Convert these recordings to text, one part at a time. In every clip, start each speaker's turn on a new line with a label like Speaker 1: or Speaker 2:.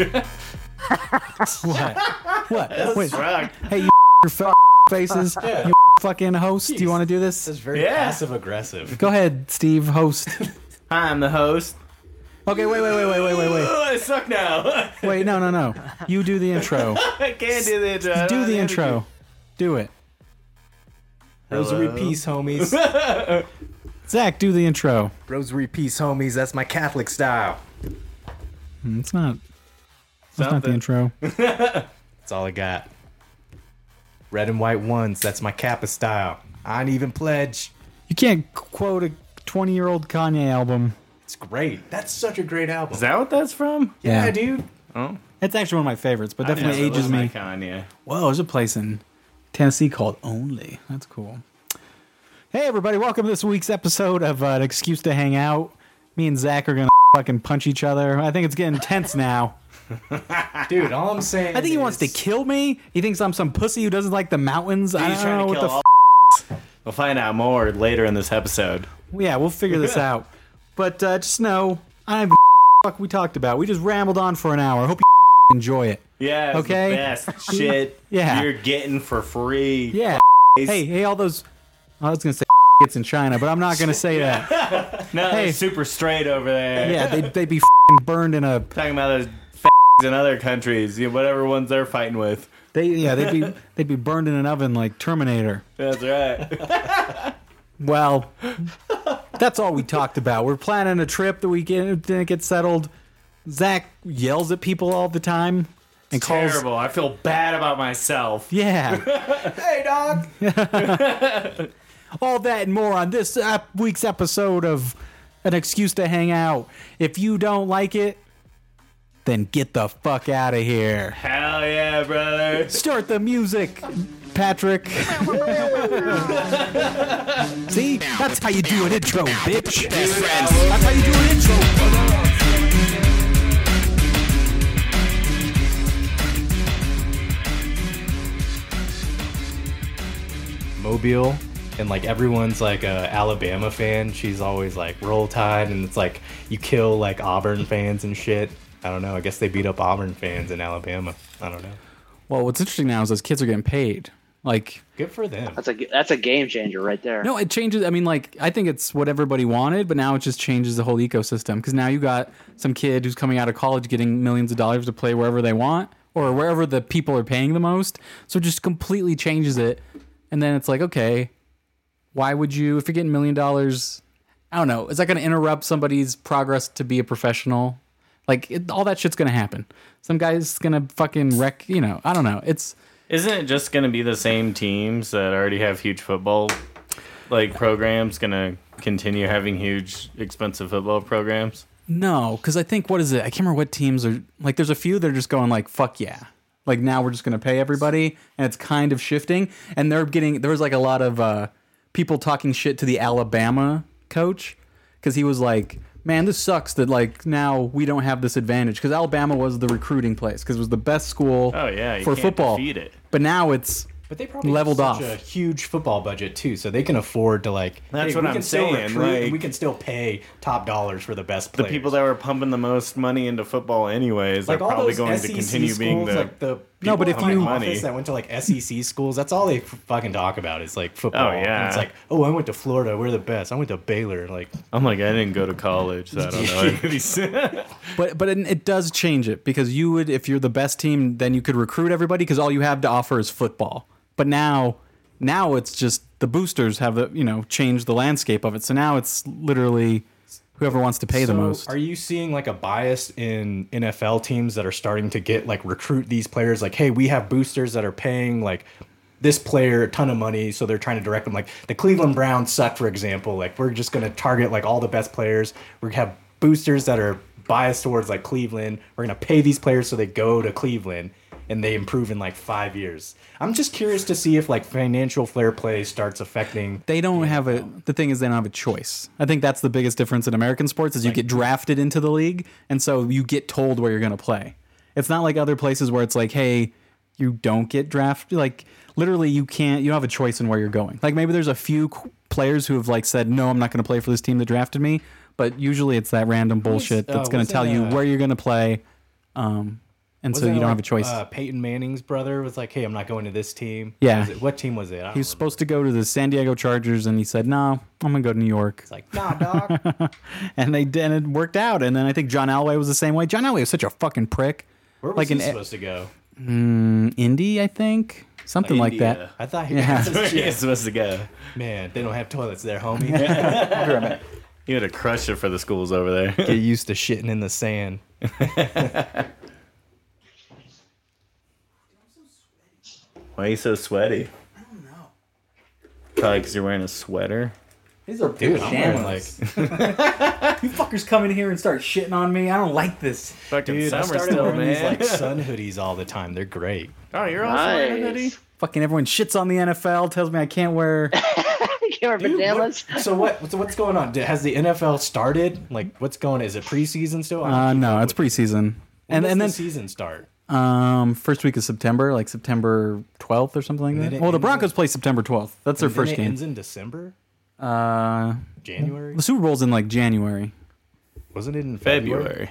Speaker 1: What? What? Wait,
Speaker 2: Right.
Speaker 1: hey, you your f- faces,
Speaker 3: Yeah.
Speaker 1: you fucking host. Do you
Speaker 3: Jeez.
Speaker 1: want to do this?
Speaker 3: That's very
Speaker 2: Yeah.
Speaker 3: passive aggressive.
Speaker 1: Go ahead, Steve, host.
Speaker 2: Hi, I'm the host.
Speaker 1: Okay, wait, wait, wait, wait, wait, wait, wait.
Speaker 2: Oh, I suck now.
Speaker 1: Wait, no, no, no. You do the intro.
Speaker 2: I can't do the intro. I don't
Speaker 1: Do
Speaker 2: have
Speaker 1: the
Speaker 2: energy.
Speaker 1: intro. Do it.
Speaker 3: Rosary peace, homies.
Speaker 1: Zach, do the intro.
Speaker 3: Rosary peace, homies. That's my Catholic style.
Speaker 1: Mm, It's not. It's not the
Speaker 2: Something.
Speaker 1: intro.
Speaker 3: That's all I got. Red and white ones. That's my Kappa style. I ain't even pledge.
Speaker 1: You can't quote a 20 year old Kanye album.
Speaker 3: It's great. That's such a great album.
Speaker 2: Is that what that's from?
Speaker 3: yeah,
Speaker 1: Yeah.
Speaker 3: dude.
Speaker 1: It's actually one of my favorites, but definitely
Speaker 2: Yeah,
Speaker 1: ages
Speaker 2: that's
Speaker 1: me.
Speaker 2: my Kanye.
Speaker 1: Whoa, there's a place in Tennessee called Only. That's cool. Hey, everybody, welcome to this week's episode of uh, An Excuse to Hang Out. Me and Zach are going to fucking punch each other. I think it's getting tense now.
Speaker 3: Dude, all I'm saying.
Speaker 1: I think he wants to
Speaker 3: is-
Speaker 1: kill me. He thinks I'm some pussy who doesn't like the mountains. I
Speaker 2: He's
Speaker 1: don't
Speaker 2: trying
Speaker 1: know
Speaker 2: to
Speaker 1: what
Speaker 2: kill
Speaker 1: the
Speaker 2: all Ah, We'll find out more later in this episode.
Speaker 1: Yeah, we'll figure this out. But uh, just know, I don't even fuck we talked about. We just rambled on for an hour. Hope you enjoy it.
Speaker 2: Yeah. it's the
Speaker 1: Okay.
Speaker 2: best shit.
Speaker 1: Yeah.
Speaker 2: You're getting for free.
Speaker 1: Yeah. Hey, hey, all those. I was gonna say it's in China, but I'm not gonna say that.
Speaker 2: No,
Speaker 1: hey.
Speaker 2: they're super straight over there.
Speaker 1: Yeah, they they be fing burned in a.
Speaker 2: Talking about those in other countries, you know, whatever ones they're fighting with.
Speaker 1: They yeah they'd be they'd be burned in an oven like Terminator.
Speaker 2: That's right.
Speaker 1: Well, that's all we talked about. We're planning a trip that we get, didn't get settled. Zach yells at people all the time and calls.
Speaker 2: Terrible. I feel bad about myself.
Speaker 1: Yeah.
Speaker 3: Hey, dog.
Speaker 1: All that and more on this ep- week's episode of An Excuse to Hang Out. If you don't like it, then get the fuck out of here.
Speaker 2: Hell yeah, brother.
Speaker 1: Start the music, Patrick. See? That's how you do an intro, bitch. That's how you do an intro.
Speaker 3: Mobile, and like everyone's like a Alabama fan. She's always like Roll Tide, and it's like you kill like Auburn fans and shit. I don't know. I guess they beat up Auburn fans in Alabama. I don't know.
Speaker 1: Well, what's interesting now is those kids are getting paid. Like,
Speaker 3: Good for them.
Speaker 4: That's a that's a game changer right there.
Speaker 1: No, it changes. I mean, like, I think it's what everybody wanted, but now it just changes the whole ecosystem because now you got some kid who's coming out of college getting millions of dollars to play wherever they want or wherever the people are paying the most. So it just completely changes it. And then it's like, okay, why would you, if you're getting million dollars, I don't know, is that going to interrupt somebody's progress to be a professional? Like, it, all that shit's going to happen. Some guy's going to fucking wreck, you know, I don't know. It's,
Speaker 2: Isn't it just going to be the same teams that already have huge football like programs going to continue having huge expensive football programs?
Speaker 1: No, because I think what is it? I can't remember what teams are like. There's a few that are just going like fuck yeah. Like now we're just going to pay everybody, and it's kind of shifting. And they're getting there was like a lot of uh, people talking shit to the Alabama coach because he was like, man, this sucks that like now we don't have this advantage because Alabama was the recruiting place because it was the best school.
Speaker 2: Oh, yeah, you
Speaker 1: for
Speaker 2: can't
Speaker 1: football.
Speaker 2: defeat it.
Speaker 1: But now it's
Speaker 3: But they probably
Speaker 1: leveled
Speaker 3: have
Speaker 1: off.
Speaker 3: such a huge football budget too, so they can afford to like.
Speaker 2: That's
Speaker 3: hey,
Speaker 2: what
Speaker 3: we
Speaker 2: I'm
Speaker 3: can still
Speaker 2: saying,
Speaker 3: recruit and
Speaker 2: like-
Speaker 3: we can still pay top dollars for the best
Speaker 2: The
Speaker 3: players.
Speaker 2: people that were pumping the most money into football anyways
Speaker 3: like
Speaker 2: are
Speaker 3: all
Speaker 2: probably
Speaker 3: those
Speaker 2: going
Speaker 3: SEC
Speaker 2: to continue
Speaker 3: schools,
Speaker 2: being the
Speaker 3: like the
Speaker 1: No, but
Speaker 3: people
Speaker 1: if
Speaker 3: in my
Speaker 1: you-
Speaker 3: office
Speaker 2: Money.
Speaker 3: that went to like SEC schools, that's all they f- fucking talk about is like football.
Speaker 2: Oh, yeah.
Speaker 3: And it's like oh, I went to Florida, we're the best. I went to Baylor, like
Speaker 2: I'm like I didn't go to college, so I don't know.
Speaker 1: But but it, it does change it because you would if you're the best team, then you could recruit everybody because all you have to offer is football. But now now it's just the boosters have the you know changed the landscape of it. So now it's literally whoever wants to pay the
Speaker 3: So,
Speaker 1: most.
Speaker 3: Are you seeing like a bias in NFL teams that are starting to get like recruit these players? Like, hey, we have boosters that are paying like this player a ton of money, so they're trying to direct them. Like the Cleveland Browns suck, for example. Like we're just gonna target like all the best players. We have boosters that are biased towards like Cleveland. We're gonna pay these players so they go to Cleveland and they improve in like five years. I'm just curious to see if like financial fair play starts affecting.
Speaker 1: they don't have a the thing is they don't have a choice. I think that's the biggest difference in American sports is you get drafted into the league and so you get told where you're going to play. It's not like other places where it's like, "Hey, you don't get drafted." Like literally you can't you don't have a choice in where you're going. Like maybe there's a few qu- players who have like said, "No, I'm not going to play for this team that drafted me." But usually it's that random bullshit
Speaker 3: uh,
Speaker 1: that's going
Speaker 3: was
Speaker 1: to tell
Speaker 3: that,
Speaker 1: you
Speaker 3: uh,
Speaker 1: where you're going to play. um, and so
Speaker 3: Wasn't
Speaker 1: you
Speaker 3: it
Speaker 1: don't
Speaker 3: like,
Speaker 1: have a choice.
Speaker 3: Uh, Peyton Manning's brother was like, "Hey, I'm not going to this team."
Speaker 1: Yeah.
Speaker 3: Was it- what team was it? I don't
Speaker 1: he was
Speaker 3: remember.
Speaker 1: supposed to go to the San Diego Chargers, and he said, "No, I'm gonna go to New York."
Speaker 3: It's like, nah, dog.
Speaker 1: and they and it worked out. And then I think John Elway was the same way. John Elway was such a fucking prick.
Speaker 3: Where was
Speaker 1: Like
Speaker 3: he
Speaker 1: an- e-
Speaker 3: supposed to go?
Speaker 1: Indie, I think, something like that.
Speaker 2: India.
Speaker 3: I thought he.
Speaker 1: Yeah.
Speaker 2: Where he's supposed to go.
Speaker 3: Man, they don't have toilets there, homie.
Speaker 2: You had a crusher for the schools over there.
Speaker 3: Get used to shitting in the sand.
Speaker 2: Why are you so sweaty? I don't know. Probably because you're wearing a sweater.
Speaker 1: These are
Speaker 3: Dude, I'm wearing like.
Speaker 1: you fuckers come in here and start shitting on me. I don't like this.
Speaker 2: Fucking
Speaker 3: Dude, I
Speaker 2: summer
Speaker 3: started
Speaker 2: still,
Speaker 3: wearing these
Speaker 2: man.
Speaker 3: like sun hoodies all the time. They're great.
Speaker 2: oh, you're all sweating, hoodie.
Speaker 4: Nice.
Speaker 1: Fucking everyone shits on the NFL. Tells me I can't wear.
Speaker 4: You wear pajamas?
Speaker 3: so what? So what's going on? Did- Has the NFL started? Like, what's going? Is it preseason still? I don't
Speaker 1: Uh,
Speaker 3: keep
Speaker 1: no,
Speaker 3: up
Speaker 1: it's
Speaker 3: with-
Speaker 1: preseason.
Speaker 3: When
Speaker 1: And
Speaker 3: does
Speaker 1: and
Speaker 3: the
Speaker 1: then
Speaker 3: season start.
Speaker 1: um first week of September, like September 12th or something like
Speaker 3: then
Speaker 1: that.
Speaker 3: it
Speaker 1: Well, the
Speaker 3: ends
Speaker 1: Broncos play September 12th. That's their
Speaker 3: And then
Speaker 1: first
Speaker 3: it
Speaker 1: game.
Speaker 3: ends in December,
Speaker 1: Uh,
Speaker 3: January.
Speaker 1: the Super Bowl's in like January.
Speaker 3: Wasn't it in
Speaker 2: February.
Speaker 3: February?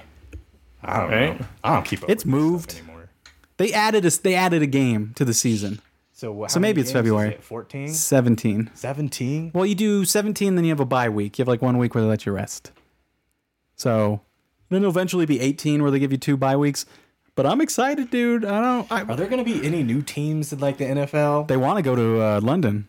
Speaker 3: I don't
Speaker 2: Right?
Speaker 3: know. I don't keep up.
Speaker 1: It's
Speaker 3: with this
Speaker 1: moved.
Speaker 3: stuff anymore.
Speaker 1: They added a they added a game to the season.
Speaker 3: So what?
Speaker 1: So maybe it's February.
Speaker 3: 14,
Speaker 1: 17.
Speaker 3: 17.
Speaker 1: Well, you do 17, then you have a bye week. You have like one week where they let you rest. So then it'll eventually be 18 where they give you two bye weeks. But I'm excited, dude. I don't. I,
Speaker 3: Are there going to be any new teams in like the NFL?
Speaker 1: they want to go to uh, London.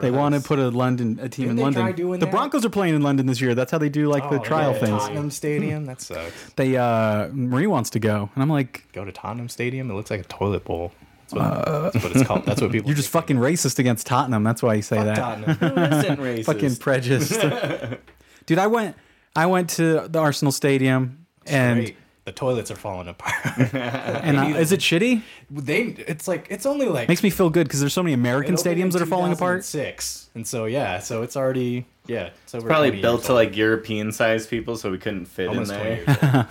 Speaker 1: They want to put a London a team
Speaker 3: Didn't
Speaker 1: in
Speaker 3: they
Speaker 1: London.
Speaker 3: try doing
Speaker 1: the
Speaker 3: that?
Speaker 1: Broncos are playing in London this year. That's how they do like the
Speaker 3: Oh,
Speaker 1: trial
Speaker 3: yeah,
Speaker 1: things.
Speaker 3: Tottenham Stadium. That sucks.
Speaker 1: They uh Marie wants to go, and I'm like,
Speaker 3: Go to Tottenham Stadium. It looks like a toilet bowl. That's what, that's what it's called. That's what people.
Speaker 1: you're Uh, just fucking racist against Tottenham. That's why you say that.
Speaker 3: Tottenham.
Speaker 1: fucking prejudiced. Dude, I went I went to the Arsenal Stadium and
Speaker 3: Great. The toilets are falling apart.
Speaker 1: and I, is it shitty?
Speaker 3: they it's like it's only like
Speaker 1: Makes me feel good because there's so many
Speaker 3: it
Speaker 1: American
Speaker 3: opened in
Speaker 1: stadiums that are falling apart.
Speaker 3: 2006. and so yeah so it's already yeah it's over
Speaker 2: Probably
Speaker 3: 20
Speaker 2: built
Speaker 3: years
Speaker 2: to
Speaker 3: old.
Speaker 2: like European sized people, so we couldn't fit
Speaker 3: almost
Speaker 2: in
Speaker 3: 20
Speaker 2: there.
Speaker 3: years old.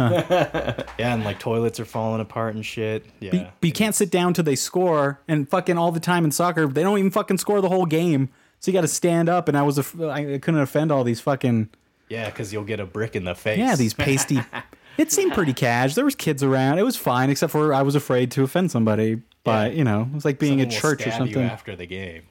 Speaker 3: yeah and like toilets are falling apart and shit yeah
Speaker 1: But you can't sit down till they score, and fucking all the time in soccer they don't even fucking score the whole game. So you got to stand up, and I was aff- I couldn't offend all these fucking
Speaker 3: yeah because you'll get a brick in the face
Speaker 1: yeah these pasty. it seemed pretty cash. There was kids around. It was fine, except for I was afraid to offend somebody. But
Speaker 3: Yeah.
Speaker 1: you know, it was like being
Speaker 3: Someone
Speaker 1: at
Speaker 3: will
Speaker 1: church or
Speaker 3: stab you
Speaker 1: something.
Speaker 3: after the game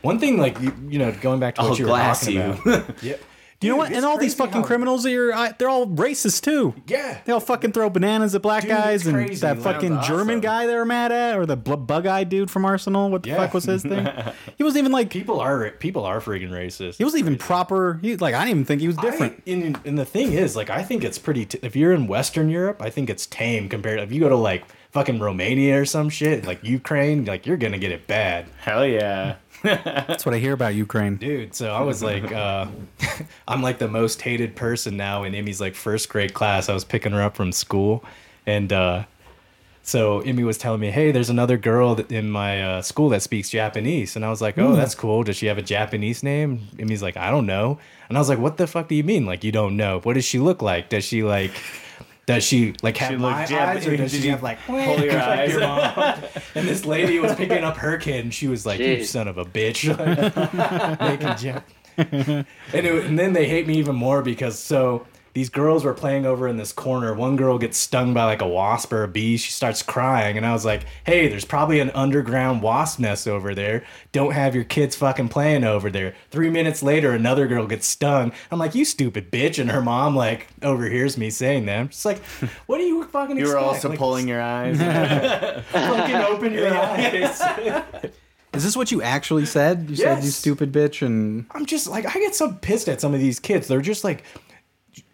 Speaker 3: one thing like you, you know going back to what
Speaker 2: I'll
Speaker 3: you were
Speaker 2: glass
Speaker 3: talking
Speaker 2: you.
Speaker 3: about yep
Speaker 1: You know what? And all these fucking criminals are I- they're all racist too.
Speaker 3: Yeah.
Speaker 1: They all fucking throw bananas at black
Speaker 3: Dude, it's
Speaker 1: guys and
Speaker 3: crazy.
Speaker 1: that
Speaker 3: Sounds
Speaker 1: fucking German
Speaker 2: awesome.
Speaker 1: guy they were mad at or the bl- bug-eyed dude from Arsenal. What the
Speaker 3: Yeah.
Speaker 1: fuck was his thing? he wasn't even like
Speaker 3: people are people are freaking racist
Speaker 1: he wasn't even proper. He like I didn't even think he was different.
Speaker 3: I, and, and the thing is, like, I think it's pretty. T- if you're in Western Europe, I think it's tame compared. If you go to like fucking Romania or some shit, like Ukraine, like you're gonna get it bad,
Speaker 2: Hell yeah.
Speaker 1: That's what I hear about Ukraine.
Speaker 3: dude. So I was like, uh, I'm like the most hated person now in Emmy's like first grade class. I was picking her up from school, and uh, so Emmy was telling me, "Hey, there's another girl that- in my uh, school that speaks Japanese," and I was like,
Speaker 2: Hmm.
Speaker 3: "Oh, that's cool. Does she have a Japanese name?" Emmy's like, "I don't know," and I was like, "What the fuck do you mean? Like, you don't know? What does she look like? Does she like?" Does she like have
Speaker 2: She look
Speaker 3: my
Speaker 2: Jap-
Speaker 3: eyes, or does
Speaker 2: did
Speaker 3: she
Speaker 2: you
Speaker 3: have like?
Speaker 2: pull your eyes?
Speaker 3: your mom? and this lady was picking up her kid, and she was like, "You
Speaker 4: Jeez.
Speaker 3: son of a bitch!" Making jap- and, it, and then they hate me even more because so these girls were playing over in this corner. One girl gets stung by like a wasp or a bee. She starts crying, and I was like, "Hey, there's probably an underground wasp nest over there. Don't have your kids fucking playing over there." Three minutes later, another girl gets stung. I'm like, "You stupid bitch!" And her mom like overhears me saying that. I'm just like, "What do you fucking?"
Speaker 2: You were
Speaker 3: expect?
Speaker 2: also
Speaker 3: Like,
Speaker 2: pulling your eyes.
Speaker 3: Fucking open your eyes.
Speaker 1: Is this what you actually said? You said you
Speaker 3: Yes.
Speaker 1: stupid bitch and
Speaker 3: I'm just like I get so pissed at some of these kids. They're just like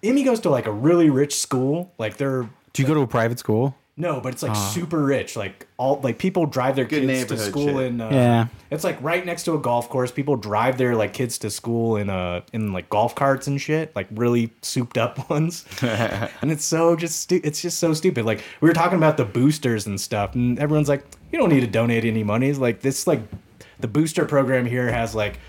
Speaker 3: Emmy goes to like a really rich school. Like they're
Speaker 1: Do you go to a private school?
Speaker 3: no, but it's like super rich. Like all like people drive their
Speaker 2: Good
Speaker 3: kids to
Speaker 2: neighborhood
Speaker 3: school
Speaker 2: shit.
Speaker 3: in uh,
Speaker 1: Yeah.
Speaker 3: It's like right next to a golf course. People drive their like kids to school in uh in like golf carts and shit, like really souped up ones. and it's so just stu- it's just so stupid. Like we were talking about the boosters and stuff, and everyone's like, you don't need to donate any money. It's like this like the booster program here has like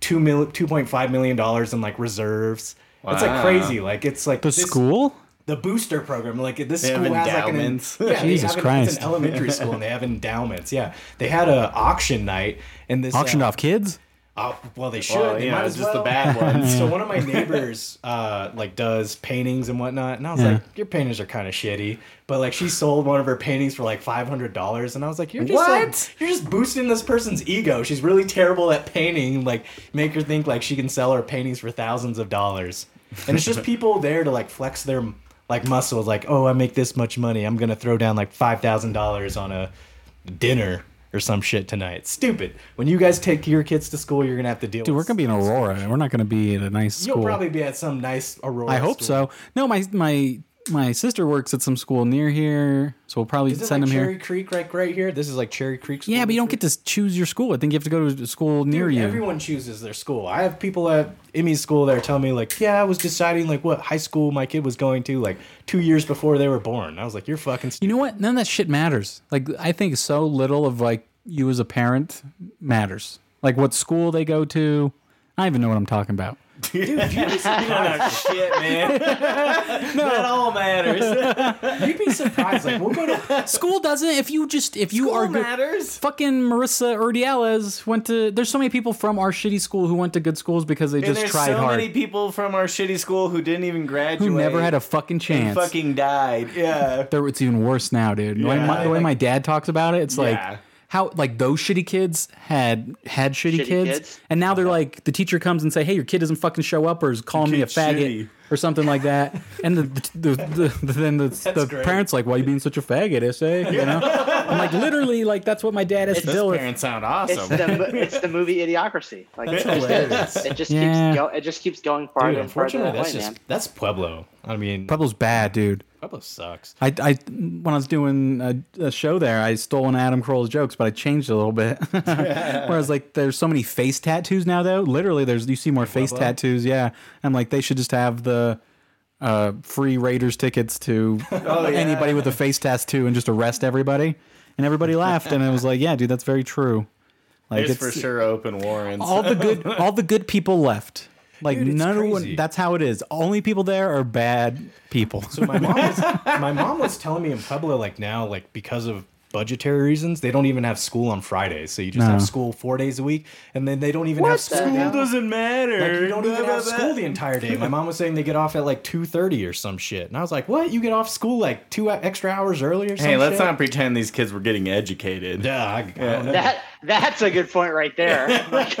Speaker 3: two mil two point five million dollars in like reserves. It's like
Speaker 2: Wow.
Speaker 3: crazy. Like it's like
Speaker 1: The
Speaker 3: this-
Speaker 1: school?
Speaker 3: the booster program. Like this
Speaker 2: They have
Speaker 3: school has like an
Speaker 2: endowments.
Speaker 3: yeah, they
Speaker 1: Jesus
Speaker 3: have an-
Speaker 1: Christ.
Speaker 3: It's an elementary school and they have endowments. Yeah, they had a auction night and this
Speaker 1: Auctioned
Speaker 3: uh,
Speaker 1: off kids?
Speaker 3: Uh, well, they should.
Speaker 2: Well,
Speaker 3: they
Speaker 2: you
Speaker 3: might
Speaker 2: know,
Speaker 3: as
Speaker 2: just the
Speaker 3: well.
Speaker 2: bad ones.
Speaker 3: so one of my neighbors uh, like does paintings and whatnot, and I was
Speaker 1: Yeah.
Speaker 3: like, "Your paintings are kind of shitty," but like she sold one of her paintings for like five hundred dollars, and I was like, "You're just like,
Speaker 1: What?
Speaker 3: you're just boosting this person's ego. She's really terrible at painting. Like make her think like she can sell her paintings for thousands of dollars, and it's just people there to like flex their like muscles. Like, oh, I make this much money. I'm gonna throw down like five thousand dollars on a dinner." Or some shit tonight. Stupid. When you guys take your kids to school, you're gonna have to deal.
Speaker 1: Dude, we're
Speaker 3: with
Speaker 1: gonna be in Aurora. We're not gonna be at a nice school.
Speaker 3: You'll probably be at some nice Aurora.
Speaker 1: I hope so. No, my my my sister works at some school near here, so we'll probably
Speaker 3: Is it
Speaker 1: send
Speaker 3: like
Speaker 1: them
Speaker 3: Cherry
Speaker 1: here.
Speaker 3: Creek right, right here? This is like Cherry Creek. School
Speaker 1: Yeah, but you don't get to choose your school. I think you have to go to a school near you.
Speaker 3: Everyone chooses their school. I have people at Emmy's school that are telling me like, yeah, I was deciding like what high school my kid was going to like two years before they were born. I was like, you're fucking.
Speaker 1: you
Speaker 3: Stupid.
Speaker 1: know what? None of that shit matters. Like I think so little of like you as a parent matters. Like what school they go to. I don't even know what I'm talking about.
Speaker 2: shit, man. That all matters.
Speaker 3: You'd be surprised. Like we'll go to
Speaker 1: School doesn't. If you just if you are good,
Speaker 2: matters.
Speaker 1: fucking Marissa Urdiales went to. There's so many people from our shitty school who went to good schools because they
Speaker 2: And
Speaker 1: just
Speaker 2: there's
Speaker 1: tried
Speaker 2: so
Speaker 1: hard.
Speaker 2: many people from our shitty school who didn't even graduate.
Speaker 1: who never had a fucking chance.
Speaker 2: fucking died. Yeah.
Speaker 1: there it's even worse now, dude. The way
Speaker 2: Yeah,
Speaker 1: my- the way
Speaker 2: like-
Speaker 1: my dad talks about it, it's
Speaker 2: Yeah.
Speaker 1: like how like those shitty kids had had shitty,
Speaker 4: Shitty
Speaker 1: kids,
Speaker 4: kids?
Speaker 1: and now they're like the teacher comes and say, "Hey, your kid doesn't fucking show up," or is calling me a
Speaker 2: Kid's
Speaker 1: faggot.
Speaker 2: shitty.
Speaker 1: Or something like that, and the the, the, the then the, the
Speaker 3: great.
Speaker 1: parents like, "Why you being such a faggot?" Say, you know, I'm like, literally, like that's what my dad has to
Speaker 4: It's-
Speaker 1: deal with.
Speaker 2: Parents sound
Speaker 4: It's
Speaker 2: awesome.
Speaker 4: the mo- it's the movie Idiocracy. Like
Speaker 3: That's
Speaker 4: it's just-
Speaker 3: hilarious.
Speaker 4: it just
Speaker 1: Yeah.
Speaker 4: keeps go, it just keeps going farther
Speaker 3: Dude,
Speaker 4: and farther
Speaker 3: unfortunately,
Speaker 4: away,
Speaker 3: that's
Speaker 4: man.
Speaker 3: just that's Pueblo. I mean,
Speaker 1: Pueblo's bad, dude.
Speaker 3: Pueblo sucks.
Speaker 1: I, I when I was doing a, a show there, I stole one of Adam Carolla's jokes, but I changed it a little bit. Whereas like there's so many face tattoos now though. Literally, there's you see more face tattoos. Yeah, I'm like they should just have the uh, free Raiders tickets to
Speaker 3: Oh,
Speaker 1: anybody with a face tattoo and just arrest everybody. And everybody laughed, and I was like, yeah, dude, that's very true. Like
Speaker 2: It's for sure open warrants.
Speaker 1: all the good all the good people left. Like
Speaker 3: Dude, it's
Speaker 1: none of
Speaker 3: crazy.
Speaker 1: one, that's how it is. Only people there are bad people.
Speaker 3: So my mom was my mom was telling me in Pueblo like now like because of budgetary reasons they don't even have school on Fridays so you just have
Speaker 1: No.
Speaker 3: school four days a week and then they don't even have
Speaker 4: the
Speaker 3: school
Speaker 4: hell?
Speaker 2: doesn't matter.
Speaker 3: like you don't even
Speaker 2: Blah,
Speaker 3: have
Speaker 2: blah,
Speaker 3: school
Speaker 2: blah.
Speaker 3: the entire day. My mom was saying they get off at like two thirty or some shit and I was like what you get off school like two e, extra hours early or something
Speaker 2: Hey, let's not pretend these kids were getting educated.
Speaker 3: yeah I, I don't know.
Speaker 4: that that's a good point right there. Like,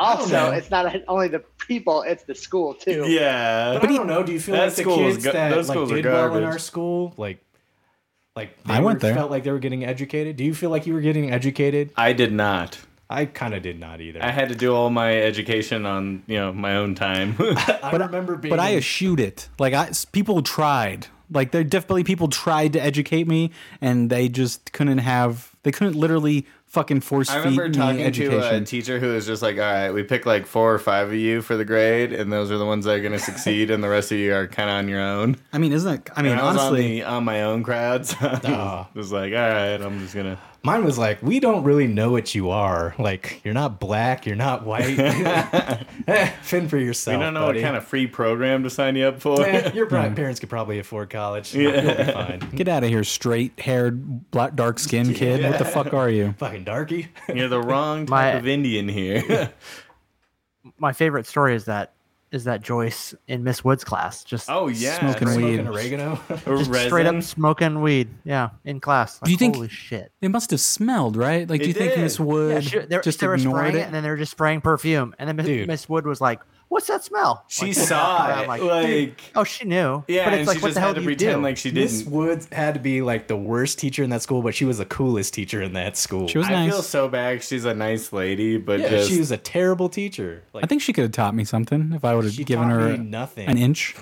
Speaker 3: Oh,
Speaker 4: also,
Speaker 3: know.
Speaker 4: it's not only the people; it's the school too.
Speaker 2: Yeah.
Speaker 3: but I don't know do you feel
Speaker 2: that
Speaker 3: like the
Speaker 2: school is
Speaker 3: kids
Speaker 2: go-
Speaker 3: that
Speaker 2: those
Speaker 3: like
Speaker 2: schools are
Speaker 3: did well in
Speaker 2: garbage.
Speaker 3: our school like like they
Speaker 1: I went
Speaker 3: were-
Speaker 1: there.
Speaker 3: felt like they were getting educated do you feel like you were getting educated
Speaker 2: I did not.
Speaker 3: I kind of did not either
Speaker 2: I had to do all my education on, you know, my own time.
Speaker 3: I remember being
Speaker 1: but I eschewed it. Like I, s- people tried. Like there definitely people tried to educate me, and they just couldn't have. They couldn't literally fucking force
Speaker 2: I
Speaker 1: feed
Speaker 2: remember
Speaker 1: me
Speaker 2: talking to a
Speaker 1: education.
Speaker 2: teacher who was just like, "All right, we pick like four or five of you for the grade, and those are the ones that are going to succeed, and the rest of you are kind of on your own."
Speaker 1: I mean, isn't that? I mean,
Speaker 2: And I was on,
Speaker 1: honestly,
Speaker 2: the, on my own crowd, so I was, was like, "All right, I'm just gonna."
Speaker 3: Mine was like, we don't really know what you are. Like, you're not black, you're not white. Eh, Fend for yourself.
Speaker 2: You don't know
Speaker 3: buddy.
Speaker 2: what kind of Hmm. free program to sign you up for.
Speaker 3: Eh, Your pri- parents could probably afford college. You'll be fine.
Speaker 1: get out of here, straight-haired, black, dark-skinned kid. What the fuck are you?
Speaker 3: Fucking darky.
Speaker 2: You're the wrong type
Speaker 5: My-
Speaker 2: of Indian here.
Speaker 5: My favorite story is that is that Joyce in Miss Wood's class just
Speaker 2: oh yeah,
Speaker 1: Smoking weed.
Speaker 3: Smoking oregano.
Speaker 5: just
Speaker 2: Resin.
Speaker 5: straight up smoking weed. Yeah, in class. Like,
Speaker 1: you think-
Speaker 5: holy shit?
Speaker 1: They must have smelled, right? Like, do
Speaker 2: It
Speaker 1: you think
Speaker 2: did.
Speaker 1: Miss Wood
Speaker 5: Yeah, she, they,
Speaker 1: just
Speaker 5: they were
Speaker 1: ignored
Speaker 5: spraying it?
Speaker 1: it?
Speaker 5: and then they were just spraying perfume, and then Miss,
Speaker 3: Dude.
Speaker 5: Miss Wood was like, "What's that smell?"
Speaker 2: She
Speaker 5: Like,
Speaker 2: saw
Speaker 5: I'm
Speaker 2: it. Like,
Speaker 5: like, oh, she knew.
Speaker 2: yeah,
Speaker 5: but it's
Speaker 2: and
Speaker 5: like,
Speaker 2: she
Speaker 5: what
Speaker 2: just
Speaker 5: the hell
Speaker 2: had to
Speaker 5: do you
Speaker 2: pretend
Speaker 5: do?
Speaker 2: like she
Speaker 3: Miss
Speaker 2: didn't.
Speaker 3: Woods had to be like the worst teacher in that school, but she was the coolest teacher in that school.
Speaker 1: She was
Speaker 2: I
Speaker 1: nice.
Speaker 2: feel so bad. She's a nice lady, but
Speaker 3: Yeah,
Speaker 2: just
Speaker 3: she was a terrible teacher. Like,
Speaker 1: I think she could have taught me something if I would have
Speaker 3: she
Speaker 1: given
Speaker 3: taught
Speaker 1: her
Speaker 3: me nothing.
Speaker 1: an inch.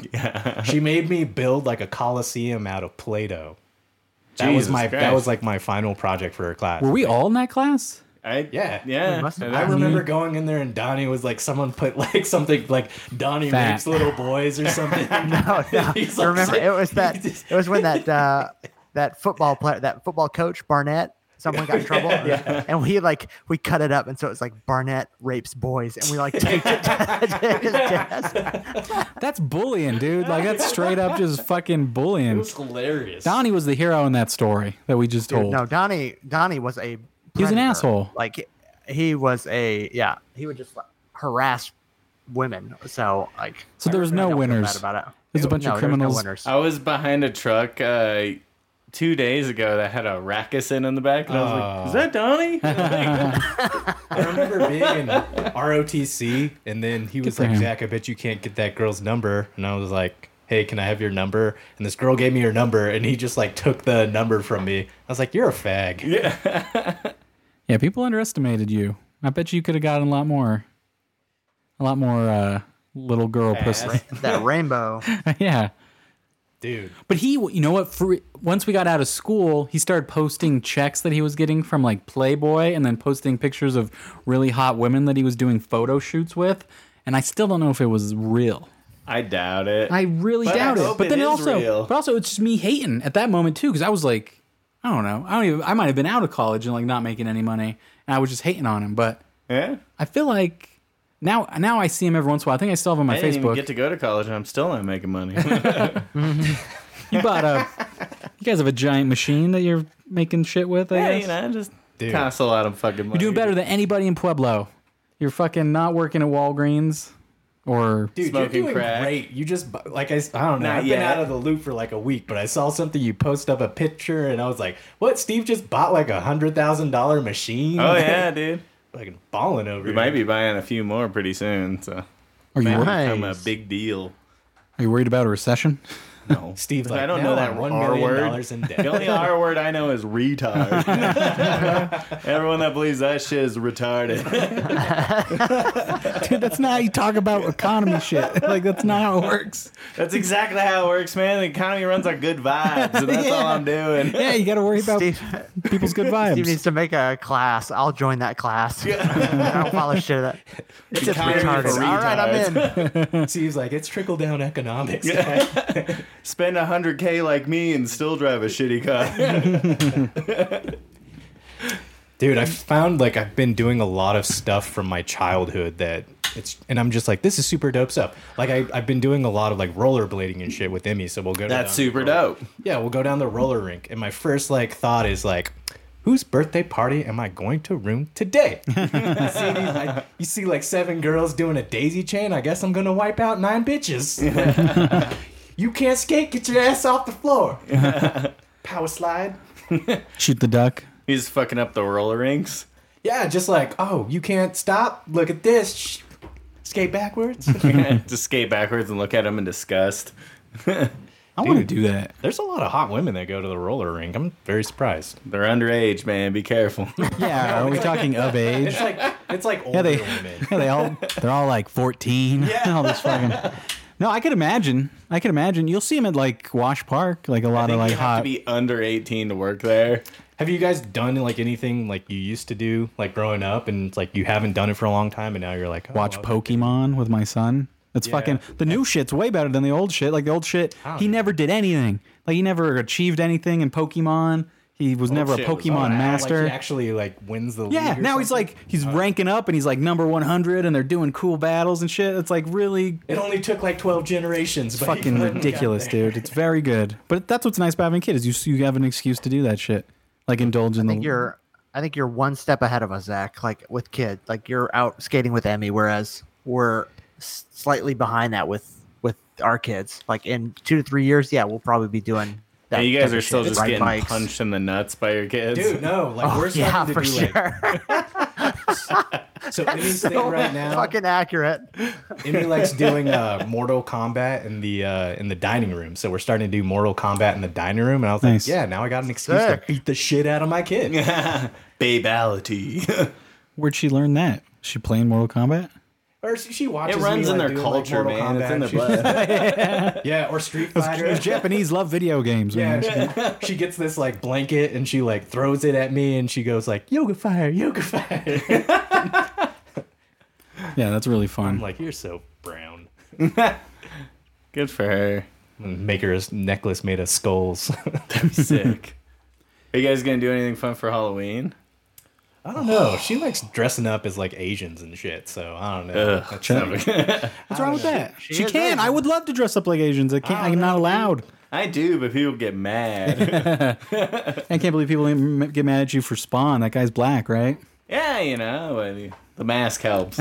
Speaker 3: she made me build like a coliseum out of Play-Doh. That was
Speaker 2: Jesus
Speaker 3: my. That
Speaker 2: Christ.
Speaker 3: was like my final project for her class.
Speaker 1: Were we all in that class?
Speaker 2: I,
Speaker 3: Yeah.
Speaker 2: yeah.
Speaker 5: We must have
Speaker 2: And
Speaker 3: I
Speaker 2: I-
Speaker 3: remember going in there and Donnie was like, someone put like something like Donnie
Speaker 1: Fat.
Speaker 3: rapes little boys or something.
Speaker 5: Oh, yeah.
Speaker 3: He's
Speaker 5: I
Speaker 3: like-
Speaker 5: remember it was that
Speaker 3: He's-
Speaker 5: it was when that uh, that football player that football coach Barnett someone got in trouble and we like we cut it up and so it's like Barnett rapes boys and we like taped it to his desk.
Speaker 1: That's bullying, dude. Like that's straight up just fucking
Speaker 3: It
Speaker 1: bullying.
Speaker 3: was hilarious.
Speaker 1: Donnie was the hero in that story that we just told.
Speaker 5: No, Donnie Donnie was a
Speaker 1: He was an
Speaker 5: predator.
Speaker 1: asshole.
Speaker 5: Like he was a yeah. He would just like, harass women. So like,
Speaker 1: So there was
Speaker 5: I
Speaker 1: no
Speaker 5: don't feel
Speaker 1: winners.
Speaker 5: bad About it.
Speaker 1: There's a bunch of
Speaker 5: No, there was
Speaker 1: criminals.
Speaker 5: No winners.
Speaker 2: I was behind a truck uh, two days ago that had a Rakusin in the back, and I was like,
Speaker 3: Oh.
Speaker 2: "Is that Donnie?"
Speaker 3: I remember being in ROTC, and then he was
Speaker 1: for
Speaker 3: like,
Speaker 1: him.
Speaker 3: Zach, I bet you can't get that girl's number. And I was like, hey, can I have your number? And this girl gave me her number, and he just like took the number from me. I was like, you're a fag.
Speaker 1: Yeah, people underestimated you. I bet you could have gotten a lot more, a lot more uh, little girl pussy.
Speaker 5: that rainbow.
Speaker 1: yeah,
Speaker 3: Dude.
Speaker 1: but he, you know what? For, once we got out of school, he started posting checks that he was getting from like Playboy, and then posting pictures of really hot women that he was doing photo shoots with. And I still don't know if it was real.
Speaker 2: I doubt it.
Speaker 1: I really
Speaker 2: But I
Speaker 1: doubt it.
Speaker 2: hope
Speaker 1: But
Speaker 2: it
Speaker 1: then
Speaker 2: is
Speaker 1: also,
Speaker 2: real.
Speaker 1: but also, it's just me hating at that moment too, because I was like, I don't know, I don't even, I might have been out of college and like not making any money, and I was just hating on him. But
Speaker 2: yeah,
Speaker 1: I feel like now, now I see him every once in a while. I think I still have him on
Speaker 2: I
Speaker 1: my
Speaker 2: didn't even
Speaker 1: Facebook.
Speaker 2: get to go to college, and I'm still not making money.
Speaker 1: you bought a, uh, you guys have a giant machine that you're making shit with. I
Speaker 2: yeah,
Speaker 1: guess
Speaker 2: you know, just
Speaker 3: Dude.
Speaker 2: costs a lot of fucking money.
Speaker 1: you're doing better than anybody in Pueblo. You're fucking not working at Walgreens or
Speaker 3: Dude,
Speaker 2: Smoking
Speaker 3: you're doing
Speaker 2: crack.
Speaker 3: great. You just bu- like I, s- I don't know.
Speaker 2: Not
Speaker 3: I've
Speaker 2: yet.
Speaker 3: been out of the loop for like a week, but I saw something you post up a picture, and I was like, "What? Steve just bought like a hundred thousand dollar machine?
Speaker 2: Oh yeah, dude.
Speaker 3: like balling over.
Speaker 2: We
Speaker 3: here.
Speaker 2: might be buying a few more pretty soon, so
Speaker 1: are you,
Speaker 2: might
Speaker 1: wor-
Speaker 5: Nice.
Speaker 2: become a big deal.
Speaker 1: are you worried about a recession?
Speaker 2: No,
Speaker 3: Steve's like,
Speaker 2: I don't
Speaker 3: "Now
Speaker 2: know that
Speaker 3: I'm one
Speaker 2: R
Speaker 3: million
Speaker 2: word.
Speaker 3: dollars in debt.
Speaker 2: The only R word I know is retard. Everyone that believes that shit is retarded.
Speaker 1: Dude, that's not how you talk about economy shit. Like that's not how it works.
Speaker 2: That's exactly how it works, man. The economy runs on good vibes, and that's all I'm doing.
Speaker 1: Yeah, you got to worry about
Speaker 5: Steve,
Speaker 1: people's good
Speaker 5: Steve
Speaker 1: vibes.
Speaker 5: needs to make a class. I'll join that class. I don't follow shit. That it's just
Speaker 2: Economy for
Speaker 5: retarded. All right, I'm in.
Speaker 3: Steve's like, it's trickle down economics.
Speaker 2: Spend 100k like me and still drive a shitty car.
Speaker 3: Dude, I found like I've been doing a lot of stuff from my childhood that it's, and I'm just like, this is super dope stuff. Like I, I've been doing a lot of like rollerblading and shit with Emmy, so we'll go.
Speaker 2: That's
Speaker 3: down-
Speaker 2: super dope.
Speaker 3: Yeah, we'll go down the roller rink, and my first like thought is like, whose birthday party am I going to ruin today? you, see these, like, you see like seven girls doing a daisy chain. I guess I'm gonna wipe out nine bitches. you can't skate. Get your ass off the floor. Power slide.
Speaker 1: Shoot the duck.
Speaker 2: He's fucking up the roller rinks.
Speaker 3: Yeah, just like, oh, you can't stop. Look at this. Sh- Skate backwards.
Speaker 2: Just skate backwards and look at him in disgust.
Speaker 1: I want to
Speaker 3: Dude.
Speaker 1: do that.
Speaker 3: There's a lot of hot women that go to the roller rink. I'm very surprised.
Speaker 2: They're underage, man. Be careful.
Speaker 1: Yeah, are we talking of age?
Speaker 3: It's like it's like older
Speaker 1: Yeah, they,
Speaker 3: women.
Speaker 1: yeah, they all they're all like fourteen. Yeah, all this fucking. No, I could imagine. I could imagine. You'll see them at like Wash Park, like a lot of
Speaker 2: you
Speaker 1: like
Speaker 2: have to
Speaker 1: hot.
Speaker 2: be under 18 to work there.
Speaker 3: Have you guys done like anything like you used to do like growing up and it's like you haven't done it for a long time and now you're like oh,
Speaker 1: watch
Speaker 3: well,
Speaker 1: Pokemon with my son. It's fucking the new shit's way better than the old shit. Like the old shit,
Speaker 3: don't
Speaker 1: he
Speaker 3: know.
Speaker 1: never did anything. Like he never achieved anything in Pokemon. He was never a
Speaker 2: shit was
Speaker 1: Pokemon
Speaker 2: all
Speaker 3: wow,
Speaker 1: master.
Speaker 3: uh, Like, he actually like wins the league
Speaker 1: Yeah,
Speaker 3: or
Speaker 1: now he's
Speaker 3: something?
Speaker 1: like he's ranking up and he's like number 100 and they're doing cool battles and shit. It's like really
Speaker 3: it only took like 12 generations but he
Speaker 1: fucking
Speaker 3: finally got
Speaker 1: ridiculous,
Speaker 3: there.
Speaker 1: dude. It's very good. But that's what's nice about having a kid is you you have an excuse to do that shit. Like indulge in
Speaker 5: I
Speaker 1: the
Speaker 3: Oh.
Speaker 5: think you're. I think you're one step ahead of us, Zach. Like with kid, like you're out skating with Emmy, whereas we're s- slightly behind that with with our kids. Like in two to three years, yeah, we'll probably be doing. That
Speaker 2: And you guys
Speaker 5: type
Speaker 2: are
Speaker 5: of
Speaker 2: still
Speaker 5: shit,
Speaker 2: just
Speaker 5: ride
Speaker 2: getting
Speaker 5: bikes.
Speaker 2: punched in the nuts by your kids.
Speaker 3: Dude, no, like
Speaker 1: Oh,
Speaker 3: we're starting
Speaker 5: Yeah,
Speaker 3: to
Speaker 5: for
Speaker 3: do like
Speaker 5: sure.
Speaker 3: so anything
Speaker 5: So
Speaker 3: right now.
Speaker 5: fucking accurate.
Speaker 3: Emmy likes doing uh, Mortal Kombat in the uh, in the dining room, so we're starting to do Mortal Kombat in the dining room, and I was
Speaker 1: Nice.
Speaker 3: like, yeah, now I got an excuse
Speaker 5: Sick.
Speaker 3: to beat the shit out of my kid.
Speaker 2: Babality.
Speaker 1: Where'd she learn that? She playing Mortal Kombat?
Speaker 3: Or she she watches.
Speaker 2: It
Speaker 3: me,
Speaker 2: runs in
Speaker 3: like,
Speaker 2: their
Speaker 3: doing, like,
Speaker 2: culture,
Speaker 3: Mortal
Speaker 2: man. It's in their
Speaker 3: Kombat.
Speaker 2: blood.
Speaker 3: She- yeah, or Street Fighter.
Speaker 1: Those Japanese love video games. man.
Speaker 3: Yeah, she, she gets this like blanket and she like throws it at me and she goes like yoga fire, yoga fire.
Speaker 1: Yeah, that's really
Speaker 3: I'm
Speaker 1: fun.
Speaker 3: like, you're so brown.
Speaker 2: Good for her.
Speaker 3: And Make her a necklace made of skulls.
Speaker 2: Sick. Are you guys gonna do anything fun for Halloween?
Speaker 3: I don't know. She likes dressing up as like Asians and shit. So I don't know. That's-
Speaker 1: What's wrong with that? She,
Speaker 5: She is
Speaker 1: can.
Speaker 5: Asian.
Speaker 1: I would love to dress up like Asians. I
Speaker 3: Oh,
Speaker 1: can't. I'm not allowed.
Speaker 2: I do, but people get mad.
Speaker 1: I can't believe people even get mad at you for Spawn. That guy's black, right?
Speaker 2: yeah, you know, uh, the mask helps.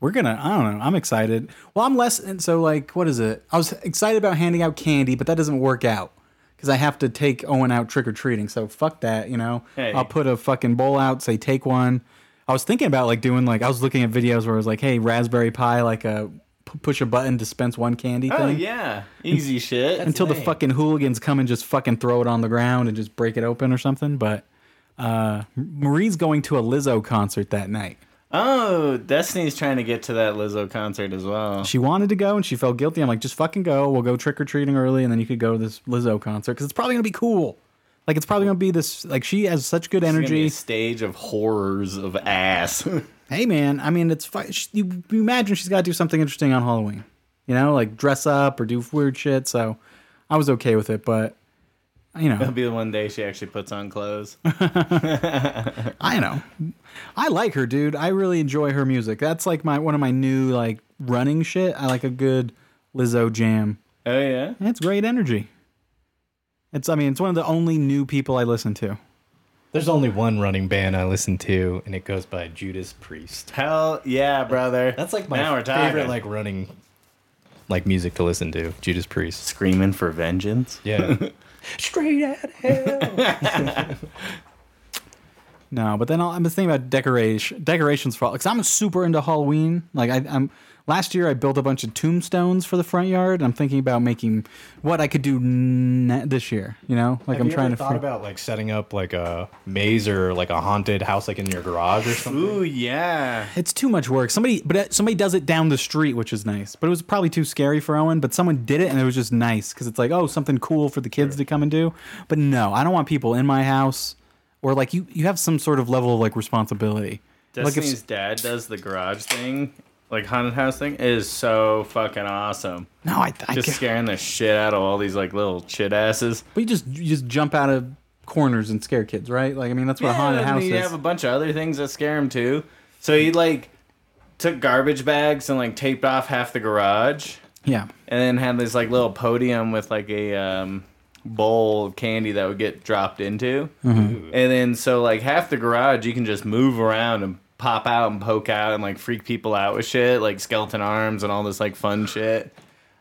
Speaker 1: We're gonna. I don't know. I'm excited. Well, I'm less. And so, like, what is it? I was excited about handing out candy, but that doesn't work out because I have to take Owen out trick or treating. So fuck that. You know,
Speaker 2: Hey.
Speaker 1: I'll put a fucking bowl out. Say take one. I was thinking about like doing like I was looking at videos where it was like, hey, raspberry pie, like a p- push a button, dispense one candy
Speaker 2: oh
Speaker 1: thing.
Speaker 2: yeah, easy shit.
Speaker 1: until the
Speaker 3: lame.
Speaker 1: fucking hooligans come and just fucking throw it on the ground and just break it open or something. But uh, Marie's going to a Lizzo concert that night.
Speaker 2: Oh, Destiny's trying to get to that Lizzo concert as well.
Speaker 1: She wanted to go and she felt guilty. I'm like, just fucking go. We'll go trick or treating early, and then you could go to this Lizzo concert because it's probably gonna be cool. Like it's probably gonna be this. Like she has such good
Speaker 2: It's gonna be
Speaker 1: energy.
Speaker 2: a stage of horrors of ass.
Speaker 1: hey man, I mean, it's fi- she, you, you imagine she's got to do something interesting on Halloween, you know, like dress up or do weird shit. So I was okay with it, but you know,
Speaker 2: It'll be the one day she actually puts on clothes.
Speaker 1: I know. I like her, dude. I really enjoy her music. That's like my one of my new like running shit. I like a good Lizzo jam.
Speaker 2: Oh yeah.
Speaker 1: And It's great energy. It's I mean, it's one of the only new people I listen to.
Speaker 3: There's only one running band I listen to, and it goes by Judas Priest.
Speaker 2: Hell yeah, brother.
Speaker 3: That's like my
Speaker 2: now we're talking.
Speaker 3: favorite like running like music to listen to. Judas Priest.
Speaker 2: screaming for vengeance.
Speaker 3: Yeah. Straight at hell.
Speaker 1: No, but then I'll, I'm just thinking about decoration decorations for because I'm super into Halloween. Like I, I'm last year I built a bunch of tombstones for the front yard. And I'm thinking about making what I could do ne- this year. You know, like
Speaker 3: Have
Speaker 1: I'm
Speaker 3: you
Speaker 1: trying
Speaker 3: ever
Speaker 1: to.
Speaker 3: thought
Speaker 1: fig-
Speaker 3: about like setting up like a maze or like a haunted house like in your garage or something?
Speaker 2: Ooh yeah.
Speaker 1: It's too much work. Somebody, but it- somebody does it down the street, which is nice. But it was probably too scary for Owen. But someone did it, and it was just nice because it's like, oh, something cool for the kids to come and do. But no, I don't want people in my house, or like you. You have some sort of level of like responsibility. Like
Speaker 2: Destiny's
Speaker 1: if
Speaker 2: dad does the garage thing, like haunted house thing, It is so fucking awesome.
Speaker 1: no, I, I
Speaker 2: Just
Speaker 1: can't-
Speaker 2: scaring the shit out of all these like little shit asses.
Speaker 1: But you just you just jump out of corners and scare kids, right? Like I mean, that's what a haunted
Speaker 2: and
Speaker 1: house
Speaker 2: You
Speaker 1: is.
Speaker 2: have a bunch of other things that scare him too. So he like took garbage bags and like taped off half the garage,
Speaker 1: yeah,
Speaker 2: and then had this like little podium with like a um, bowl of candy that would get dropped into,
Speaker 3: Mm-hmm.
Speaker 2: and then so like half the garage you can just move around and pop out and poke out and like freak people out with shit like skeleton arms and all this like fun shit.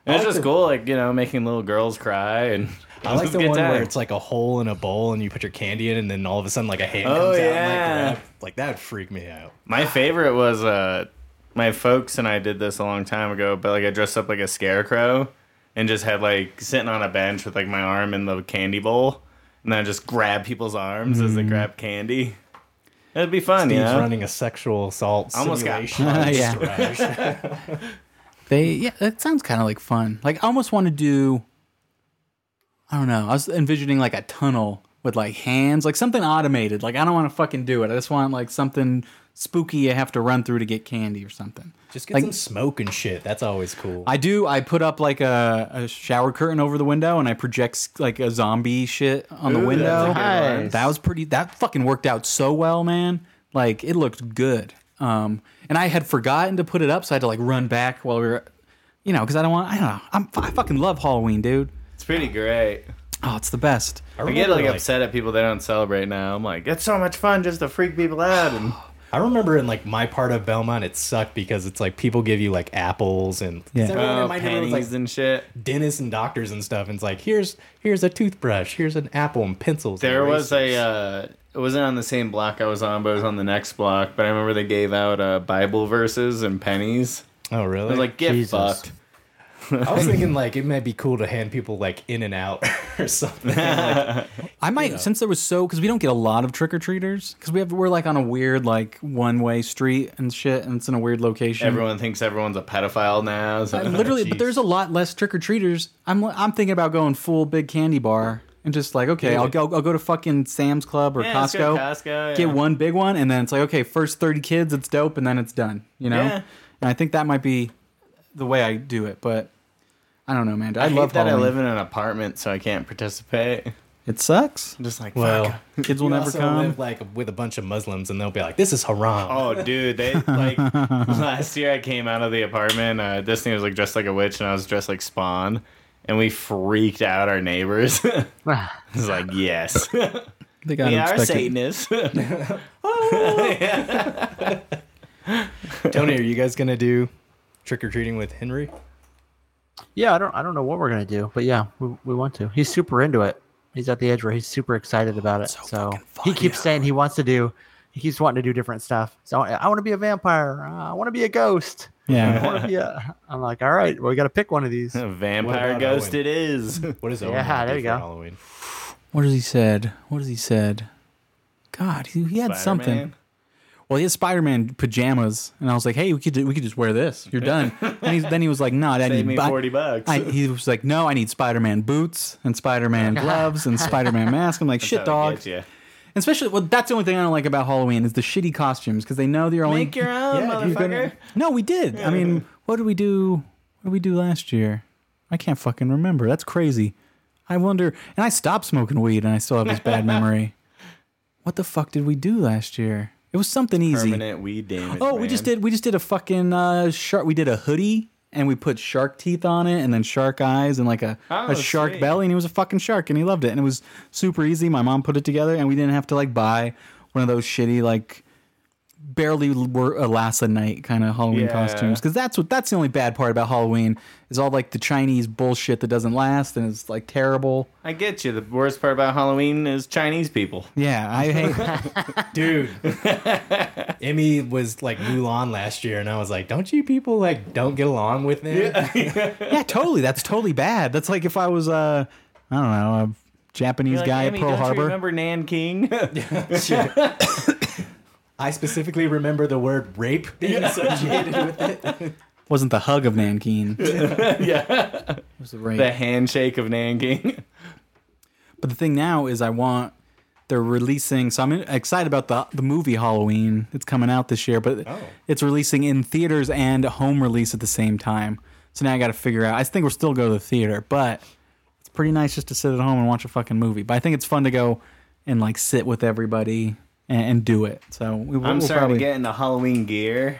Speaker 2: And it's
Speaker 3: like
Speaker 2: just
Speaker 3: the-
Speaker 2: cool, like you know, making little girls cry and.
Speaker 3: I like the
Speaker 2: Good
Speaker 3: one
Speaker 2: time.
Speaker 3: where it's like a hole in a bowl and you put your candy in and then all of a sudden like a hand
Speaker 2: Oh,
Speaker 3: comes out
Speaker 2: yeah.
Speaker 3: and like grab. Like that would freak me out.
Speaker 2: My favorite was uh, my folks and I did this a long time ago, but like I dressed up like a scarecrow and just had like sitting on a bench with like my arm in the candy bowl, and I just grab people's arms as they grab candy. It'd be fun,
Speaker 3: Mm. Steve's
Speaker 2: yeah.
Speaker 3: running a sexual assault
Speaker 2: I almost got
Speaker 3: simulation.
Speaker 1: Yeah. They yeah, that sounds kind of like fun. Like I almost want to do. I don't know. I was envisioning like a tunnel with like hands, like something automated. Like I don't want to fucking do it. I just want like something spooky I have to run through to get candy or something.
Speaker 3: Just get
Speaker 1: Like-
Speaker 3: some smoke and shit. That's always cool.
Speaker 1: I do. I put up like a, a shower curtain over the window, and I project like a zombie shit on the
Speaker 2: Ooh, that's a
Speaker 1: window.
Speaker 2: good one.
Speaker 1: That was pretty. That fucking worked out so well, man. Like it looked good. Um, and I had forgotten to put it up, so I had to like run back while we were, you know, because I don't want. I don't know. I'm, I fucking love Halloween, dude.
Speaker 2: It's pretty great.
Speaker 1: Oh, it's the best.
Speaker 2: I get like, upset at people that don't celebrate now. I'm like, it's so much fun just to freak people out. And
Speaker 3: I remember in like my part of Belmont, it sucked because it's like people give you like apples and 'cause
Speaker 1: Yeah.
Speaker 3: everyone in
Speaker 2: oh,
Speaker 3: my neighborhood was
Speaker 2: pennies
Speaker 3: like
Speaker 2: and shit.
Speaker 3: dentists and doctors and stuff. And it's like here's here's a toothbrush, here's an apple and pencils. and
Speaker 2: There was a.
Speaker 3: erasers.
Speaker 2: Uh, it wasn't on the same block I was on, but it was on the next block. But I remember they gave out uh, Bible verses and pennies.
Speaker 3: oh really?
Speaker 2: I was like, get
Speaker 5: Jesus.
Speaker 2: fucked.
Speaker 3: I was thinking like it might be cool to hand people like in and out or something.
Speaker 1: I might since there was so because we don't get a lot of trick or treaters because we have we're like on a weird like one way street and shit, and it's in a weird location.
Speaker 2: Everyone thinks everyone's a pedophile now. So.
Speaker 1: I literally, but there's a lot less trick or treaters. I'm I'm thinking about going full big candy bar and just like okay, I'll go I'll go to fucking Sam's Club or
Speaker 2: Yeah, let's go
Speaker 1: Costco,
Speaker 2: to Costco,
Speaker 1: get
Speaker 2: yeah.
Speaker 1: one big one, and then it's like okay, first thirty kids, it's dope, and then it's done. You know,
Speaker 2: Yeah.
Speaker 1: and I think that might be the way I do it, but. I don't know, man. I,
Speaker 2: I,
Speaker 1: love
Speaker 2: hate that
Speaker 1: Halloween.
Speaker 2: I live in an apartment, so I can't participate. I'm
Speaker 1: It sucks.
Speaker 2: just like, fuck.
Speaker 3: well,
Speaker 1: Kids will
Speaker 3: you
Speaker 1: never
Speaker 3: also
Speaker 1: come.
Speaker 3: live, like with a bunch of Muslims, and they'll be like, "This is haram."
Speaker 2: Oh, dude, they like last year I came out of the apartment. Uh, Disney was like dressed like a witch, and I was dressed like Spawn, and we freaked out our neighbors. It's like, yes.
Speaker 1: They got
Speaker 2: We are
Speaker 1: expected.
Speaker 2: Satanists.
Speaker 3: Tony, are you guys gonna do trick or treating with Henry?
Speaker 5: Yeah, I don't I don't know what we're gonna do, but yeah, we, we want to. He's super into it. He's at the edge where he's super excited about it. So, he keeps saying he wants to do. He keeps wanting to do different stuff. So I, want to be a vampire. Uh, I want to be a ghost. I
Speaker 1: Yeah.
Speaker 5: want to be a. I'm like, all right, well, we got to pick one of these.
Speaker 2: Vampire
Speaker 3: about
Speaker 2: ghost
Speaker 3: Owen?
Speaker 2: it is.
Speaker 3: What is Owen?
Speaker 5: Yeah,
Speaker 3: gonna do
Speaker 5: there you
Speaker 3: for
Speaker 5: go.
Speaker 3: Halloween.
Speaker 1: What has he said? What has he said? God, he, he had something.
Speaker 2: Spider-Man.
Speaker 1: Well, he had Spider-Man pajamas, and I was like, "Hey, we could we could just wear this. You're done." and he's, then he was like, "No, I
Speaker 2: Save
Speaker 1: need
Speaker 2: me
Speaker 1: bu-
Speaker 2: 40 bucks.
Speaker 1: I, he was like, "No, I need Spider-Man boots and Spider-Man gloves and Spider-Man mask." I'm like, "Shit, dog."
Speaker 2: Yeah.
Speaker 1: And Especially, well, that's the only thing I don't like about Halloween is the shitty costumes because they know they're only.
Speaker 2: Make your own,
Speaker 3: Yeah,
Speaker 2: motherfucker.
Speaker 3: dude.
Speaker 1: no, we did. I mean, what did we do? What did we do last year? I can't fucking remember. That's crazy. I wonder. And I stopped smoking weed, and I still have this bad memory. What the fuck did we do last year? It was something easy.
Speaker 2: Permanent weed damage.
Speaker 1: Oh, we just
Speaker 2: man.
Speaker 1: did. We just did a fucking uh, shark. We did a hoodie and we put shark teeth on it, and then shark eyes, and like a
Speaker 2: Oh,
Speaker 1: a shark
Speaker 2: sweet.
Speaker 1: belly, and he was a fucking shark, and he loved it, and it was super easy. My mom put it together, and we didn't have to like buy one of those shitty like barely were a last a night kind of Halloween
Speaker 2: Yeah.
Speaker 1: costumes because that's what that's the only bad part about Halloween is all like the Chinese bullshit that doesn't last and it's like terrible.
Speaker 2: I get you. The worst part about Halloween is Chinese people.
Speaker 1: Yeah, I hate.
Speaker 3: Dude, Emmy was like Mulan last year, and I was like, "Don't you people like don't get along with them?"
Speaker 1: yeah, totally. That's totally bad. That's like if I was uh, I don't know. A, Japanese
Speaker 2: Like,
Speaker 1: guy
Speaker 2: Amy,
Speaker 1: at Pearl
Speaker 2: don't you
Speaker 1: Harbor.
Speaker 2: remember Nanking?
Speaker 3: I specifically remember the word rape being associated with it.
Speaker 1: wasn't the hug of Nankin. yeah. It was the rape.
Speaker 2: the handshake of Nanking.
Speaker 1: But the thing now is I want they're releasing so I'm excited about the the movie Halloween. It's coming out this year, but
Speaker 2: Oh.
Speaker 1: it's releasing in theaters and home release at the same time. So now I got to figure out. I think we'll still go to the theater, but it's pretty nice just to sit at home and watch a fucking movie. But I think it's fun to go and like sit with everybody and, and do it. So we will
Speaker 2: I'm
Speaker 1: we'll
Speaker 2: starting
Speaker 1: probably
Speaker 2: to get into Halloween gear.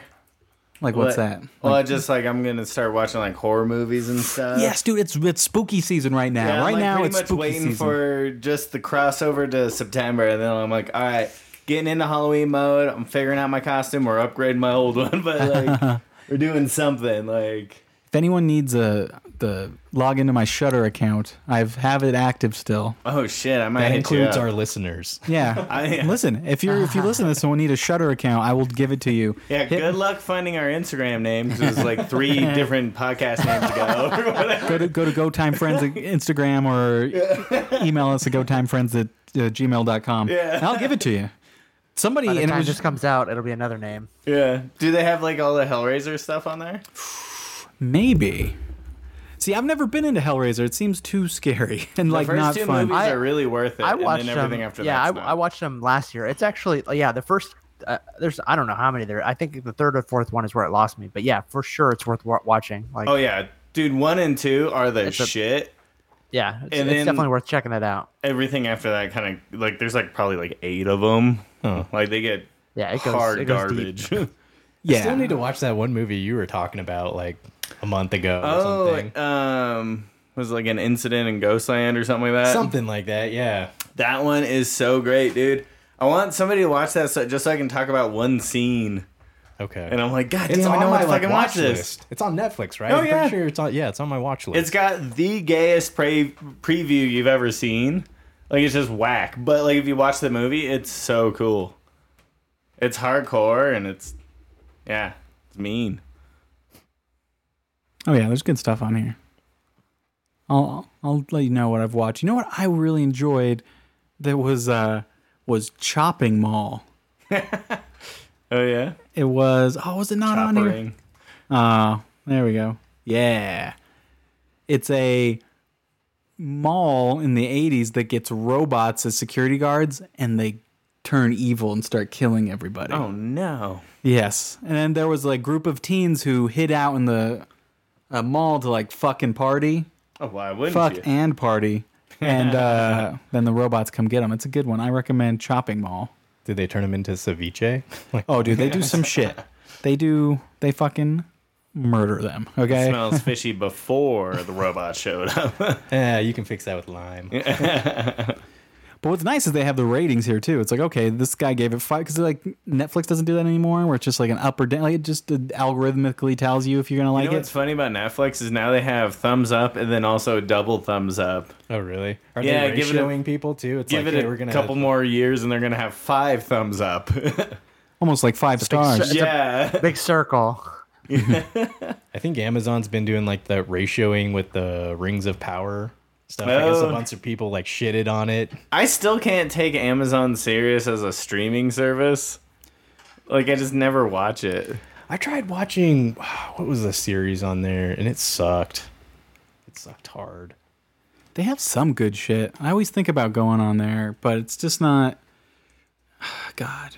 Speaker 1: like what's
Speaker 2: But-
Speaker 1: that?
Speaker 2: Well, I just like I'm gonna start watching like horror movies and stuff.
Speaker 1: yes, dude, it's it's spooky season right now.
Speaker 2: Yeah, I'm,
Speaker 1: right
Speaker 2: like,
Speaker 1: now
Speaker 2: pretty
Speaker 1: it's
Speaker 2: much
Speaker 1: spooky
Speaker 2: waiting
Speaker 1: season.
Speaker 2: for just the crossover to September, and then I'm like, all right, getting into Halloween mode. I'm figuring out my costume or upgrading my old one, but like we're doing something. Like
Speaker 1: If anyone needs a the log into my Shutter account, I've have it active still.
Speaker 2: oh shit, I might
Speaker 3: That
Speaker 2: hit
Speaker 3: includes
Speaker 2: you
Speaker 3: our
Speaker 2: up.
Speaker 3: listeners.
Speaker 1: Yeah.
Speaker 2: I-
Speaker 1: listen, if you're if you listen to someone need a Shutter account, I will give it to you.
Speaker 2: Yeah,
Speaker 1: Hit-
Speaker 2: good luck finding our Instagram names. It was like three different podcast names ago or whatever.
Speaker 1: Go to go to GoTime Friends Instagram or email us at GoTimeFriends at uh, gmail.com.
Speaker 2: Yeah.
Speaker 1: And I'll give it to you. Somebody
Speaker 5: By the
Speaker 1: and it
Speaker 5: time
Speaker 1: was
Speaker 5: this comes out, it'll be another name.
Speaker 2: Yeah. Do they have like all the Hellraiser stuff on there?
Speaker 1: maybe. See, I've never been into Hellraiser. It seems too scary and like
Speaker 2: the first
Speaker 1: not
Speaker 2: two
Speaker 1: fun.
Speaker 2: movies
Speaker 5: I-
Speaker 2: are really worth it.
Speaker 5: I
Speaker 2: and
Speaker 5: watched
Speaker 2: then everything
Speaker 5: them.
Speaker 2: after
Speaker 5: yeah,
Speaker 2: that's
Speaker 5: I,
Speaker 2: not.
Speaker 5: I watched them last year. It's actually yeah, the first uh, there's I don't know how many there. I think the third or fourth one is where it lost me. But yeah, for sure, it's worth wa- watching. Like
Speaker 2: Oh yeah, dude, one and two are the
Speaker 5: It's a-
Speaker 2: shit.
Speaker 5: yeah, it's,
Speaker 2: and
Speaker 5: it's
Speaker 2: then-
Speaker 5: definitely worth checking that out.
Speaker 2: everything after that kind of like there's like probably like eight of them. Like they get
Speaker 5: Yeah, it goes
Speaker 2: hard
Speaker 5: it goes deep.
Speaker 2: garbage.
Speaker 1: yeah.
Speaker 3: I still need to watch that one movie you were talking about like a month ago or
Speaker 2: oh,
Speaker 3: something.
Speaker 2: um, was it like an incident in Ghostland or something like that.
Speaker 3: something like that, yeah.
Speaker 2: That one is so great, dude. I want somebody to watch that so, just so I can talk about one scene.
Speaker 3: Okay.
Speaker 2: And I'm like, God
Speaker 3: it's
Speaker 2: damn,
Speaker 3: on
Speaker 2: I know
Speaker 3: my
Speaker 2: I
Speaker 3: like,
Speaker 2: fucking
Speaker 3: watch,
Speaker 2: watch this.
Speaker 3: list. It's on Netflix, right?
Speaker 2: Oh,
Speaker 3: I'm
Speaker 2: yeah.
Speaker 3: pretty sure it's on yeah, it's on my watch list.
Speaker 2: It's got the gayest pre- preview you've ever seen. Like it's just whack. But like if you watch the movie, it's so cool. It's hardcore and it's yeah, it's mean.
Speaker 1: Oh yeah, there's good stuff on here. I'll I'll let you know what I've watched. You know what I really enjoyed that was uh was Chopping Mall.
Speaker 2: Oh yeah.
Speaker 1: It was oh was it not on here?
Speaker 2: Choppering.
Speaker 1: Ah, there we go. Yeah. It's a mall in the 80s that gets robots as security guards and they turn evil and start killing everybody.
Speaker 2: Oh no.
Speaker 1: Yes. And then there was like group of teens who hid out in the uh, mall to like fucking party.
Speaker 2: Oh, why wouldn't
Speaker 1: fuck
Speaker 2: you?
Speaker 1: and party and uh, then the robots come get them it's a good one i recommend chopping mall
Speaker 3: Did they turn him into ceviche? Like,
Speaker 1: oh dude they do some shit they do they fucking murder them okay
Speaker 2: Smells fishy before the robot showed up.
Speaker 3: eh, you can fix that with lime.
Speaker 1: But what's nice is they have the ratings here too. It's like okay, this guy gave it five because like Netflix doesn't do that anymore, where it's just like an up or down. Like it just uh, algorithmically tells you if you're gonna
Speaker 2: You
Speaker 1: like
Speaker 2: know
Speaker 1: it.
Speaker 2: what's funny about Netflix is now they have thumbs up and then also double thumbs up.
Speaker 3: Oh, really? Are
Speaker 2: Yeah,
Speaker 3: they
Speaker 2: give it a-
Speaker 3: ratioing people too? It's
Speaker 2: Give
Speaker 3: like,
Speaker 2: it
Speaker 3: hey,
Speaker 2: a
Speaker 3: we're gonna
Speaker 2: couple more years and they're gonna have five thumbs up.
Speaker 1: Almost like five stars.
Speaker 2: yeah.
Speaker 5: Big circle.
Speaker 3: I think Amazon's been doing like the ratioing with the Rings of Power stuff. I guess a
Speaker 2: Oh.
Speaker 3: bunch of people like shitted on it.
Speaker 2: I still can't take Amazon serious as a streaming service. Like I just never watch it.
Speaker 3: I tried watching what was the series on there, and it sucked. It sucked hard.
Speaker 1: They have some good shit. I always think about going on there, but it's just not. God.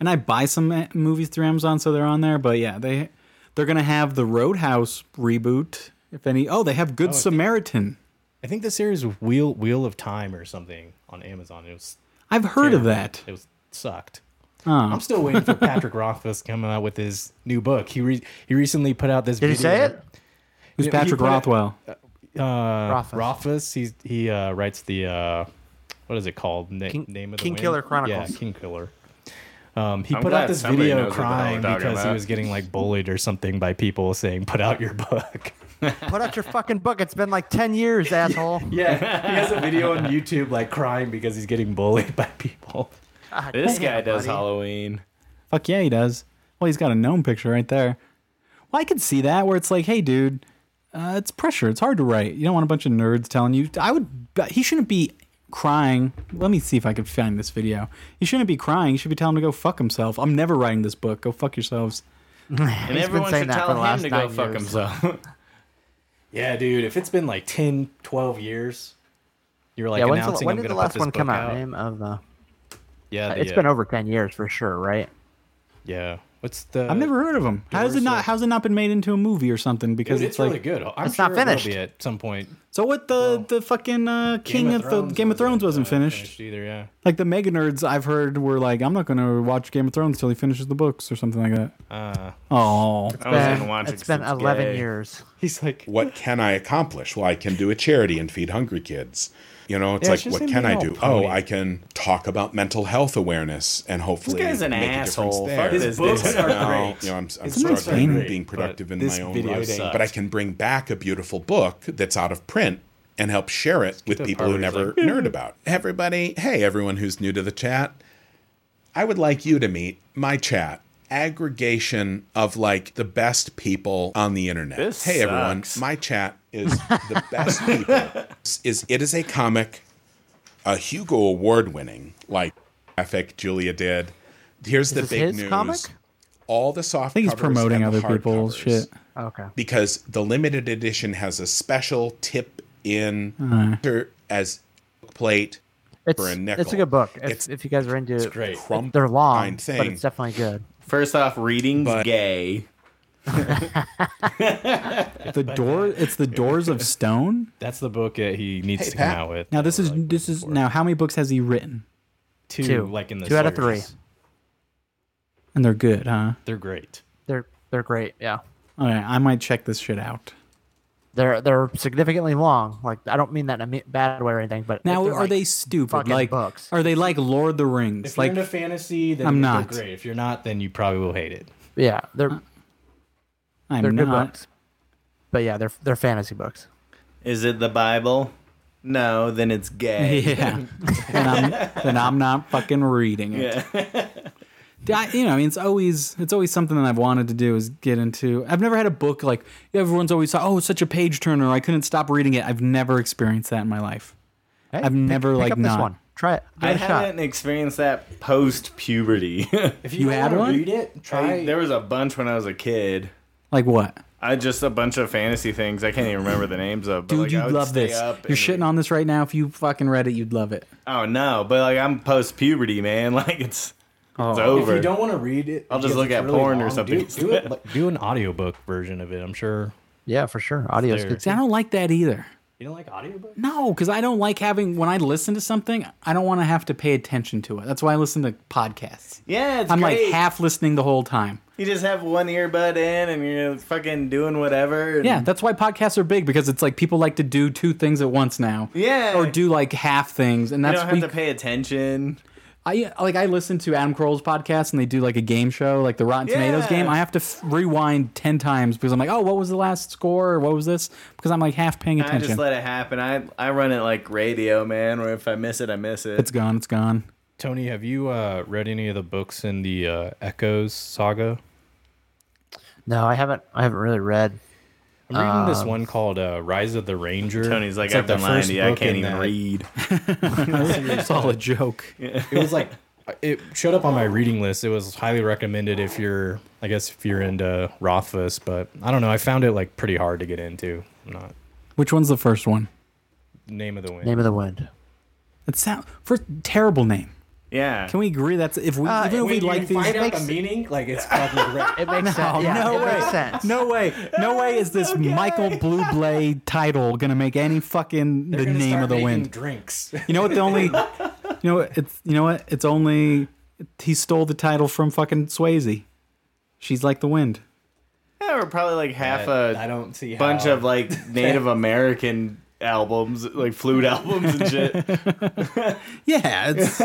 Speaker 1: And I buy some eh, movies through Amazon, so they're on there. But yeah, they they're gonna have the Roadhouse reboot. If any, oh, they have Good Samaritan.
Speaker 3: I think the series was Wheel Wheel of Time or something on Amazon. It was
Speaker 1: I've heard of
Speaker 3: terrible.
Speaker 1: that.
Speaker 3: It was sucked.
Speaker 1: Oh.
Speaker 3: I'm still waiting for Patrick Rothfuss coming out with his new book. He re- he recently put out this.
Speaker 5: Did he
Speaker 3: video
Speaker 5: say it?
Speaker 1: Who's
Speaker 3: Yeah, he
Speaker 1: Patrick
Speaker 3: put it-
Speaker 1: Rothwell?
Speaker 3: Uh, Rothfuss.
Speaker 5: Rothfuss.
Speaker 3: He's he uh, writes the uh, what is it called? Na-
Speaker 5: King-
Speaker 3: name of the
Speaker 5: King
Speaker 3: Wind?
Speaker 5: Killer Chronicles.
Speaker 3: Yeah, King Killer. Um, he
Speaker 2: I'm
Speaker 3: put
Speaker 2: glad
Speaker 3: out this
Speaker 2: somebody knows
Speaker 3: video
Speaker 2: what the hell
Speaker 3: crying
Speaker 2: we're talking
Speaker 3: because he
Speaker 2: about.
Speaker 3: was getting like bullied or something by people saying, "Put out your book."
Speaker 5: Put out your fucking book. It's been like 10 years, asshole.
Speaker 3: Yeah, he has a video on YouTube like crying because he's getting bullied by people.
Speaker 5: God
Speaker 2: This
Speaker 5: damn,
Speaker 2: guy does
Speaker 5: buddy.
Speaker 2: Halloween.
Speaker 1: Fuck yeah, he does. Well, he's got a gnome picture right there. Well, I could see that where it's like, hey, dude, uh, it's pressure. It's hard to write. You don't want a bunch of nerds telling you. I would. uh, He shouldn't be crying. Let me see if I can find this video. He shouldn't be crying. He should be telling him to go fuck himself. I'm never writing this book. Go fuck yourselves.
Speaker 2: And
Speaker 5: been
Speaker 2: everyone
Speaker 5: saying
Speaker 2: should
Speaker 5: that for the
Speaker 2: tell him
Speaker 5: last
Speaker 2: to go
Speaker 5: nine
Speaker 2: fuck
Speaker 5: years.
Speaker 2: himself.
Speaker 3: Yeah, dude, if it's been like 10, 12 years, you're like
Speaker 5: yeah, when's the,
Speaker 3: announcing
Speaker 5: when
Speaker 3: I'm
Speaker 5: did the
Speaker 3: gonna put
Speaker 5: last
Speaker 3: this
Speaker 5: one come
Speaker 3: book
Speaker 5: out? Name of the,
Speaker 3: Yeah,
Speaker 5: It's
Speaker 3: the, uh,
Speaker 5: been over 10 years for sure, right?
Speaker 3: Yeah, what's the?
Speaker 1: I've never heard of him. How is it not?
Speaker 3: Universal.
Speaker 1: How's it not been made into a movie or something? Because
Speaker 3: Dude,
Speaker 1: it's,
Speaker 3: it's,
Speaker 1: like
Speaker 3: really good. I'm
Speaker 5: It's
Speaker 3: sure
Speaker 5: not
Speaker 3: it will
Speaker 5: finished.
Speaker 3: be at some point.
Speaker 1: so. What the the fucking uh, King of, the Game of Thrones wasn't
Speaker 3: uh,
Speaker 1: finished.
Speaker 3: either. Yeah,
Speaker 1: Like the mega nerds I've heard were like, I'm not gonna watch Game of Thrones till he finishes the books or something like that.
Speaker 3: uh,
Speaker 2: I
Speaker 1: Oh,
Speaker 2: was
Speaker 5: Been-
Speaker 2: gonna watch it
Speaker 5: it's been
Speaker 2: 'cause
Speaker 5: 11
Speaker 2: gay.
Speaker 5: years.
Speaker 3: he's like,
Speaker 6: what can I accomplish? Well, I can do a charity and feed hungry kids. You know, it's
Speaker 3: Yeah,
Speaker 6: like,
Speaker 3: it's just
Speaker 6: what
Speaker 3: him
Speaker 6: can
Speaker 3: being
Speaker 6: I
Speaker 3: all
Speaker 6: do?
Speaker 3: pony.
Speaker 6: Oh, I can talk about mental health awareness and hopefully
Speaker 2: guy's an
Speaker 6: make
Speaker 2: asshole. Fuck
Speaker 6: a difference there.
Speaker 2: his books
Speaker 6: But
Speaker 2: are
Speaker 6: now,
Speaker 2: great.
Speaker 6: You know, I'm, I'm
Speaker 3: His books are
Speaker 6: struggling
Speaker 3: great,
Speaker 6: with being productive
Speaker 3: but
Speaker 6: in
Speaker 3: this
Speaker 6: my own
Speaker 3: video
Speaker 6: writing,
Speaker 3: sucked.
Speaker 6: but I can bring back a beautiful book that's out of print and help share it with
Speaker 3: that
Speaker 6: people
Speaker 3: part
Speaker 6: who
Speaker 3: where he's
Speaker 6: never
Speaker 3: like,
Speaker 6: nerd about. it. Everybody, hey, everyone who's new to the chat, I would like you to meet my chat aggregation of like the best people on the internet.
Speaker 2: This
Speaker 6: hey everyone,
Speaker 2: sucks.
Speaker 6: my chat is the best people. Is it is a comic, a Hugo Award winning like graphic Julia did. Here's the
Speaker 5: this
Speaker 6: big
Speaker 5: his
Speaker 6: news.
Speaker 5: comic?
Speaker 6: All the
Speaker 1: I
Speaker 6: soft.
Speaker 1: think he's
Speaker 6: covers
Speaker 1: promoting
Speaker 6: and the
Speaker 1: other
Speaker 6: hard
Speaker 1: people's
Speaker 6: covers
Speaker 1: shit.
Speaker 5: Okay.
Speaker 6: because the limited edition has a special tip in as plate
Speaker 5: It's,
Speaker 6: For a
Speaker 5: it's a
Speaker 6: nickel.
Speaker 5: good book. If,
Speaker 6: It's-
Speaker 5: if you guys are into it,
Speaker 3: great.
Speaker 6: crumb
Speaker 5: they're long,
Speaker 6: fine
Speaker 5: but it's definitely good.
Speaker 2: First off, reading's
Speaker 6: But-
Speaker 2: gay.
Speaker 1: the door. It's the Doors of Stone.
Speaker 3: That's the book that he needs
Speaker 6: Hey,
Speaker 3: to
Speaker 6: Pat.
Speaker 3: come out with.
Speaker 1: Now this is this is now how many books has he written?
Speaker 3: two,
Speaker 5: Two.
Speaker 3: like in the
Speaker 5: Two out of
Speaker 3: series.
Speaker 5: three.
Speaker 1: And they're good, huh?
Speaker 3: They're great.
Speaker 5: They're they're great. Yeah.
Speaker 1: All right, I might check this shit out.
Speaker 5: They're they're significantly long. Like I don't mean that in a me- bad way or anything, but
Speaker 1: Now
Speaker 5: they're
Speaker 1: are
Speaker 5: like-
Speaker 1: they stupid?
Speaker 5: fucking
Speaker 1: Like
Speaker 5: books.
Speaker 1: are they like Lord of the Rings?
Speaker 3: If
Speaker 1: like
Speaker 3: you're into fantasy, then
Speaker 1: I'm
Speaker 3: they're
Speaker 1: not.
Speaker 3: great. If you're not, then you probably will hate it.
Speaker 5: Yeah, they're
Speaker 1: I'm
Speaker 5: they're good
Speaker 1: not.
Speaker 5: books. But yeah, they're they're fantasy books.
Speaker 2: Is it the Bible? No, then it's gay.
Speaker 1: Yeah, and I'm then I'm not fucking reading it.
Speaker 2: Yeah.
Speaker 1: I, you know, I mean, it's always it's always something that I've wanted to do is get into. I've never had a book like everyone's always thought, oh, it's such a page turner. I couldn't stop reading it. I've never experienced that in my life.
Speaker 5: Hey,
Speaker 1: I've never
Speaker 5: pick
Speaker 1: like
Speaker 5: up
Speaker 1: not.
Speaker 5: this one. Try it. Give
Speaker 2: I
Speaker 5: it a shot.
Speaker 2: haven't experienced that post puberty.
Speaker 3: If
Speaker 1: You
Speaker 3: don't
Speaker 1: had
Speaker 3: wanna
Speaker 1: one?
Speaker 3: Read it. Try.
Speaker 2: there was a bunch when I was a kid.
Speaker 1: Like what,
Speaker 2: I just a bunch of fantasy things. I can't even remember the names of. But
Speaker 1: dude?
Speaker 2: like, I
Speaker 1: you'd
Speaker 2: would
Speaker 1: love
Speaker 2: stay
Speaker 1: this.
Speaker 2: up
Speaker 1: You're
Speaker 2: and-
Speaker 1: shitting on this right now. If you fucking read it, you'd love it.
Speaker 2: Oh no, but like I'm post puberty, man. Like it's it's
Speaker 3: Oh. if
Speaker 2: over.
Speaker 3: you don't want to read it,
Speaker 2: I'll just
Speaker 3: because
Speaker 2: look
Speaker 3: it's
Speaker 2: at porn or
Speaker 3: long,
Speaker 2: something
Speaker 3: Do, do it. like, do an audiobook version of it. I'm sure.
Speaker 5: Yeah, for sure. Audio's
Speaker 3: there.
Speaker 5: good.
Speaker 1: See, I don't like that either.
Speaker 3: You don't like audiobook?
Speaker 1: No, because I don't like having when I listen to something, I don't want to have to pay attention to it. That's why I listen to podcasts.
Speaker 2: yeah, it's
Speaker 1: I'm
Speaker 2: great.
Speaker 1: like half listening the whole time.
Speaker 2: You just have one earbud in and you're fucking doing whatever. and-
Speaker 1: Yeah, that's why podcasts are big because it's like people like to do two things at once now.
Speaker 2: Yeah.
Speaker 1: Or do like half things, and
Speaker 2: You
Speaker 1: that's
Speaker 2: don't have
Speaker 1: we-
Speaker 2: to pay attention.
Speaker 1: I like I listen to Adam Carolla's podcast and they do like a game show, like the Rotten Tomatoes
Speaker 2: Yeah.
Speaker 1: game. I have to f- rewind ten times because I'm like, oh, what was the last score? Or what was this? Because I'm like half paying
Speaker 2: I
Speaker 1: attention.
Speaker 2: just let it happen. I I run it like radio, man. Where if I miss it, I miss it.
Speaker 1: it's gone. It's gone.
Speaker 3: Tony, have you uh, read any of the books in the uh, Echoes saga?
Speaker 5: No, I haven't. I haven't really read.
Speaker 3: I'm reading this one called uh, Rise of the Ranger.
Speaker 2: Tony's like,
Speaker 3: It's
Speaker 2: I've
Speaker 3: the
Speaker 2: been lying
Speaker 3: first
Speaker 2: to you. I
Speaker 3: book
Speaker 2: can't
Speaker 3: in
Speaker 2: even
Speaker 3: that-
Speaker 2: read.
Speaker 1: it's all a joke.
Speaker 3: It was like it showed up on my reading list. It was highly recommended if you're, I guess, if you're into Rothfuss. But I don't know. I found it like pretty hard to get into. I'm not
Speaker 1: Which one's the first one?
Speaker 3: Name of the Wind.
Speaker 5: Name of the Wind.
Speaker 1: It sound first terrible name.
Speaker 2: Yeah.
Speaker 1: Can we agree that's if we
Speaker 2: Uh,
Speaker 3: Uh,
Speaker 1: even if we like these?
Speaker 5: out the makes-
Speaker 3: meaning, like it's fucking
Speaker 5: It makes
Speaker 1: Oh,
Speaker 5: sense. Yeah,
Speaker 1: no
Speaker 5: it
Speaker 1: way!
Speaker 5: makes sense.
Speaker 1: No way! No way is this Michael Blueblade title gonna make any fucking the name of the wind.
Speaker 3: Drinks.
Speaker 1: You know what? The only, you know, what, it's you know what? It's only he stole the title from fucking Swayze. She's like the wind.
Speaker 2: Yeah, we're probably like half a
Speaker 3: I don't see
Speaker 2: bunch
Speaker 3: how-
Speaker 2: of like Native American albums, like flute albums and shit.
Speaker 1: Yeah, it's.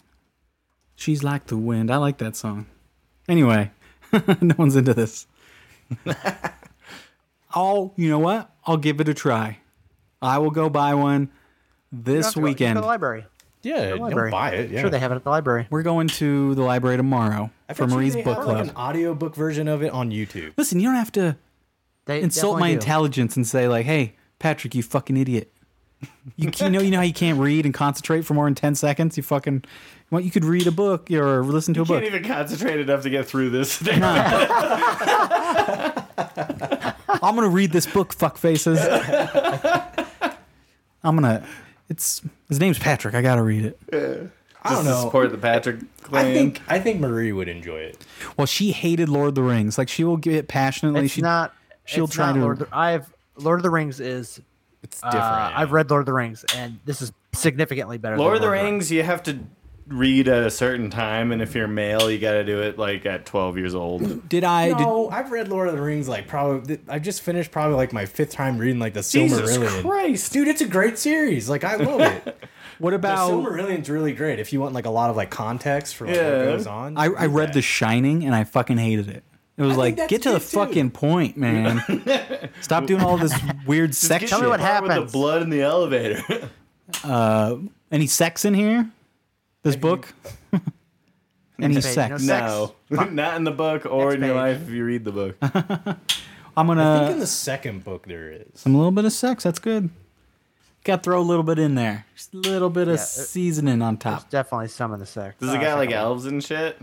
Speaker 1: She's like the wind. I like that song. Anyway, no one's into this. I'll, you know what? I'll give it a try. I will go buy one
Speaker 5: You have
Speaker 1: this
Speaker 5: to go- you
Speaker 1: weekend.
Speaker 5: can Go to the library.
Speaker 3: yeah,
Speaker 5: Library.
Speaker 3: you'll buy it. Yeah.
Speaker 5: Sure, they have it at the library.
Speaker 1: We're going to the library tomorrow for Marie's book club.
Speaker 3: Like an audiobook version of it on YouTube.
Speaker 1: Listen, you don't have to
Speaker 5: They
Speaker 1: insult my
Speaker 5: definitely do.
Speaker 1: intelligence and say like, "Hey, Patrick, you fucking idiot. You, you know you know how you can't read and concentrate for more than ten seconds. You fucking well, you could read a book or listen to a book.
Speaker 2: Can't even concentrate enough to get through this.
Speaker 1: I'm gonna read this book, fuck faces. I'm gonna. It's his name's Patrick. I gotta read it.
Speaker 3: I don't
Speaker 2: to
Speaker 3: know.
Speaker 2: support the Patrick clan.
Speaker 3: I think I think Marie would enjoy it.
Speaker 1: Well, she hated Lord of the Rings. Like she will get passionately.
Speaker 5: It's
Speaker 1: she
Speaker 5: not.
Speaker 1: she'll
Speaker 5: it's
Speaker 1: try
Speaker 5: not
Speaker 1: to-
Speaker 5: Lord of the, I've Lord of the Rings is.
Speaker 3: It's
Speaker 5: Uh,
Speaker 3: different.
Speaker 5: I've read Lord of the Rings, and this is significantly better.
Speaker 2: Lord of
Speaker 5: than
Speaker 2: the Rings, you have to read at a certain time, and if you're male, you got to do it like at 12 years old.
Speaker 1: did I did,
Speaker 3: No, I've read Lord of the Rings like probably. I've just finished probably like my fifth time reading like the
Speaker 2: Jesus
Speaker 3: Silmarillion.
Speaker 2: Christ,
Speaker 3: Dude, it's a great series. Like I love it.
Speaker 1: what
Speaker 3: the
Speaker 1: about
Speaker 3: Silmarillion's really great if you want like a lot of like context for like,
Speaker 2: Yeah.
Speaker 3: what goes on.
Speaker 1: I, I
Speaker 3: read
Speaker 1: read The Shining and I fucking hated it. It was like
Speaker 3: that's
Speaker 1: get to the
Speaker 3: good, too.
Speaker 1: fucking point, man. Stop doing all this weird sex
Speaker 2: Get
Speaker 1: shit.
Speaker 5: Tell me
Speaker 2: the
Speaker 5: what
Speaker 2: part With
Speaker 5: happens.
Speaker 2: the blood in the elevator.
Speaker 1: Any sex in here? This book? Any
Speaker 5: Page,
Speaker 1: sex?
Speaker 5: no
Speaker 2: no, not in the book or
Speaker 5: Next
Speaker 2: in your
Speaker 5: page.
Speaker 2: life if you read the book.
Speaker 1: I'm
Speaker 3: I think in
Speaker 1: gonna
Speaker 3: the second book there is.
Speaker 1: some little bit of sex. That's good. Got to throw a little bit in there. Just a little bit of
Speaker 5: Yeah, it-
Speaker 1: seasoning on top.
Speaker 5: definitely some in the sex.
Speaker 2: Does it got like elves and shit?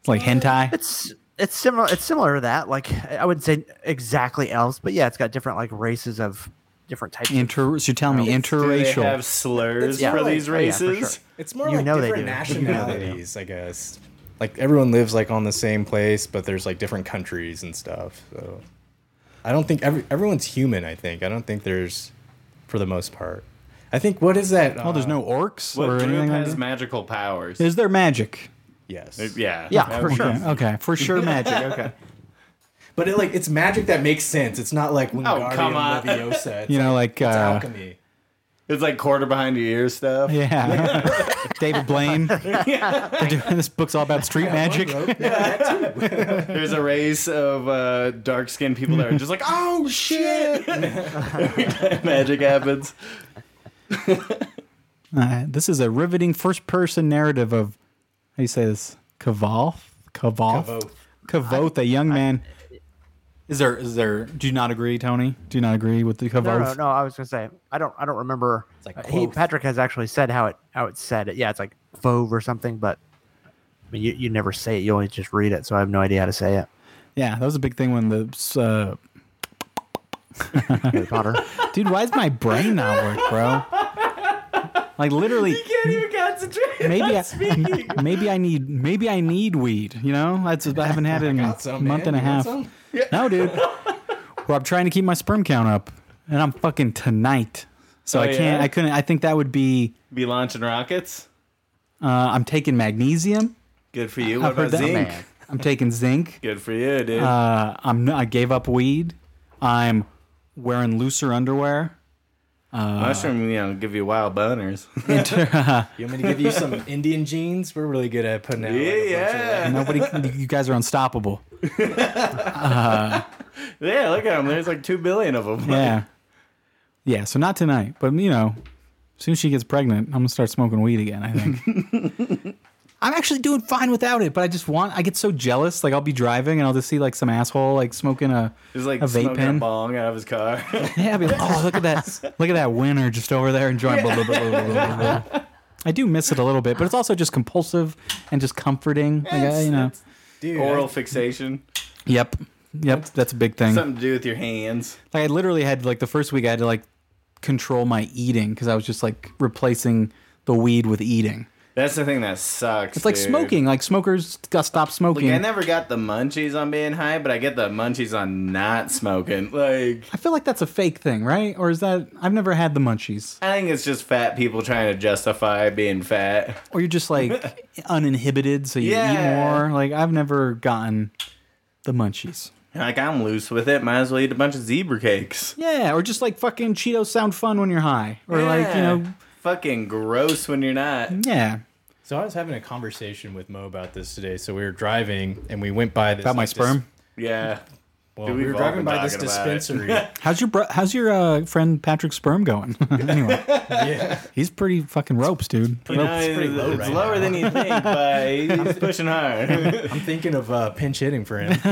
Speaker 1: It's like hentai.
Speaker 5: It's it's similar. It's similar to that. Like I wouldn't say exactly elves, but yeah, it's got different like races of different types. of
Speaker 1: Inter. So you're telling me
Speaker 2: Do they
Speaker 1: interracial?
Speaker 2: have slurs
Speaker 5: Yeah.
Speaker 2: for these
Speaker 5: Oh, yeah, for
Speaker 2: races?
Speaker 5: sure.
Speaker 3: It's more
Speaker 5: You
Speaker 3: like
Speaker 5: know they
Speaker 3: different
Speaker 5: do. You know they do.
Speaker 3: nationalities, I guess. Like everyone lives like on the same place, but there's like different countries and stuff. So I don't think every everyone's human. I think I don't think there's for the most part. I think what is that? uh,
Speaker 1: Oh, there's no orcs
Speaker 2: What
Speaker 1: or
Speaker 2: Droop
Speaker 1: anything. Like
Speaker 2: has
Speaker 1: that?
Speaker 2: magical powers?
Speaker 1: Is there magic?
Speaker 3: yes,
Speaker 2: yeah,
Speaker 5: Yeah, for sure.
Speaker 1: Okay, okay, for sure magic. Okay,
Speaker 3: but it, like it's magic that makes sense. It's not like Wingardium
Speaker 2: come on.
Speaker 3: Leviosa. It's
Speaker 1: Oh, you know, like uh,
Speaker 3: alchemy.
Speaker 2: It's like quarter behind your ear stuff.
Speaker 1: yeah, David Blaine. They're doing- this book's all about street magic.
Speaker 2: There's a race of uh, dark skinned people that are just like, oh shit! Magic happens.
Speaker 1: Uh, this is a riveting first person narrative of how do you say this? Kavalth? Kavalth?
Speaker 3: Kavoth.
Speaker 1: Kavoth, a young man. Is there is there do you not agree, Tony? Do you not agree with the Kavoth?
Speaker 5: No, no, no. I was gonna say I don't. I don't remember.
Speaker 3: like
Speaker 5: Uh, he,
Speaker 3: quoth.
Speaker 5: Patrick has actually said how it how it said it. Yeah, it's like fove or something, but I mean, you you never say it. You only just read it, so I have no idea how to say it.
Speaker 1: Yeah, that was a big thing when the
Speaker 5: Harry Potter.
Speaker 1: uh, dude, why is my brain not work, bro? Like literally
Speaker 2: Can't even concentrate.
Speaker 1: maybe I, maybe I need maybe I need weed. You know, that's I haven't had it in a
Speaker 3: Got some,
Speaker 1: month
Speaker 3: man.
Speaker 1: and a
Speaker 3: You want
Speaker 1: half.
Speaker 3: some?
Speaker 1: No, dude. Well, I'm trying to keep my sperm count up, and I'm fucking tonight. So
Speaker 2: Oh,
Speaker 1: I can't.
Speaker 2: yeah?
Speaker 1: I couldn't. I think that would be.
Speaker 2: Be launching rockets.
Speaker 1: Uh, I'm taking magnesium.
Speaker 2: Good for you. What
Speaker 1: I've heard
Speaker 2: about
Speaker 1: that.
Speaker 2: zinc?
Speaker 5: Man.
Speaker 1: I'm taking zinc.
Speaker 2: Good for you, dude.
Speaker 1: Uh, I'm I gave up weed. I'm wearing looser underwear.
Speaker 2: Mushroom, you know, give you wild boners.
Speaker 3: You want me to give you some Indian jeans? We're really good at putting out. like, a bunch of-
Speaker 2: yeah.
Speaker 1: Nobody, you guys are unstoppable.
Speaker 2: Yeah, look at them. There's like two billion of them.
Speaker 1: Yeah, yeah. So not tonight, but you know, as soon as she gets pregnant, I'm gonna start smoking weed again. I think. I'm actually doing fine without it, but I just want. I get so jealous. Like I'll be driving and I'll just see like some asshole like smoking a
Speaker 2: He's like
Speaker 1: a
Speaker 2: smoking
Speaker 1: vape pen.
Speaker 2: a bong out of his car.
Speaker 1: Yeah, I'd be like, uh, oh, look at that, look at that winner just over there enjoying. Blah, blah, blah, blah, blah, blah, blah. I do miss it a little bit, but it's also just compulsive and just comforting. Like, I, you know,
Speaker 3: Dude,
Speaker 2: Oral fixation.
Speaker 1: yep, yep, that's a big thing.
Speaker 2: Something to do with your hands.
Speaker 1: Like I literally had like the first week I had to like control my eating because I was just like replacing the weed with eating.
Speaker 2: That's the thing that sucks.
Speaker 1: It's like
Speaker 2: dude.
Speaker 1: smoking. Like smokers got stop
Speaker 2: Like,
Speaker 1: smoking.
Speaker 2: I never got the munchies on being high, but I get the munchies on not smoking. Like,
Speaker 1: I feel like that's a fake thing, right? Or is that I've never had the munchies.
Speaker 2: I think it's just fat people trying to justify being fat.
Speaker 1: Or you're just like uninhibited, so you
Speaker 2: Yeah.
Speaker 1: eat more. Like I've never gotten the munchies.
Speaker 2: Like, I'm loose with it. Might as well eat a bunch of zebra cakes.
Speaker 1: Yeah, or just like fucking Cheetos sound fun when you're high. Or like, you
Speaker 2: Yeah.
Speaker 1: know,
Speaker 2: fucking gross when you're not.
Speaker 1: yeah.
Speaker 3: So I was having a conversation with Mo about this today. So we were driving and we went by this.
Speaker 1: About my
Speaker 3: like,
Speaker 1: sperm.
Speaker 3: This,
Speaker 2: Yeah.
Speaker 3: well,
Speaker 2: Dude,
Speaker 3: we
Speaker 2: we've
Speaker 3: were
Speaker 2: all been
Speaker 3: driving by this
Speaker 2: talking about it.
Speaker 3: dispensary.
Speaker 1: How's your bro- how's your uh, friend Patrick's sperm going? anyway,
Speaker 3: yeah.
Speaker 1: he's pretty fucking ropes, dude.
Speaker 2: You know, it's
Speaker 3: pretty low right
Speaker 2: lower
Speaker 3: now.
Speaker 2: than you think, but he's pushing hard.
Speaker 3: I'm thinking of uh, pinch hitting for him.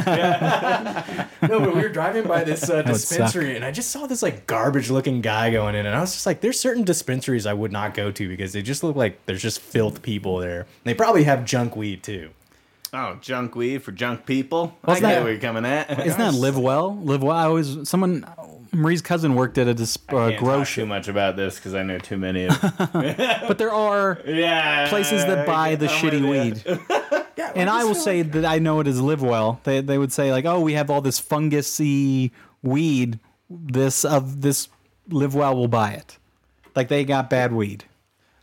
Speaker 3: no, but we were driving by this uh,
Speaker 1: would suck.
Speaker 3: dispensary, and I just saw this like garbage looking guy going in, and I was just like, "There's certain dispensaries I would not go to because they just look like there's just filth people there. And they probably have junk weed too.
Speaker 2: oh, junk weed for junk people.
Speaker 1: What's
Speaker 2: I get
Speaker 1: that?
Speaker 2: where you're coming at.
Speaker 1: Isn't that live well? Live well. I always someone Marie's cousin worked at a dis- uh,
Speaker 2: Can't talk too
Speaker 1: grocery,
Speaker 2: much about this because I know too many of
Speaker 1: but there are
Speaker 2: Uh, yeah
Speaker 1: places that buy the
Speaker 2: I'm
Speaker 1: shitty
Speaker 2: with ya.
Speaker 1: weed. and I will say that I know it is live well. They they would say like, oh, we have all this fungusy weed. This of this live well will buy it. Like they got bad weed.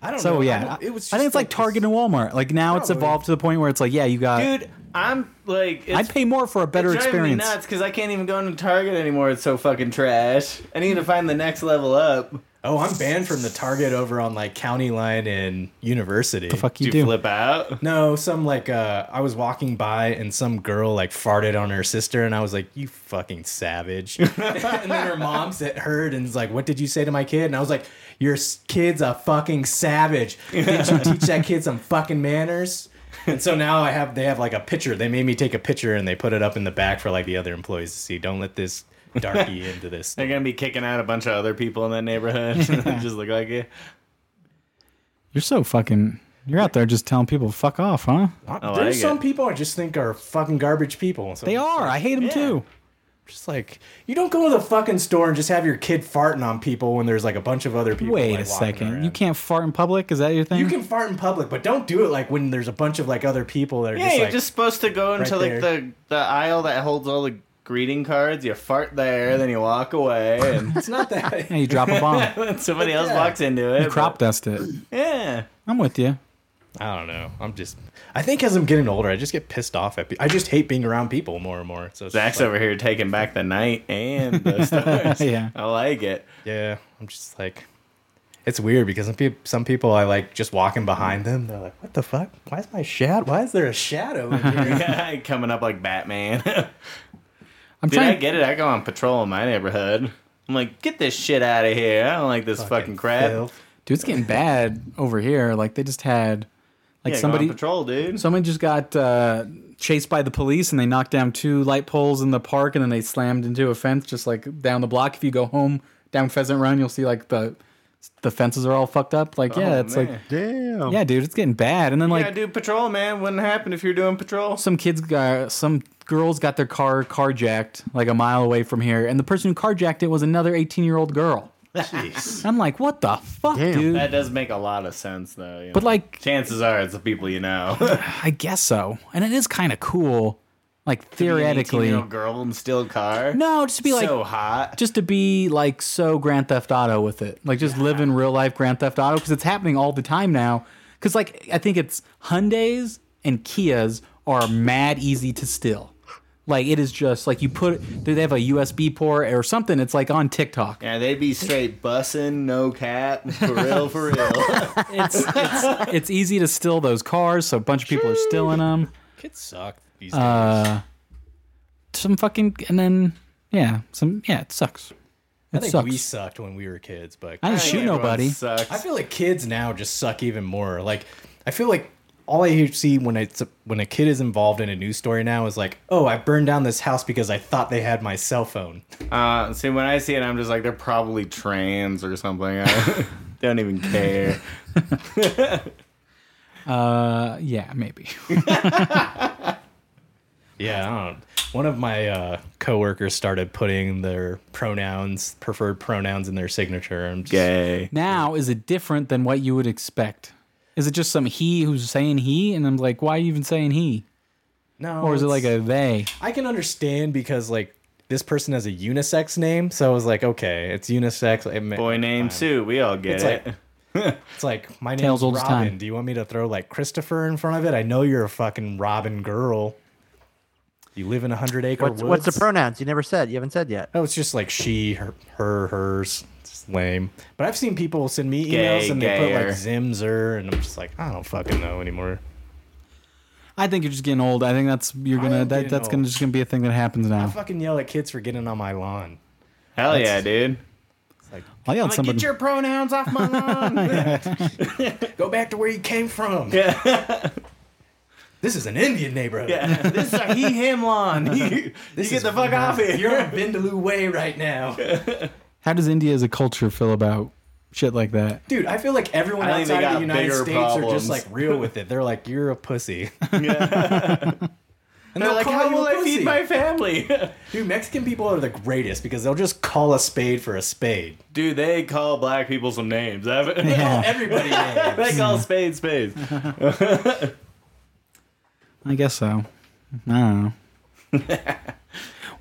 Speaker 3: I don't
Speaker 1: So
Speaker 3: know. I
Speaker 1: yeah,
Speaker 3: don't- it was. Just
Speaker 1: I think it's like
Speaker 3: this-
Speaker 1: Target and Walmart. Like now it's
Speaker 3: Probably.
Speaker 1: evolved to the point where it's like, yeah, you got.
Speaker 2: dude. I'm like, it's
Speaker 1: I'd pay more for a better
Speaker 2: driving
Speaker 1: experience.
Speaker 2: Me nuts because I can't even go into Target anymore. It's so fucking trash. I need to find the next level up.
Speaker 3: Oh, I'm banned from the Target over on like County Line and University.
Speaker 1: Fuck you,
Speaker 2: Do
Speaker 1: do.
Speaker 2: you flip out?
Speaker 3: No, some like uh I was walking by and some girl like farted on her sister and I was like, "You fucking savage." and then her mom said heard and was like, "What did you say to my kid?" And I was like, "Your s- kid's a fucking savage. Did you teach that kid some fucking manners?" And so now I have they have like a picture. They made me take a picture and they put it up in the back for like the other employees to see. Don't let this darky into this.
Speaker 2: They're gonna be kicking out a bunch of other people in that neighborhood. just look like you.
Speaker 1: You're so fucking. You're out there just telling people to fuck off, huh?
Speaker 3: There's
Speaker 2: like
Speaker 3: some
Speaker 2: oh, it.
Speaker 3: people I just think are fucking garbage people. So
Speaker 1: They are. I hate them too.
Speaker 3: Just like you don't go to the fucking store and just have your kid farting on people when there's like a bunch of other people.
Speaker 1: Wait
Speaker 3: like,
Speaker 1: a
Speaker 3: walking
Speaker 1: second.
Speaker 3: around.
Speaker 1: You can't fart in public? Is that your thing?
Speaker 3: You can fart in public, but don't do it like when there's a bunch of like other people that are
Speaker 2: Yeah,
Speaker 3: just
Speaker 2: you're
Speaker 3: like.
Speaker 2: just supposed to go into
Speaker 3: right
Speaker 2: like
Speaker 3: there.
Speaker 2: the the aisle that holds all the greeting cards. You fart there, then you walk away, and
Speaker 3: it's not that.
Speaker 1: yeah, you drop a bomb.
Speaker 2: then somebody else
Speaker 3: Yeah.
Speaker 2: walks into it.
Speaker 1: you crop
Speaker 2: but-
Speaker 1: dust it.
Speaker 2: Yeah.
Speaker 1: I'm with you.
Speaker 3: I don't know. I'm just. I think as I'm getting older, I just get pissed off at. Pe- I just hate being around people more and more. So it's just
Speaker 2: Zach's
Speaker 3: like,
Speaker 2: over here taking back the night and the stars.
Speaker 1: Yeah.
Speaker 2: I like it.
Speaker 3: Yeah, I'm just like. It's weird because some people, some people I like just walking behind them. They're like, "What the fuck? Why is my shadow? Why is there a shadow?" In here?
Speaker 2: Coming up like Batman.
Speaker 1: I'm
Speaker 2: Did I
Speaker 1: trying.
Speaker 2: get it? I go on patrol in my neighborhood. I'm like, get this shit out of here. I don't like this fucking, crap.
Speaker 3: filth.
Speaker 1: Dude, it's getting bad over here. Like they just had, like
Speaker 2: Yeah, somebody
Speaker 1: somebody,
Speaker 2: go on patrol, dude.
Speaker 1: someone just got uh, chased by the police and they knocked down two light poles in the park and then they slammed into a fence just like down the block. If you go home down Pheasant Run, you'll see like the the fences are all fucked up. Like yeah,
Speaker 2: Oh,
Speaker 1: it's
Speaker 2: man.
Speaker 1: like
Speaker 5: Damn.
Speaker 1: yeah, dude, it's getting bad. And then like
Speaker 2: yeah, dude, patrol, man. Wouldn't happen if you're doing patrol.
Speaker 1: some kids got some girls got their car carjacked like a mile away from here and the person who carjacked it was another 18 year old girl
Speaker 3: Jeez.
Speaker 1: i'm like what the fuck
Speaker 5: Damn.
Speaker 1: dude
Speaker 2: That does make a lot of sense, though. you
Speaker 1: But,
Speaker 2: know.
Speaker 1: like-
Speaker 2: chances are it's the people you know.
Speaker 1: i guess so and it is kind of cool like
Speaker 2: An
Speaker 1: theoretically
Speaker 2: 18-year-old girl in still car.
Speaker 1: no just to be like
Speaker 2: so hot.
Speaker 1: just to be like so grand theft auto with it like just live in real life grand theft auto because it's happening all the time now because like i think it's hyundais and Kias are mad easy to steal. Like it is just like you put they have a USB port or something. It's like on TikTok.
Speaker 2: Yeah, they'd be straight bussing, no cap, for real, for real.
Speaker 1: It's it's, it's easy to steal those cars, so a bunch of people are stealing them.
Speaker 7: Kids
Speaker 1: Uh,
Speaker 7: suck these days.
Speaker 1: Some fucking and then yeah, some yeah, it sucks. It
Speaker 3: I think
Speaker 1: sucks.
Speaker 3: we sucked when we were kids, but
Speaker 1: I didn't shoot
Speaker 2: Everyone
Speaker 1: nobody.
Speaker 3: I
Speaker 2: Sucks.
Speaker 3: feel like kids now just suck even more. Like I feel like all I see when it's when a kid is involved in a news story now is like, oh, I burned down this house because I thought they had my cell phone.
Speaker 2: Uh, see, when I see it, I'm just like, they're probably trans or something. I don't even care.
Speaker 1: Uh, yeah, maybe.
Speaker 3: Yeah, I don't. One of my uh, coworkers started putting their pronouns, preferred pronouns, in their signature. I'm just,
Speaker 2: Gay.
Speaker 1: Now is it different than what you would expect? Is it just some he who's saying he, and I'm like, why are you even saying he?
Speaker 3: No,
Speaker 1: Or is it
Speaker 3: it's-
Speaker 1: like a they?
Speaker 3: I can understand because like this person has a unisex name, so I was like, okay, it's unisex. It ma-
Speaker 2: Boy named Sue. We all get
Speaker 3: It's
Speaker 2: it.
Speaker 3: like it's like my name's
Speaker 1: Tales old as
Speaker 3: Robin.
Speaker 1: time.
Speaker 3: Do you want me to throw like Christopher in front of it? I know you're a fucking Robin girl. You live in a hundred acre
Speaker 5: What's,
Speaker 3: woods.
Speaker 5: what's the pronouns? You never said. You haven't said yet.
Speaker 3: No, it's just like she, her, her hers. It's lame. But I've seen people send me
Speaker 2: Gay,
Speaker 3: emails and they put
Speaker 2: gayer.
Speaker 3: like Zimzer, and I'm just like, I don't fucking know anymore.
Speaker 1: I think you're just getting old. I think that's you're
Speaker 3: I
Speaker 1: gonna
Speaker 3: am
Speaker 1: that,
Speaker 3: getting
Speaker 1: that's gonna
Speaker 3: old.
Speaker 1: just gonna be a thing that happens
Speaker 3: I
Speaker 1: now.
Speaker 3: fucking yell at kids for getting on my lawn.
Speaker 2: Hell yeah, dude.
Speaker 1: I yelled somebody.
Speaker 2: Get your pronouns off my lawn.
Speaker 3: Go back to where you came from. this is an Indian neighborhood.
Speaker 2: yeah, this is a he him lawn. You, you get the fuck off here.
Speaker 3: You're on Vindaloo Way right now.
Speaker 1: How does India as a culture feel about shit like that?
Speaker 3: Dude, I feel like everyone
Speaker 2: I think they
Speaker 3: outside of
Speaker 2: got
Speaker 3: the United
Speaker 2: bigger
Speaker 3: States are
Speaker 2: problems.
Speaker 3: just like real with it. They're like, you're a pussy. and
Speaker 2: They're like, how will I feed my family?
Speaker 3: Dude, Mexican people are the greatest because they'll just call a spade for a spade.
Speaker 2: Dude, they call black people some names. Oh.
Speaker 1: Yeah.
Speaker 3: Everybody names.
Speaker 2: they call spades spades.
Speaker 1: I guess so. I don't know. well,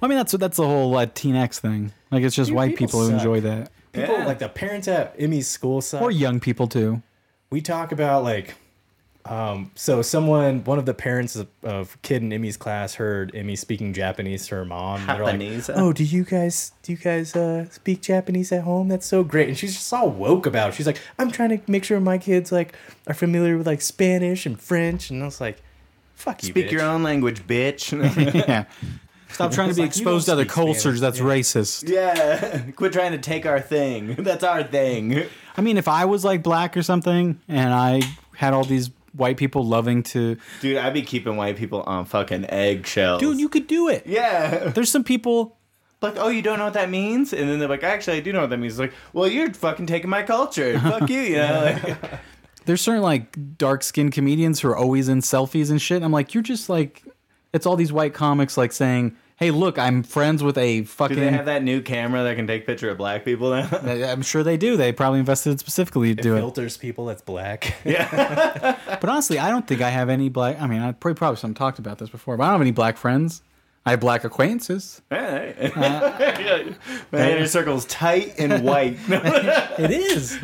Speaker 1: I mean that's that's the whole Latinx thing. Like it's just
Speaker 3: Dude,
Speaker 1: white
Speaker 3: people
Speaker 1: people, who
Speaker 3: suck.
Speaker 1: enjoy that,
Speaker 3: People
Speaker 2: Yeah.
Speaker 3: like the parents at Emmy's school side.
Speaker 1: or young people too.
Speaker 3: we talk about like um so someone one of the parents of, of kid in Emmy's class heard Emmy speaking Japanese to her mom. and they're like,
Speaker 2: Japanese?
Speaker 3: oh, do you guys do you guys uh speak Japanese at home? That's so great. And she's just all woke about it. She's like, I'm trying to make sure my kids like are familiar with like Spanish and French and I was like, fuck you.
Speaker 2: Speak your
Speaker 3: bitch.
Speaker 2: own language, bitch.
Speaker 1: yeah. Stop trying to be
Speaker 3: like, you don't
Speaker 1: exposed to other
Speaker 3: speak Spanish.
Speaker 1: cultures. That's racist.
Speaker 2: yeah. Quit trying to take our thing. That's our thing.
Speaker 1: I mean, if I was like black or something, and I had all these white people loving to,
Speaker 2: Dude, I be keeping white people on fucking eggshells.
Speaker 1: dude, you could do it.
Speaker 2: Yeah.
Speaker 1: There's some people.
Speaker 2: Like, oh, you don't know what that means? And then they're like, actually, I do know what that means. It's like, well, you're fucking taking my culture. Fuck you, you know? Like,
Speaker 1: There's certain like dark skinned comedians who are always in selfies and shit. And I'm like, you're just like, it's all these white comics like saying, "Hey, look, I'm friends with a
Speaker 2: do
Speaker 1: fucking." uh,
Speaker 2: they have that new camera that can take picture of black people now?
Speaker 1: I'm sure they do. They probably invested specifically to do it.
Speaker 3: filters people that's black.
Speaker 1: But honestly, I don't think I have any black. I mean, I probably probably some talked about this before, but I don't have any black friends. I have black acquaintances.
Speaker 2: Hey. My inner circle's tight and white.
Speaker 1: It is.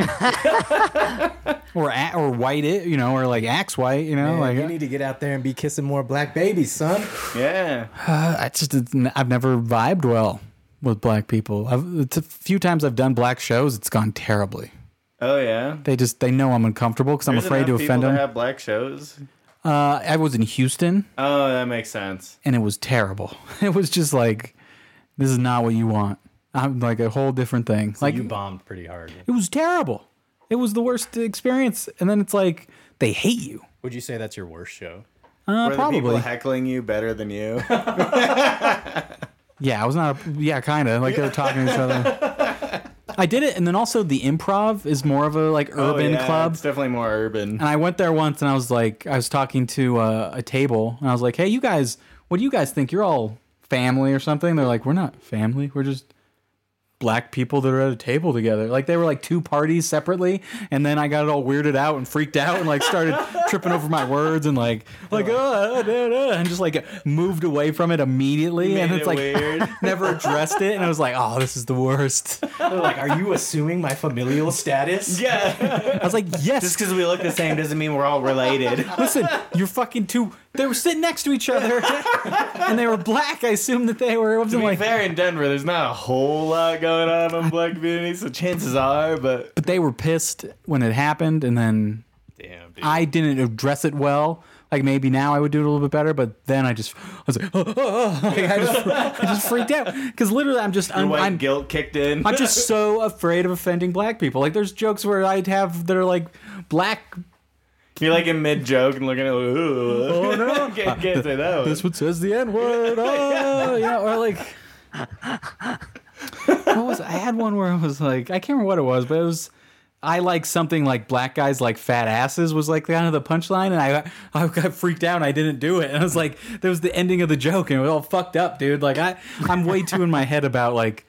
Speaker 1: or a- or white it, you know, or like axe white, you know,
Speaker 2: Oh
Speaker 3: Man,
Speaker 1: like
Speaker 3: you need to get out there and be kissing more black babies, son.
Speaker 2: yeah.
Speaker 1: I just it's n- I've never vibed well with black people. I've, it's a few times I've done black shows, it's gone terribly.
Speaker 2: Oh yeah.
Speaker 1: They just they know I'm uncomfortable because I'm
Speaker 2: There's
Speaker 1: afraid to
Speaker 2: enough people
Speaker 1: offend them.
Speaker 2: That have black shows.
Speaker 1: uh, I was in Houston
Speaker 2: Oh, that makes sense.
Speaker 1: and it was terrible. It was just like this is not what you want. I'm like a whole different thing. like
Speaker 3: You bombed pretty hard.
Speaker 1: it was terrible. It was the worst experience. And then it's like they hate you.
Speaker 3: Would you say that's your worst show?
Speaker 1: Uh,
Speaker 2: Were the people
Speaker 1: probably.
Speaker 2: heckling you better than you? Oh,
Speaker 1: Yeah, I was not. A, yeah, kind of like they were talking to each other. I did it, and then also the improv is more of a like
Speaker 2: Oh,
Speaker 1: urban
Speaker 2: yeah,
Speaker 1: club.
Speaker 2: It's definitely more urban.
Speaker 1: And I went there once, and I was like, I was talking to uh, a table, and I was like, "Hey, you guys, what do you guys think? You're all family or something?" They're like, "We're not family. We're just black people that are at a table together. Like they were like two parties separately, and then I got all weirded out and freaked out and like started tripping over my words and like like oh, da, da," and just like moved away from it immediately. and
Speaker 2: Made
Speaker 1: it's
Speaker 2: it
Speaker 1: like
Speaker 2: weird.
Speaker 1: never addressed it, and I was like, oh, this is the worst.
Speaker 3: They're like, are you assuming my familial status?
Speaker 2: Yeah.
Speaker 1: I was like, yes.
Speaker 2: Just because we look the same doesn't mean we're all related.
Speaker 1: Listen, you're fucking two. They were sitting next to each other, and they were black. I assumed that they were. It
Speaker 2: To
Speaker 1: wasn't
Speaker 2: be
Speaker 1: like
Speaker 2: fair, in Denver, there's not a whole lot going on in black community, so chances are, but
Speaker 1: but they were pissed when it happened, and then
Speaker 2: damn, dude.
Speaker 1: I didn't address it well. Like maybe now I would do it a little bit better, but then I just I was like, Like, I, just, I just freaked out because literally I'm just I'm,
Speaker 2: white
Speaker 1: I'm,
Speaker 2: guilt kicked in.
Speaker 1: I'm just so afraid of offending black people. Like there's jokes where I'd have that are like black.
Speaker 2: You're like in mid joke and looking at, ooh, oh no, can't, can't say that. One.
Speaker 1: This one says the n word. Oh yeah, or like. what was I had one where I was like I can't remember what it was, but it was I like something like black guys like fat asses was like kind of the punchline, and I I got freaked out. And I didn't do it, and I was like that was the ending of the joke, and it was all fucked up, dude. Like I I'm way too in my head about like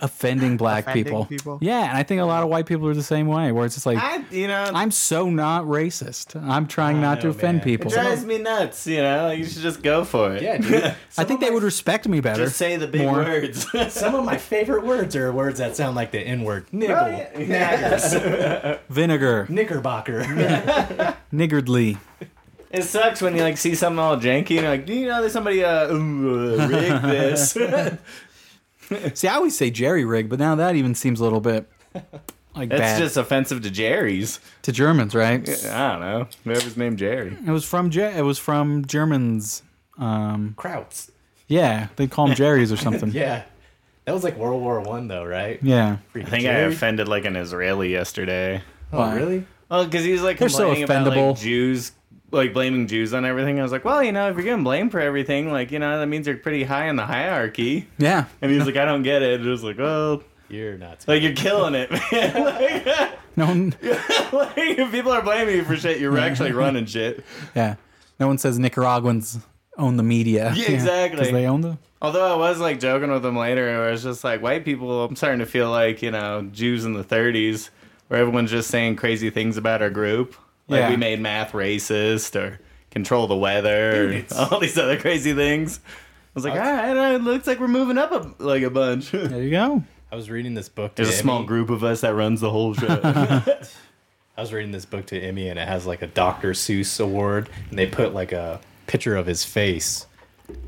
Speaker 1: offending black
Speaker 5: Offending
Speaker 1: people.
Speaker 5: people.
Speaker 1: Yeah, and I think a lot of white people are the same way, where it's just like.
Speaker 2: I, you know,
Speaker 1: I'm so not racist. I'm trying not to
Speaker 2: know,
Speaker 1: offend
Speaker 2: man.
Speaker 1: people.
Speaker 2: It drives me nuts, you know? Like, you should just go for it.
Speaker 3: Yeah, dude.
Speaker 1: I think they would respect me better.
Speaker 2: Just say the big
Speaker 1: More.
Speaker 2: words.
Speaker 3: Some of my favorite words are words that sound like the N word. Niggle,
Speaker 2: Right?
Speaker 3: naggers,
Speaker 1: Vinegar,
Speaker 3: knickerbocker.
Speaker 1: niggardly.
Speaker 2: it sucks when you, like, see something all janky and you're like, do you know there's somebody, uh, ooh, uh, rigged this?
Speaker 1: See, I always say jerry rig, but now that even seems a little bit like
Speaker 2: That's
Speaker 1: bad
Speaker 2: just offensive to Jerry's.
Speaker 1: to Germans, right?
Speaker 2: I don't know. Whoever's named Jerry.
Speaker 1: It was from Ge- it was from Germans. Um,
Speaker 3: Krauts.
Speaker 1: yeah, they call them Jerry's or something.
Speaker 3: Yeah. That was like World War One though, right?
Speaker 1: yeah.
Speaker 3: Freaking
Speaker 2: I think I
Speaker 3: Jerry.
Speaker 2: offended, like, an Israeli yesterday.
Speaker 3: Oh,
Speaker 1: Why?
Speaker 3: really?
Speaker 2: Well, because he was like
Speaker 1: They're so
Speaker 2: complaining about like
Speaker 1: offendable.
Speaker 2: Jews, like blaming Jews on everything. I was like, well, you know, if you're getting blamed for everything, like, you know, that means you're pretty high in the hierarchy.
Speaker 1: Yeah.
Speaker 2: And he was like, I don't get it. And I was like, well,
Speaker 3: You're nuts.
Speaker 2: like you're killing it, man. like,
Speaker 1: No one.
Speaker 2: like, if people are blaming you for shit, you're actually running shit.
Speaker 1: Yeah. No one says Nicaraguans own the media.
Speaker 2: Yeah, exactly.
Speaker 1: 'cause they own the.
Speaker 2: Although I was like joking with him later, and I was just like, white people. I'm starting to feel like you know Jews in the 30s, where everyone's just saying crazy things about our group, like
Speaker 1: Yeah.
Speaker 2: we made math racist or control the weather, and all these other crazy things. I was like, all right, all right, it looks like we're moving up a, like a bunch.
Speaker 1: There you go.
Speaker 3: I was reading this book to
Speaker 2: There's a
Speaker 3: Emmy.
Speaker 2: small group of us that runs the whole show.
Speaker 3: I was reading this book to Emmy and it has like a Dr. Seuss award and they put like a picture of his face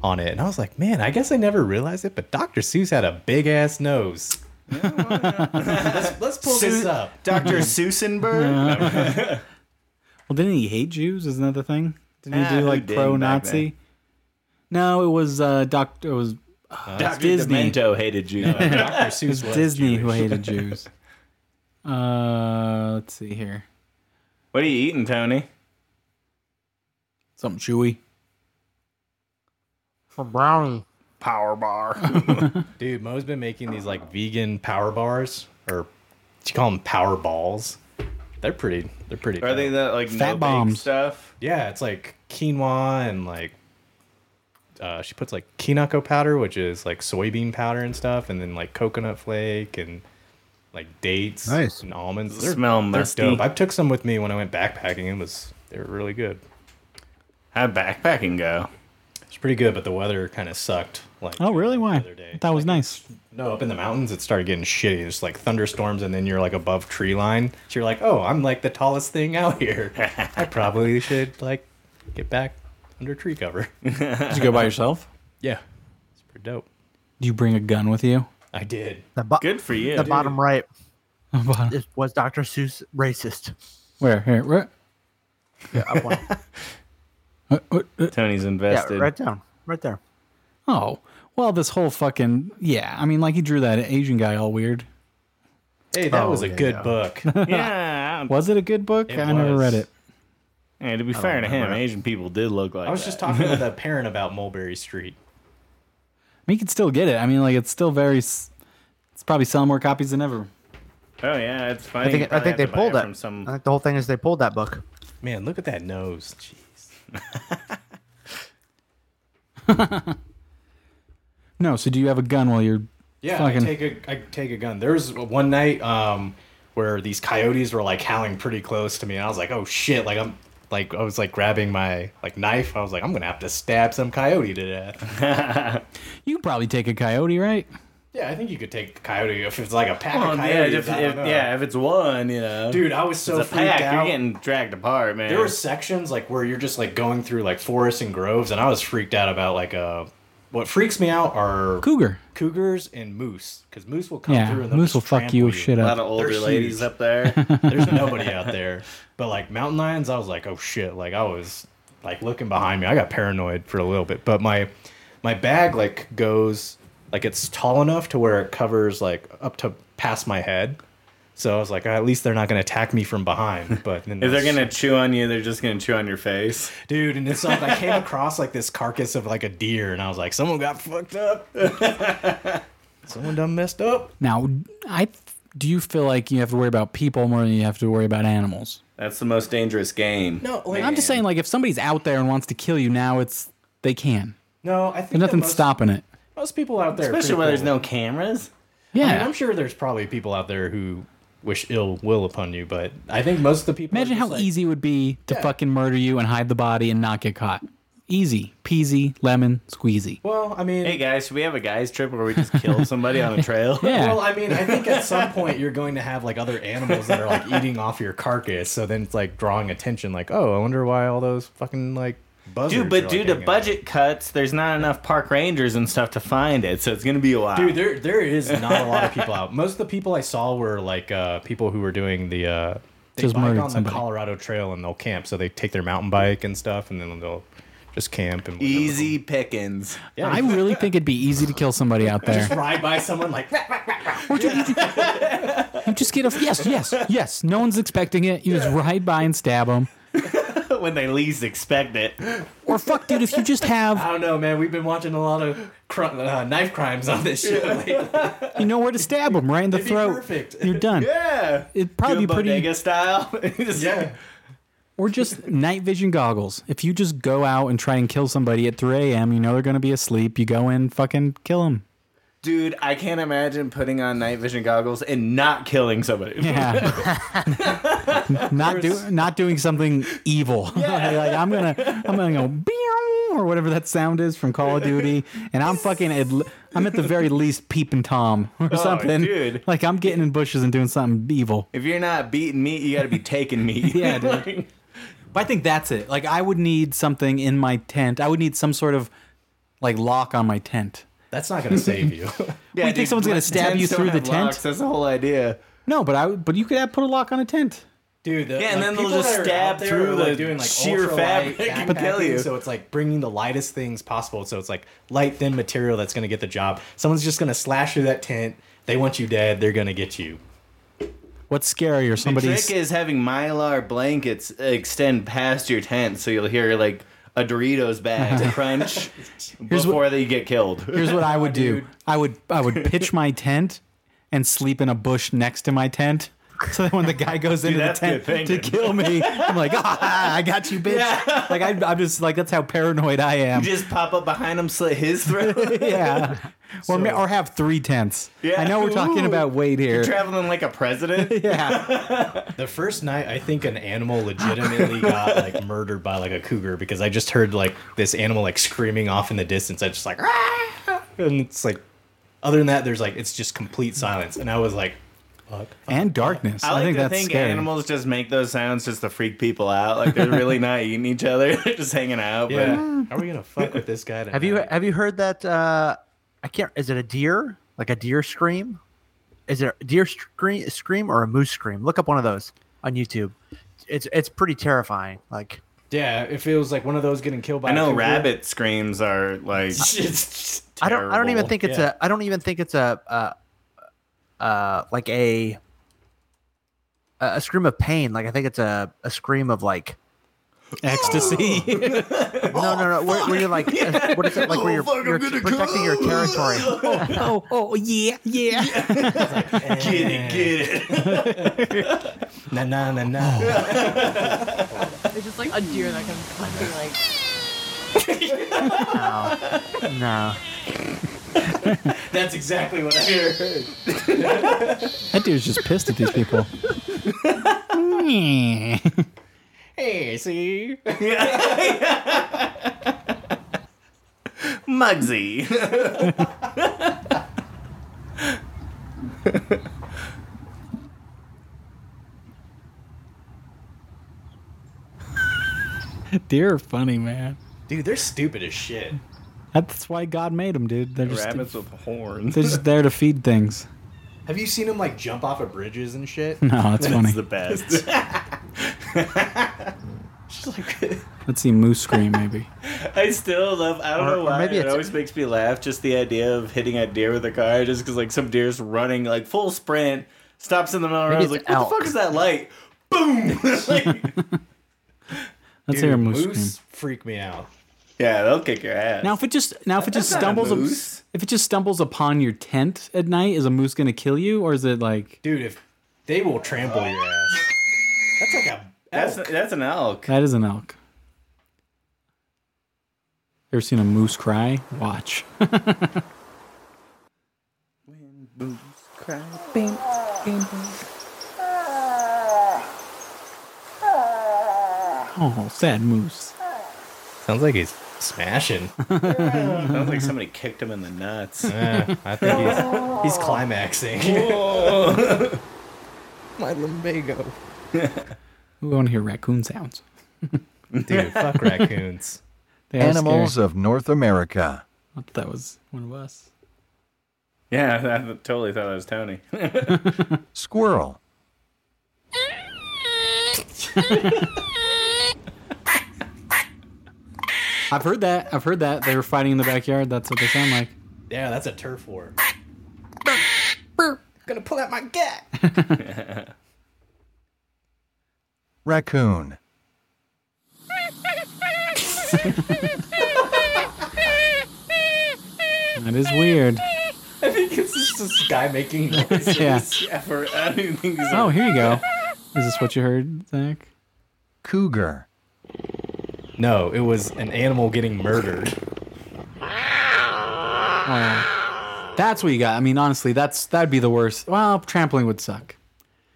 Speaker 3: on it. And I was like, man, I guess I never realized it, but Dr. Seuss had a big ass nose. let's, let's pull this up.
Speaker 2: Dr. Susenberg.
Speaker 1: Well, didn't he hate Jews? Isn't that the thing? Didn't
Speaker 2: Ah,
Speaker 1: he do
Speaker 2: who
Speaker 1: like
Speaker 2: didn't back
Speaker 1: pro Nazi?
Speaker 2: then?
Speaker 1: No, it was uh, Doctor. It was
Speaker 2: Dr.
Speaker 1: Disney.
Speaker 2: Demento hated Jews.
Speaker 3: Dr. Seuss
Speaker 1: It was Disney who hated Jews. Uh, let's see here.
Speaker 2: what are you eating, Tony?
Speaker 1: Something chewy.
Speaker 5: For brownie.
Speaker 2: Power bar.
Speaker 3: Dude, Mo's been making these like vegan power bars or you call them power balls. They're pretty. They're pretty.
Speaker 2: are they
Speaker 3: dope.
Speaker 2: that like
Speaker 1: Fat
Speaker 2: no bake
Speaker 1: bombs.
Speaker 2: stuff?
Speaker 3: Yeah, it's like quinoa and like uh, she puts like kinako powder, which is like soybean powder and stuff, and then like coconut flake and like dates
Speaker 7: Nice.
Speaker 3: and almonds.
Speaker 2: They smell
Speaker 3: they're
Speaker 2: musty.
Speaker 3: dope. I took some with me when I went backpacking. It was they were really good.
Speaker 2: How'd backpacking go?
Speaker 3: It's pretty good, but the weather kind of sucked. Like
Speaker 1: Oh, really? Why?
Speaker 3: other day.
Speaker 1: That was nice.
Speaker 3: No, up in the mountains, it started getting shitty. There's like thunderstorms, and then you're like above tree line. So you're like, oh, I'm like the tallest thing out here. I probably should like get back under tree cover.
Speaker 1: Did you go by yourself?
Speaker 3: yeah, it's pretty dope.
Speaker 1: Did you bring a gun with you?
Speaker 3: I did.
Speaker 5: The, bo-
Speaker 2: Good for you.
Speaker 5: the bottom right
Speaker 1: About-
Speaker 5: is, was Dr. Seuss racist.
Speaker 1: Where? Here. Where?
Speaker 5: Yeah, up one.
Speaker 1: Uh, uh, uh.
Speaker 2: Tony's
Speaker 5: yeah,
Speaker 2: invested.
Speaker 5: right down. Right there.
Speaker 1: Oh, well, this whole fucking yeah. I mean, like he drew that Asian guy all weird.
Speaker 3: Hey, that
Speaker 5: Oh,
Speaker 3: was a
Speaker 5: yeah,
Speaker 3: good
Speaker 5: yeah.
Speaker 3: book.
Speaker 2: Yeah, I don't-
Speaker 1: Was it a good book?
Speaker 3: It
Speaker 1: I never
Speaker 3: was.
Speaker 1: read it.
Speaker 2: Hey, to be fair to him,
Speaker 5: remember.
Speaker 2: Asian people did look like
Speaker 3: I was
Speaker 2: that.
Speaker 3: just talking with a parent about Mulberry Street.
Speaker 1: I mean, you can still get it. I mean, like it's still very. s- It's probably selling more copies than ever.
Speaker 2: Oh yeah, it's funny.
Speaker 5: I
Speaker 2: You
Speaker 5: think I
Speaker 2: probably
Speaker 5: think they
Speaker 2: have to buy
Speaker 5: pulled
Speaker 2: it
Speaker 5: that.
Speaker 2: from some.
Speaker 5: I think the whole thing is they pulled that book.
Speaker 3: Man, look at that nose. Jeez.
Speaker 1: No, so do you have a gun while you're
Speaker 3: Yeah, I
Speaker 1: Fucking-
Speaker 3: take a I take a gun. There was one night um, where these coyotes were like howling pretty close to me, and I was like, "Oh shit!" Like I'm like I was like grabbing my like knife. I was like, "I'm gonna have to stab some coyote to death."
Speaker 1: You could probably take a coyote, right?
Speaker 3: yeah, I think you could take a coyote if it's like a pack
Speaker 2: Well,
Speaker 3: of
Speaker 2: yeah,
Speaker 3: coyotes.
Speaker 2: if,
Speaker 3: I
Speaker 2: if,
Speaker 3: don't know.
Speaker 2: yeah, if it's one, you know,
Speaker 3: dude, I was
Speaker 2: it's
Speaker 3: so
Speaker 2: a
Speaker 3: freaked
Speaker 2: pack. You're
Speaker 3: out.
Speaker 2: getting dragged apart, man.
Speaker 3: there were sections like where you're just like going through like forests and groves, and I was freaked out about like uh, what freaks me out are
Speaker 1: Cougar.
Speaker 3: cougars and moose because moose will come
Speaker 1: Yeah,
Speaker 3: through and they'll
Speaker 1: moose
Speaker 3: just
Speaker 1: will fuck
Speaker 3: trample
Speaker 1: you shit
Speaker 2: a
Speaker 1: up.
Speaker 2: lot of older
Speaker 3: huge.
Speaker 2: ladies up there.
Speaker 3: There's nobody out there. But like mountain lions, I was like, oh shit. Like I was like looking behind me. I got paranoid for a little bit. But my my bag like goes like it's tall enough to where it covers like up to past my head. So I was like, at least they're not gonna attack me from behind. But then
Speaker 2: if they're
Speaker 3: that's-
Speaker 2: gonna chew on you, they're just gonna chew on your face.
Speaker 3: dude, and it's like I came across like this carcass of like a deer, and I was like, someone got fucked up. someone done messed up.
Speaker 1: Now, I do you feel like you have to worry about people more than you have to worry about animals?
Speaker 2: That's the most dangerous game.
Speaker 3: No, like
Speaker 1: I'm just saying, like, if somebody's out there and wants to kill you, now it's they can.
Speaker 3: no. I think
Speaker 1: There's nothing
Speaker 3: that most,
Speaker 1: stopping it.
Speaker 3: most people out there, are
Speaker 2: especially
Speaker 3: pretty
Speaker 2: when there's
Speaker 3: cool.
Speaker 2: no cameras.
Speaker 1: Yeah.
Speaker 3: I mean, I'm sure there's probably people out there who wish ill will upon you, but I think most of the people. are
Speaker 1: Imagine
Speaker 3: just
Speaker 1: how
Speaker 3: like-
Speaker 1: easy it would be to
Speaker 3: Yeah.
Speaker 1: fucking murder you and hide the body and not get caught. Easy, peasy, lemon, squeezy.
Speaker 3: Well, I mean,
Speaker 2: Hey guys, should we have a guys trip where we just kill somebody on a trail?
Speaker 1: Yeah.
Speaker 3: well, I mean, I think at some point you're going to have like other animals that are like eating off your carcass, so then it's like drawing attention. Like, oh, I wonder why all those fucking like buzzards.
Speaker 2: Dude,
Speaker 3: are,
Speaker 2: but
Speaker 3: like,
Speaker 2: due to
Speaker 3: hanging out.
Speaker 2: budget cuts, there's not enough park rangers and stuff to find it, so it's gonna be a while.
Speaker 3: Dude, there there is not a lot of people out. Most of the people I saw were like uh, people who were doing the uh, they
Speaker 1: Just
Speaker 3: bike
Speaker 1: murdered
Speaker 3: on
Speaker 1: somebody.
Speaker 3: the Colorado Trail and they'll camp. So they take their mountain bike and stuff, and then they'll just camp and whatever.
Speaker 2: easy pickings.
Speaker 3: Yeah,
Speaker 1: I really think it'd be easy to kill somebody out there.
Speaker 3: ride by someone like
Speaker 1: You just get a yes, yes, yes. No one's expecting it. You just ride by and stab them.
Speaker 2: when they least expect it.
Speaker 1: Or fuck, dude, if you just have
Speaker 3: I don't know, man. We've been watching a lot of cr- uh, knife crimes on this show lately.
Speaker 1: you know where to stab them right in the
Speaker 3: It'd be
Speaker 1: throat.
Speaker 3: perfect.
Speaker 1: You're done.
Speaker 2: Yeah.
Speaker 1: It'd probably be pretty.
Speaker 2: bodega style.
Speaker 3: yeah,
Speaker 1: Or just night vision goggles. If you just go out and try and kill somebody at 3 a.m., you know they're going to be asleep. You go in, fucking kill them.
Speaker 2: Dude, I can't imagine putting on night vision goggles and not killing somebody.
Speaker 1: Yeah. not do not doing something evil. like I'm gonna I'm gonna go "Beow," or whatever that sound is from Call of Duty, and I'm fucking at, l- I'm at the very least peeping Tom or something.
Speaker 2: dude.
Speaker 1: Like I'm getting in bushes and doing something evil.
Speaker 2: If you're not beating meat, you gotta be taking meat.
Speaker 1: Yeah, dude. But I think that's it. Like I would need something in my tent. I would need some sort of like lock on my tent.
Speaker 3: that's not gonna save you.
Speaker 2: Yeah,
Speaker 1: think someone's gonna
Speaker 2: tents
Speaker 1: stab you
Speaker 2: don't
Speaker 1: through the
Speaker 2: have
Speaker 1: tent?
Speaker 2: locks, That's the whole idea.
Speaker 1: No, but I would- but you could have put a lock on a tent.
Speaker 3: Dude, the,
Speaker 2: Yeah, and then they'll
Speaker 3: people
Speaker 2: just
Speaker 3: that are
Speaker 2: stab
Speaker 3: out there
Speaker 2: through
Speaker 3: are,
Speaker 2: the sheer
Speaker 3: ultralight
Speaker 2: fabric and
Speaker 3: backpacking,
Speaker 2: kill you.
Speaker 3: So it's like bringing the lightest things possible. So it's like light, thin material that's gonna get the job. Someone's just gonna slash through that tent. They want you dead. They're gonna get you.
Speaker 1: What's scarier?
Speaker 2: The
Speaker 1: Somebody's
Speaker 2: trick is having mylar blankets extend past your tent so you'll hear like a Doritos bag crunch before they get killed.
Speaker 1: Here's what I would do. I would I would pitch my tent and sleep in a bush next to my tent. So that when the guy goes into the
Speaker 2: that's good
Speaker 1: tent to
Speaker 2: thinking.
Speaker 1: kill me, I'm like, ah, I got you, bitch. Like I, I'm just like that's how paranoid I am.
Speaker 2: You just pop up behind him, slit his throat.
Speaker 1: yeah, or ma- or have three tents.
Speaker 2: Yeah.
Speaker 1: I know we're talking
Speaker 2: Ooh.
Speaker 1: about weight here.
Speaker 2: Traveling like a president.
Speaker 1: yeah,
Speaker 3: The first night, I think an animal legitimately got like murdered by like a cougar because I just heard like this animal like screaming off in the distance. I just like, "Ah!" and it's like, other than that, there's like it's just complete silence, and I was like, fuck.
Speaker 1: and darkness. I,
Speaker 2: I like
Speaker 1: think
Speaker 2: to
Speaker 1: that's
Speaker 2: think
Speaker 1: scary.
Speaker 2: animals just make those sounds just to freak people out. Like they're really not eating each other; they're just hanging out.
Speaker 3: Yeah, are we gonna fuck with this guy? Tonight?
Speaker 5: Have you e-, have you heard that? Uh, I can't. Is it a deer? Like a deer scream? Is it a deer scream, scream or a moose scream? Look up one of those on YouTube. It's it's pretty terrifying. Like
Speaker 3: Yeah, if it was like one of those getting killed by,
Speaker 2: But I
Speaker 3: a
Speaker 2: know
Speaker 3: cougar-
Speaker 2: rabbit screams are like.
Speaker 3: It's-
Speaker 5: I don't I don't even
Speaker 2: terrible.
Speaker 5: think it's
Speaker 3: Yeah.
Speaker 5: a I don't even think it's a uh, uh like a a a scream of pain. Like I think it's a, a scream of like
Speaker 1: Ecstasy.
Speaker 5: no no no. Where, where you're like what is it like where you're, you're protecting your territory?
Speaker 1: oh, oh, yeah, yeah.
Speaker 2: Get it, get it.
Speaker 3: na na na na.
Speaker 7: It's just like a deer that comes climbing, like.
Speaker 5: No.
Speaker 3: That's exactly what I heard.
Speaker 1: That dude's just pissed at these people.
Speaker 3: Hey, see?
Speaker 2: Mugsy.
Speaker 1: Deer are funny, man.
Speaker 3: Dude, they're stupid as shit.
Speaker 1: That's why God made them, dude. They're just
Speaker 2: Rabbits with horns.
Speaker 1: they're just there to feed things.
Speaker 3: Have you seen them like jump off of bridges and shit?
Speaker 1: No, that's funny.
Speaker 2: That's the best.
Speaker 3: Just like
Speaker 1: Let's see moose scream maybe.
Speaker 2: I still love. I don't
Speaker 5: Or-
Speaker 2: know
Speaker 5: or
Speaker 2: why.
Speaker 5: maybe
Speaker 2: it
Speaker 5: it's-
Speaker 2: always makes me laugh. Just the idea of hitting a deer with a car, just because like some deer's running like full sprint, stops in the middle. and I
Speaker 5: Maybe
Speaker 2: was
Speaker 5: it's
Speaker 2: like, what the
Speaker 5: elk.
Speaker 2: fuck is that light? Boom! Like-
Speaker 1: Let's hear a
Speaker 3: dude,
Speaker 1: moose,
Speaker 3: moose
Speaker 1: scream.
Speaker 3: freak me out.
Speaker 2: yeah, they'll kick your ass.
Speaker 1: Now if it just now if it just
Speaker 2: not a
Speaker 1: stumbles up-
Speaker 2: moose.
Speaker 1: if it just stumbles upon your tent at night, is a moose gonna kill you or is it like
Speaker 3: Dude, if they will trample your ass. That's like a
Speaker 2: that's
Speaker 3: elk.
Speaker 2: that's an elk.
Speaker 1: that is an elk? Ever seen a moose cry? Watch. Oh, sad moose.
Speaker 3: Sounds like he's smashing.
Speaker 2: Sounds like somebody kicked him in the nuts.
Speaker 3: Yeah, I think he's, he's climaxing. My lumbago.
Speaker 1: We want to hear raccoon sounds.
Speaker 3: Dude, fuck raccoons.
Speaker 1: They are
Speaker 8: Animals
Speaker 1: scary.
Speaker 8: of North America.
Speaker 1: I thought that was one of us.
Speaker 2: yeah, I th- totally thought that was Tony.
Speaker 8: Squirrel.
Speaker 1: I've heard that. I've heard that they were fighting in the backyard. That's what they sound like.
Speaker 3: Yeah, that's a turf war. Gonna pull out my gat.
Speaker 8: Raccoon.
Speaker 1: That is weird.
Speaker 3: I think it's just this guy making noise.
Speaker 1: Yeah.
Speaker 2: yeah, for I don't even think he's.
Speaker 1: Oh, here you go. Is this what you heard, Zach?
Speaker 8: Cougar.
Speaker 3: No, it was an animal getting murdered.
Speaker 1: That's what you got. I mean, honestly, that's that'd be the worst. Well, trampling would suck.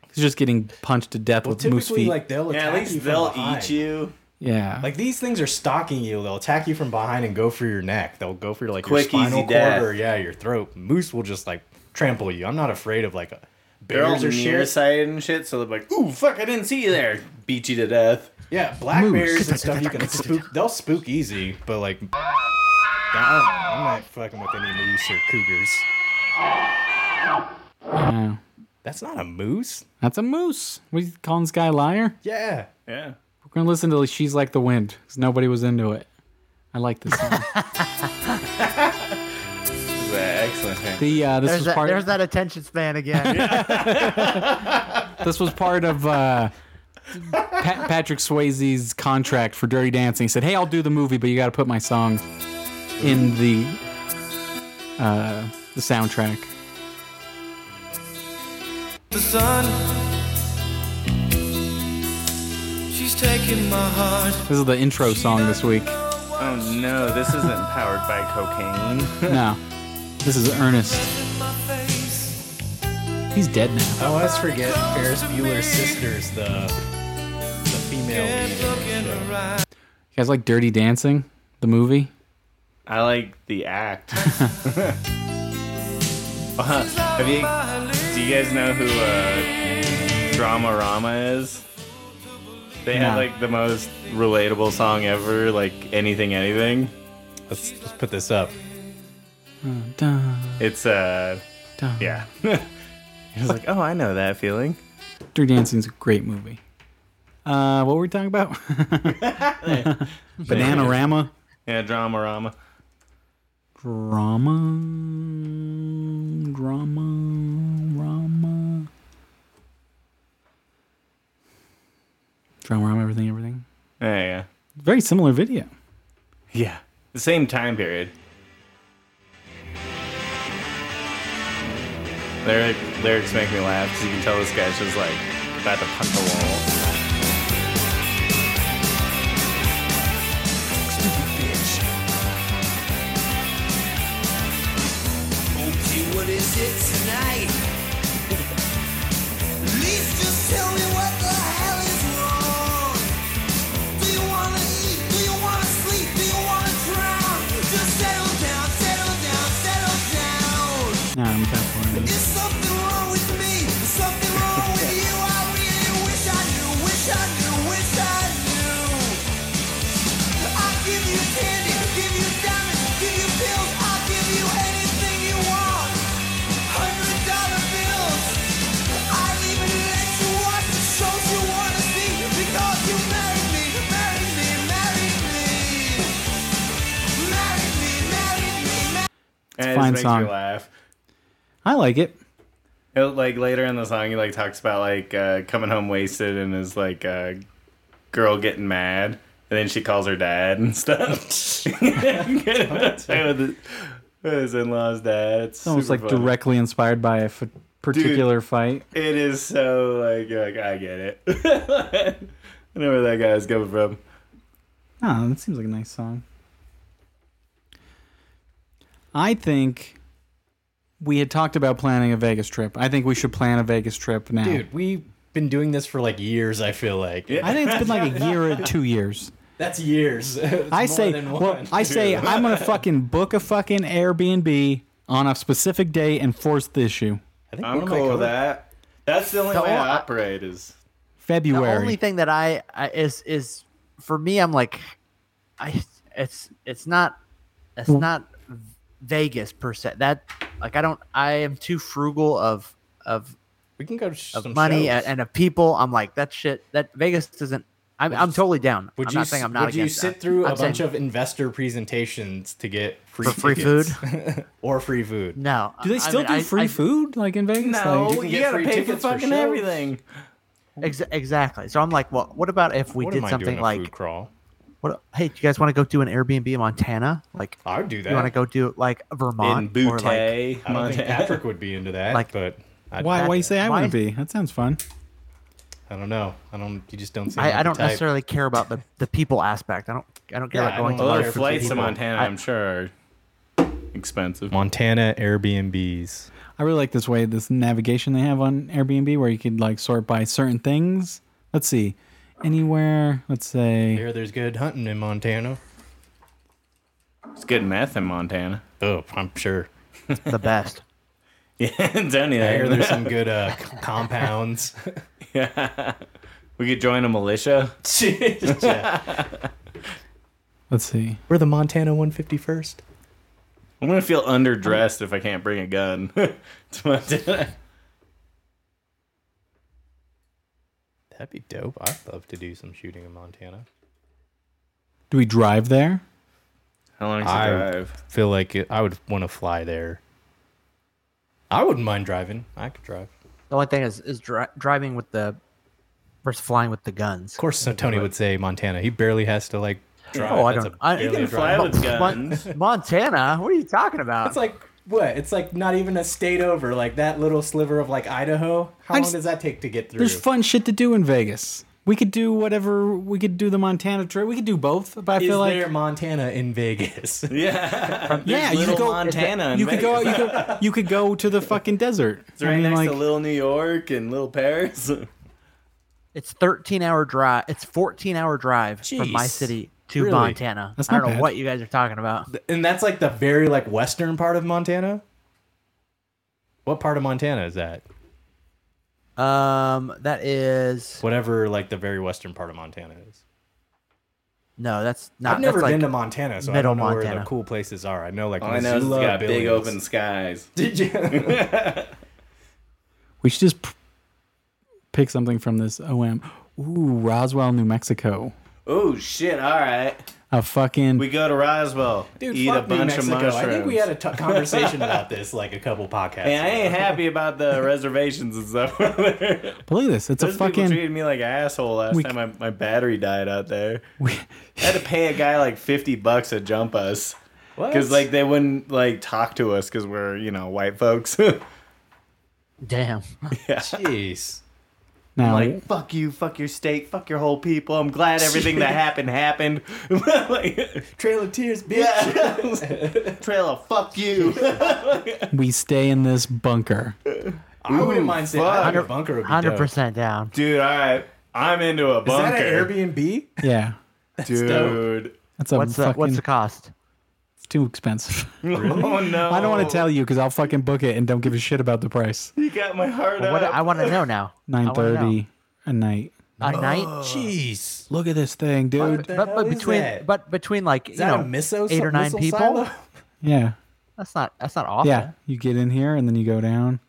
Speaker 1: It's just getting punched to death with moose
Speaker 3: Typically,
Speaker 1: feet.
Speaker 3: like they'll attack
Speaker 2: yeah, at
Speaker 3: you
Speaker 2: least
Speaker 3: from
Speaker 2: they'll
Speaker 3: behind.
Speaker 2: eat you.
Speaker 1: yeah.
Speaker 3: Like these things are stalking you. They'll attack you from behind and go for your neck. They'll go for like
Speaker 2: Quick,
Speaker 3: your spinal
Speaker 2: easy
Speaker 3: cord
Speaker 2: death.
Speaker 3: or yeah, your throat. Moose will just like trample you. I'm not afraid of like a
Speaker 2: They're all
Speaker 3: bears or shit.
Speaker 2: nearsighted and shit, so they're like, "Ooh, fuck! I didn't see you there." Beat you to death.
Speaker 3: Yeah, black bears and stuff. You can spook. They'll spook easy, but like, I- I'm not fucking with any moose or cougars.
Speaker 1: Yeah.
Speaker 3: That's not a moose.
Speaker 1: That's a moose. We calling this guy a liar?
Speaker 3: Yeah.
Speaker 2: Yeah.
Speaker 1: We're gonna listen to "She's Like the Wind" because nobody was into it. I like this song.
Speaker 2: This is an excellent thing.
Speaker 1: the uh, this
Speaker 5: There's
Speaker 1: was
Speaker 5: that,
Speaker 1: part.
Speaker 5: there's that attention span again.
Speaker 1: This was part of uh, Pat- Patrick Swayze's contract for Dirty Dancing. He said, "Hey, I'll do the movie, but you got to put my song in the uh, the soundtrack."
Speaker 9: the sun. She's taking my heart.
Speaker 1: This is the intro song this week.
Speaker 2: Oh no, this isn't powered by cocaine.
Speaker 1: No, this is Ernest. He's dead now.
Speaker 3: I always Oh, forget Ferris Bueller's sisters, the the female. lead in the show.
Speaker 1: You guys like Dirty Dancing, the movie?
Speaker 2: I like the act. Uh, have you, do you guys know who uh, Drama Rama is? They had
Speaker 1: No.
Speaker 2: like the most relatable song ever, like anything, anything.
Speaker 3: Let's, let's put this up.
Speaker 1: Dun,
Speaker 2: It's uh,
Speaker 1: dun.
Speaker 2: yeah. I was like, oh, I know that feeling.
Speaker 1: Dirty Dancing's a great movie. Uh, what were we talking about? Bananarama
Speaker 2: Yeah, Drama Rama.
Speaker 1: drama, drama, drama, drama, rama, everything, everything.
Speaker 2: Yeah, yeah,
Speaker 1: Very similar video.
Speaker 2: yeah. The same time period. Lyric, lyrics make me laugh because you can tell this guy's just like about to punch a wall.
Speaker 9: Stupid bitch.
Speaker 2: And it just
Speaker 1: fine
Speaker 2: makes
Speaker 1: song.
Speaker 2: me laugh.
Speaker 1: I like it.
Speaker 2: It, like later in the song, he like talks about like uh, coming home wasted and his like uh, girl getting mad, and then she calls her dad and stuff. with his in-laws' dad. It's,
Speaker 1: It's almost
Speaker 2: super
Speaker 1: like
Speaker 2: funny.
Speaker 1: directly inspired by a f- particular fight.
Speaker 2: It is so like, you're like I get it. I know where that guy's coming from.
Speaker 1: Oh, that seems like a nice song. I think we had talked about planning a Vegas trip. I think we should plan a Vegas trip now.
Speaker 3: Dude, we've been doing this for like years. I feel like
Speaker 1: I think it's been like a year or two years.
Speaker 3: that's years. It's
Speaker 1: I
Speaker 3: more
Speaker 1: say,
Speaker 3: than
Speaker 1: well,
Speaker 3: one,
Speaker 1: I
Speaker 3: too.
Speaker 1: say I'm gonna fucking book a fucking Airbnb on a specific day and force the issue.
Speaker 3: I think one
Speaker 2: I'm
Speaker 3: of my
Speaker 2: cool
Speaker 3: co-
Speaker 2: with that. That's the only
Speaker 5: So
Speaker 2: way I
Speaker 5: I-
Speaker 2: operate is
Speaker 5: The
Speaker 1: February.
Speaker 5: only thing that I, I is is for me, I'm like, I it's it's not it's not Vegas per se. That like I don't I am too frugal of of
Speaker 3: We can go to sh-
Speaker 5: of
Speaker 3: some
Speaker 5: money
Speaker 3: shows.
Speaker 5: and, and of people. I'm like that shit. That Vegas doesn't. I'm, I'm totally down.
Speaker 3: Would
Speaker 5: I'm
Speaker 3: you
Speaker 5: not saying I'm not
Speaker 3: would you
Speaker 5: against
Speaker 3: sit
Speaker 5: that.
Speaker 3: through
Speaker 5: I'm
Speaker 3: a bunch
Speaker 5: saying
Speaker 3: of investor presentations to get free
Speaker 5: For free
Speaker 3: food or free food?
Speaker 5: no?
Speaker 1: do they
Speaker 5: I
Speaker 1: still
Speaker 5: mean,
Speaker 1: do
Speaker 5: I-
Speaker 1: free
Speaker 5: I-
Speaker 1: food like in Vegas? Like,
Speaker 3: you can get free tickets for shows.
Speaker 5: Ex- exactly. So I'm like, well, what about if we
Speaker 3: What
Speaker 5: did
Speaker 3: am I
Speaker 5: something
Speaker 3: doing a food
Speaker 5: like,
Speaker 3: crawl?
Speaker 5: what? Hey, do you guys want to go do an Airbnb in Montana? Like,
Speaker 3: I would do that.
Speaker 5: you want to go do like
Speaker 2: in
Speaker 5: Vermont or
Speaker 2: Butte,
Speaker 5: like
Speaker 3: I don't think
Speaker 2: Montana.
Speaker 3: Patrick would be into that,
Speaker 5: Like-
Speaker 3: but I,
Speaker 1: why? Why you say I
Speaker 5: Why-
Speaker 1: want to be? That sounds fun.
Speaker 3: I don't know. I don't. You just don't. Seem like
Speaker 5: I, I
Speaker 3: the
Speaker 5: don't
Speaker 3: type.
Speaker 5: necessarily care about the, the people aspect. I don't I don't care
Speaker 3: Yeah,
Speaker 5: about
Speaker 3: I
Speaker 5: going
Speaker 3: don't
Speaker 5: to
Speaker 2: Well,
Speaker 3: know.
Speaker 5: large
Speaker 2: their
Speaker 5: groups of
Speaker 2: flights to
Speaker 5: people.
Speaker 2: Montana,
Speaker 5: I-
Speaker 2: I'm sure, are expensive.
Speaker 3: Montana Airbnbs.
Speaker 1: I really like this way, this navigation they have on Airbnb where you could like sort by certain things. Let's see. Anywhere, let's say
Speaker 3: Here, there's good hunting in Montana.
Speaker 2: It's good meth in Montana.
Speaker 3: Oh, I'm sure.
Speaker 5: the best.
Speaker 2: Yeah, it's only
Speaker 3: I hear there's
Speaker 2: there.
Speaker 3: some good uh, c- compounds.
Speaker 2: We could join a militia.
Speaker 1: let's see.
Speaker 3: We're the Montana 151st.
Speaker 2: I'm gonna feel underdressed if I can't bring a gun to Montana.
Speaker 3: That'd be dope. I'd love to do some shooting in Montana.
Speaker 1: Do we drive there?
Speaker 2: How long is the
Speaker 3: I-
Speaker 2: drive?
Speaker 3: Feel like it, I would want to fly there. I wouldn't mind driving. I could drive.
Speaker 5: The only thing is is dri- driving with the versus flying with the guns.
Speaker 3: Of course, so Tony would say Montana. He barely has to like drive.
Speaker 5: Oh, I
Speaker 3: That's
Speaker 5: don't.
Speaker 3: a
Speaker 5: I,
Speaker 3: barely a drive.
Speaker 2: fly with
Speaker 5: Mon-
Speaker 2: guns.
Speaker 5: Montana? What are you talking about?
Speaker 3: It's like what? It's like not even a state over. Like that little sliver of like Idaho. How
Speaker 1: I
Speaker 3: long
Speaker 1: just-
Speaker 3: does that take to get through?
Speaker 1: There's fun shit to do in Vegas. We could do whatever. We could do the Montana trip. We could do both. But I
Speaker 3: Is
Speaker 1: feel like
Speaker 3: there Montana in Vegas?
Speaker 2: Yeah,
Speaker 1: yeah, you
Speaker 2: Little
Speaker 1: could go.
Speaker 2: Montana. in
Speaker 1: you could go.
Speaker 2: Vegas.
Speaker 1: You could, you could go to the fucking desert.
Speaker 2: It's right
Speaker 1: I mean,
Speaker 2: next
Speaker 1: like,
Speaker 2: to Little New York and Little Paris.
Speaker 5: it's 13 hour drive. It's 14 hour drive from my
Speaker 3: Jeez.
Speaker 5: city to
Speaker 3: Really?
Speaker 5: Montana.
Speaker 1: That's
Speaker 5: I don't
Speaker 1: not
Speaker 5: know
Speaker 1: bad.
Speaker 5: what you guys are talking about.
Speaker 3: and that's like the very like western part of Montana. What part of Montana is that?
Speaker 5: Um, that is
Speaker 3: Whatever, like the very western part of Montana is.
Speaker 5: no, that's not.
Speaker 3: I've never
Speaker 5: that's like,
Speaker 3: been to Montana, so I
Speaker 5: middle
Speaker 3: don't know where
Speaker 5: Montana.
Speaker 3: the cool places are. I know like
Speaker 2: All I know is it's
Speaker 3: Missoula,
Speaker 2: got big
Speaker 3: Billings.
Speaker 2: open skies.
Speaker 3: Did you?
Speaker 1: we should just p- pick something from this OM. Ooh, Roswell, New Mexico.
Speaker 2: Oh shit! All right,
Speaker 1: A fucking.
Speaker 2: we go to Roswell.
Speaker 3: Dude,
Speaker 2: eat a
Speaker 3: fuck New
Speaker 2: bunch of
Speaker 3: Mexico.
Speaker 2: mushrooms.
Speaker 3: I think we had a t- conversation about this like a couple podcasts.
Speaker 2: And I
Speaker 3: ago.
Speaker 2: ain't happy about the reservations and stuff. Those
Speaker 1: but look at this. It's a
Speaker 2: people
Speaker 1: fucking.
Speaker 2: treated me like an asshole last
Speaker 1: We-
Speaker 2: time my, my battery died out there. I had to pay a guy like 50 bucks to jump us. Because like they wouldn't like talk to us because we're, you know, white folks.
Speaker 5: Damn.
Speaker 3: Jeez.
Speaker 1: Now,
Speaker 2: like, fuck you, fuck your state, fuck your whole people. I'm glad everything that happened happened. like,
Speaker 3: Trail of Tears, bitch.
Speaker 2: trail of fuck you.
Speaker 1: we stay in this bunker.
Speaker 3: I wouldn't mind saying I think a
Speaker 5: fuck.
Speaker 3: bunker would be
Speaker 5: Hundred
Speaker 3: dope. Is
Speaker 5: percent down.
Speaker 2: Dude, all right. I'm into a bunker.
Speaker 3: that an Airbnb?
Speaker 1: Yeah,
Speaker 2: Dude.
Speaker 1: that's a
Speaker 5: What's the
Speaker 1: fucking.
Speaker 5: what's the cost?
Speaker 1: it's too expensive.
Speaker 2: Oh no.
Speaker 1: I don't want to tell you because I'll fucking book it and don't give a shit about the price.
Speaker 2: You got my heart
Speaker 5: What
Speaker 2: up.
Speaker 5: I want to know now. I
Speaker 1: Nine
Speaker 5: wanna know.
Speaker 1: thirty a night.
Speaker 5: a night.
Speaker 3: Jeez.
Speaker 1: Look at this thing, dude.
Speaker 3: Oh, the
Speaker 5: But
Speaker 3: hell
Speaker 5: but
Speaker 3: is
Speaker 5: between
Speaker 3: that?
Speaker 5: but between like
Speaker 3: Is
Speaker 5: you
Speaker 3: that
Speaker 5: know
Speaker 3: a miso?
Speaker 5: eight or nine
Speaker 3: missile
Speaker 5: people.
Speaker 3: silo?
Speaker 1: Yeah,
Speaker 5: That's not that's not awful.
Speaker 1: yeah. You get in here and then you go down.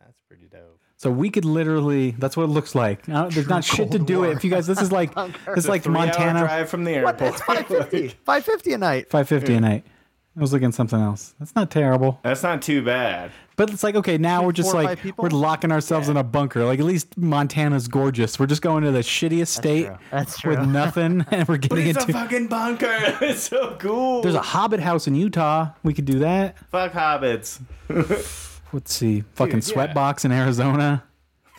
Speaker 3: That's pretty dope.
Speaker 1: So we could literally. That's what it looks like. Now, there's not shit to do it. If you guys, this is like this is like
Speaker 2: Three-hour
Speaker 1: Montana
Speaker 2: drive from the
Speaker 5: What?
Speaker 2: airport.
Speaker 5: It's 550. 550 a night.
Speaker 1: five fifty a night. I was looking at something else. That's not terrible.
Speaker 2: That's not too bad.
Speaker 1: But it's like, okay, now we're just
Speaker 5: Uh, four or
Speaker 1: like
Speaker 5: five people?
Speaker 1: we're locking ourselves in a bunker. Like at least Montana's gorgeous. We're just going to the shittiest state
Speaker 5: That's
Speaker 1: with
Speaker 5: true.
Speaker 1: nothing, and we're
Speaker 2: But
Speaker 1: getting
Speaker 2: it's a
Speaker 1: into.
Speaker 2: fucking bunker. It's so cool.
Speaker 1: There's a Hobbit house in Utah. We could do that.
Speaker 2: fuck hobbits.
Speaker 1: Let's see, fucking sweatbox in Arizona.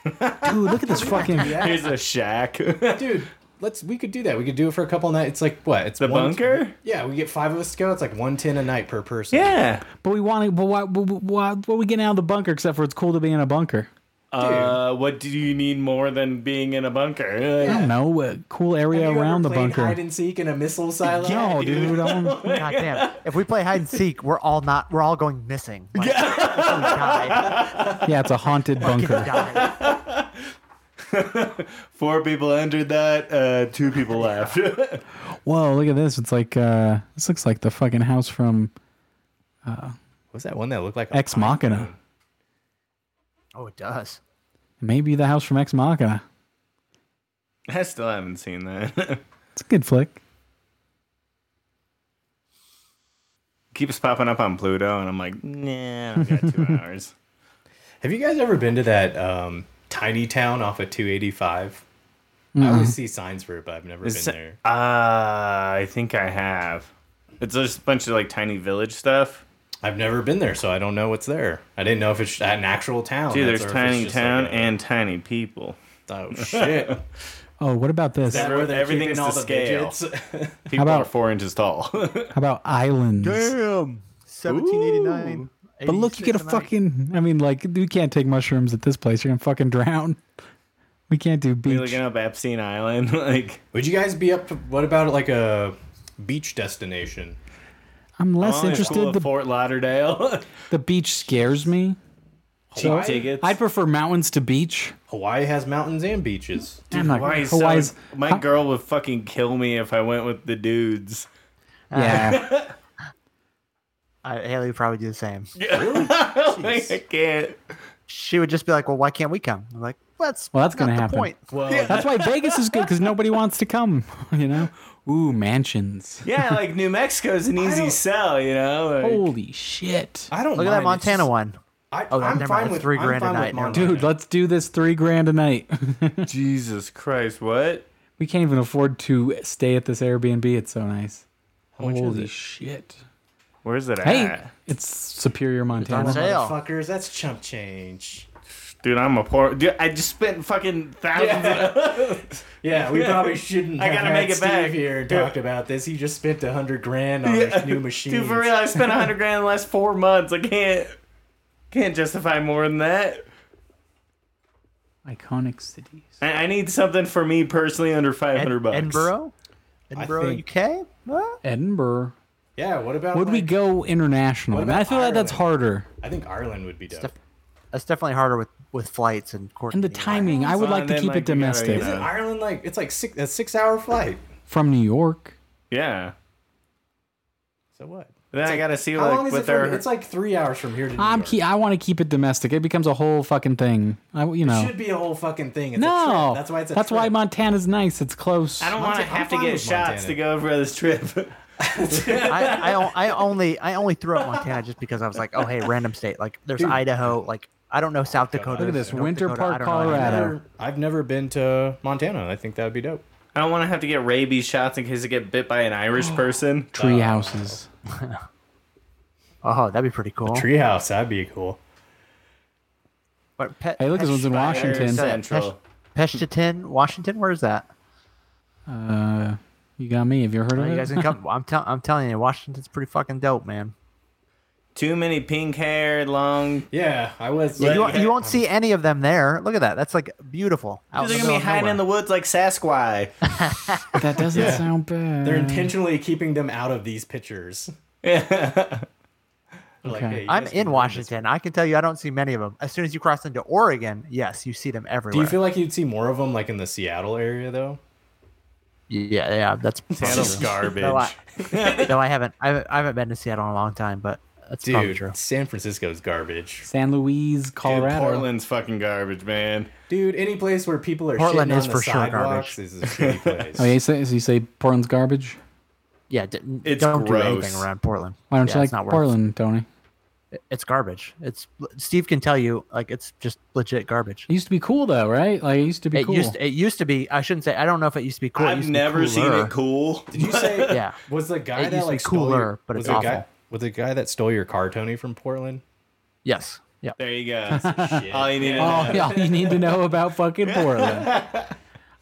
Speaker 1: Dude, look at this fucking.
Speaker 2: Here's a shack.
Speaker 3: dude. Let's we could do that. We could do it for a couple nights. It's like what? It's
Speaker 2: The
Speaker 3: one-
Speaker 2: bunker?
Speaker 3: Yeah, we get five of us to go. It's like one ten a night per person.
Speaker 2: Yeah.
Speaker 1: But we want to. But why, why, why? What are we getting out of the bunker? Except for it's cool to be in a bunker.
Speaker 2: Uh, what do you need more than being in a bunker? Uh,
Speaker 1: I don't know. A cool area
Speaker 3: Have you ever
Speaker 1: around the
Speaker 3: played
Speaker 1: bunker.
Speaker 3: Hide and seek in a missile silo.
Speaker 1: no, dude. I'm-
Speaker 5: God damn. If we play hide and seek, we're all not we're all going missing. Like, we die.
Speaker 1: yeah, it's a haunted
Speaker 5: We
Speaker 1: bunker.
Speaker 5: die.
Speaker 2: Four people entered that. Uh, two people left.
Speaker 1: Whoa, look at this. It's like uh this looks like the fucking house from
Speaker 3: What's that one that looked like a
Speaker 1: Ex
Speaker 3: pine
Speaker 1: Machina.
Speaker 3: cone?
Speaker 5: Oh, it does.
Speaker 1: Maybe the house from Ex Machina.
Speaker 2: I still haven't seen that.
Speaker 1: It's a good flick.
Speaker 2: Keeps popping up on Pluto, and I'm like, nah, I got two hours.
Speaker 3: Have you guys ever been to that um, tiny town off of 285? I always see signs for it, but I've never
Speaker 2: Is
Speaker 3: been
Speaker 2: it-
Speaker 3: there.
Speaker 2: Uh, I think I have. It's just a bunch of like tiny village stuff.
Speaker 3: I've never been there, so I don't know what's there. I didn't know if it's an actual town.
Speaker 2: Dude,
Speaker 3: that's-
Speaker 2: there's
Speaker 3: or if it's
Speaker 2: tiny
Speaker 3: just like
Speaker 2: town
Speaker 3: a-
Speaker 2: and tiny people.
Speaker 3: oh shit. Is
Speaker 1: Oh, what about this?
Speaker 3: that
Speaker 1: How
Speaker 3: where they're
Speaker 2: Everything's
Speaker 3: keeping all
Speaker 2: to
Speaker 3: the
Speaker 2: scale.
Speaker 3: digits?
Speaker 2: People
Speaker 1: about-
Speaker 2: are four inches tall.
Speaker 1: about islands?
Speaker 5: Damn. 1789.
Speaker 1: But look, you get a
Speaker 5: 86, 90.
Speaker 1: fucking I mean like you can't take mushrooms at this place. You're gonna fucking drown. We can't do
Speaker 2: You're
Speaker 1: beach.
Speaker 2: looking up Epstein Island, like
Speaker 3: Would you guys be up? To, what about like a beach destination?
Speaker 1: I'm less
Speaker 2: oh,
Speaker 1: interested.
Speaker 2: cool,
Speaker 1: the,
Speaker 2: Fort Lauderdale.
Speaker 1: the beach scares me.
Speaker 2: Cheap
Speaker 3: Hawaii?
Speaker 2: tickets.
Speaker 1: I'd prefer mountains to beach.
Speaker 3: Hawaii has mountains and beaches.
Speaker 1: I'm not,
Speaker 2: Why is
Speaker 1: Hawaii's
Speaker 2: so, my girl would fucking kill me if I went with the dudes.
Speaker 1: yeah.
Speaker 5: Uh, Haley would probably do the same.
Speaker 2: Like, I can't.
Speaker 5: She would just be like, "Well, why can't we come?" I'm like, well, "That's
Speaker 1: Well, that's
Speaker 5: not
Speaker 1: gonna
Speaker 5: the
Speaker 1: happen.
Speaker 5: point."
Speaker 3: Well,
Speaker 1: That's why Vegas is good because nobody wants to come. You know. Ooh, mansions.
Speaker 2: Yeah, like New Mexico's an easy sell, you know. Like,
Speaker 1: Holy shit.
Speaker 3: I don't.
Speaker 5: Look at that
Speaker 3: mind, it's
Speaker 5: Montana
Speaker 3: just-
Speaker 5: one.
Speaker 3: I,
Speaker 5: Oh,
Speaker 3: I'm
Speaker 5: never
Speaker 3: fine
Speaker 5: mind,
Speaker 3: with
Speaker 5: three
Speaker 3: I'm
Speaker 5: grand a
Speaker 3: fine with
Speaker 5: night now.
Speaker 3: Montana.
Speaker 1: Dude, let's do this three grand a night.
Speaker 2: Jesus Christ, what?
Speaker 1: we can't even afford to stay at this Airbnb. It's so nice.
Speaker 3: is
Speaker 1: Holy
Speaker 3: it?
Speaker 1: shit.
Speaker 2: Where's it
Speaker 1: Hey,
Speaker 2: at?
Speaker 1: it's Superior, Montana.
Speaker 5: on sale.
Speaker 3: Fuckers, that's chump change.
Speaker 2: Dude, I'm a poor. Dude, I just spent fucking thousands. Of,
Speaker 3: Yeah, we probably shouldn't.
Speaker 2: I
Speaker 3: have
Speaker 2: gotta
Speaker 3: had
Speaker 2: make it
Speaker 3: Steve
Speaker 2: back.
Speaker 3: here and talked about this. He just spent a hundred grand on this new machine.
Speaker 2: dude, for real, I spent a hundred grand in the last four months. I can't, can't justify more than that.
Speaker 1: Iconic cities.
Speaker 2: I, I need something for me personally under five
Speaker 5: Ed-
Speaker 2: hundred bucks.
Speaker 5: Edinburgh, Edinburgh,
Speaker 1: think-
Speaker 5: UK. What?
Speaker 1: Edinburgh.
Speaker 3: Yeah, what about?
Speaker 1: Would we
Speaker 3: like-
Speaker 1: go international?
Speaker 3: What
Speaker 1: And I
Speaker 3: about
Speaker 1: feel like that's harder.
Speaker 3: I think Ireland would be dope.
Speaker 5: Stuff- That's definitely harder with with flights and
Speaker 1: And the
Speaker 5: coordinating.
Speaker 1: timing, I would
Speaker 2: Well,
Speaker 1: like
Speaker 2: and
Speaker 1: to
Speaker 2: then,
Speaker 1: keep
Speaker 2: like,
Speaker 1: it
Speaker 2: you gotta-
Speaker 1: domestic.
Speaker 3: Isn't
Speaker 2: Yeah.
Speaker 3: Ireland like it's like six, a six-hour flight?
Speaker 1: From New York.
Speaker 2: Yeah.
Speaker 3: So what?
Speaker 2: Then I gotta see
Speaker 3: How
Speaker 2: like
Speaker 3: long is
Speaker 2: with
Speaker 3: it from?
Speaker 2: her-
Speaker 3: It's like three hours from here to New
Speaker 1: I'm
Speaker 3: York.
Speaker 1: key, I want to keep it domestic. It becomes a whole fucking thing. I, you
Speaker 3: It
Speaker 1: know.
Speaker 3: should be a whole fucking thing. It's a
Speaker 1: No.
Speaker 3: trip. that's why it's a
Speaker 1: That's why
Speaker 3: trip.
Speaker 1: Montana's nice. It's close.
Speaker 2: I don't want to
Speaker 3: Montana- I'm
Speaker 2: have to
Speaker 3: fine
Speaker 2: get
Speaker 3: with
Speaker 2: shots
Speaker 3: Montana.
Speaker 2: to go for this trip.
Speaker 5: I, I, o- I only I only threw out Montana just because I was like, oh hey, random state. Like there's Idaho. Like I don't know South Dakota.
Speaker 1: Look at this,
Speaker 5: North
Speaker 1: Winter
Speaker 5: Dakota,
Speaker 1: Park,
Speaker 5: I don't know any of
Speaker 1: Colorado.
Speaker 5: that.
Speaker 3: Never- I've never been to Montana. I think that would be dope.
Speaker 2: I don't want to have to get rabies shots in case I get bit by an Irish person.
Speaker 1: Tree houses.
Speaker 5: Oh, that'd be pretty cool.
Speaker 3: Treehouse, that'd be cool.
Speaker 5: But Pe-
Speaker 1: Hey, look, this one's in
Speaker 5: Peshtian-
Speaker 1: Washington.
Speaker 2: Central.
Speaker 5: Peshtian, Washington. Where is that?
Speaker 1: Uh, you got me. Have you heard
Speaker 5: Are
Speaker 1: of
Speaker 5: you
Speaker 1: it?
Speaker 5: guys gonna come? I'm, tell- I'm telling you, Washington's pretty fucking dope, man.
Speaker 2: Too many pink hair, long.
Speaker 3: Yeah, I was.
Speaker 5: Yeah, you, won't- you won't see any of them there. Look at that. That's like beautiful. Out
Speaker 2: They're gonna
Speaker 5: in the
Speaker 2: be
Speaker 5: middle of
Speaker 2: hiding in the
Speaker 5: nowhere.
Speaker 2: woods like Sasquatch.
Speaker 1: That doesn't
Speaker 3: Yeah.
Speaker 1: sound bad.
Speaker 3: They're intentionally keeping them out of these pictures. They're like,
Speaker 1: Okay.
Speaker 3: "Hey, you
Speaker 5: I'm
Speaker 3: guys can
Speaker 5: in
Speaker 3: do
Speaker 5: Washington. I can tell you, I don't see many of them. As soon as you cross into Oregon, yes, you see them everywhere.
Speaker 3: this." Do you feel like you'd see more of them like in the Seattle area though?
Speaker 5: Yeah, yeah, that's
Speaker 2: Seattle's garbage.
Speaker 5: No, I, Oh, no, I haven't. I haven't, I haven't been to Seattle in a long time, but that's probably true.
Speaker 3: Dude, San Francisco's garbage.
Speaker 1: San Luis,
Speaker 2: Dude,
Speaker 1: Colorado.
Speaker 2: Portland's fucking garbage, man.
Speaker 3: Dude, any place where people are
Speaker 5: Portland
Speaker 3: shitting
Speaker 5: is
Speaker 3: on the
Speaker 5: for sure
Speaker 3: sidewalks is a shitty place.
Speaker 1: Oh, yeah, you say, so you say Portland's garbage?
Speaker 5: yeah, d-
Speaker 2: It's
Speaker 5: don't do
Speaker 2: gross.
Speaker 5: anything around Portland.
Speaker 1: Why don't
Speaker 5: Yeah,
Speaker 1: you
Speaker 5: it's
Speaker 1: like
Speaker 5: not worth it.
Speaker 1: Portland, Tony?
Speaker 5: It's garbage. It's Steve can tell you like it's just legit garbage.
Speaker 1: It used to be cool though, right? Like it used to be
Speaker 5: It
Speaker 1: cool.
Speaker 5: used it used to be. I shouldn't say. I don't know if it used to be cool. It used
Speaker 2: I've
Speaker 5: to be
Speaker 2: never seen
Speaker 5: cooler.
Speaker 2: it cool.
Speaker 3: Did you say?
Speaker 5: Yeah.
Speaker 3: Was the guy
Speaker 5: It used
Speaker 3: that
Speaker 5: to be
Speaker 3: like stole your-
Speaker 5: cooler, but
Speaker 3: was
Speaker 5: it's
Speaker 3: the guy-
Speaker 5: awful.
Speaker 3: was the guy that stole your car, Tony, from Portland?
Speaker 5: Yes. Yeah.
Speaker 2: There you go. All you need to know.
Speaker 1: oh, yeah, you need to know about fucking Portland.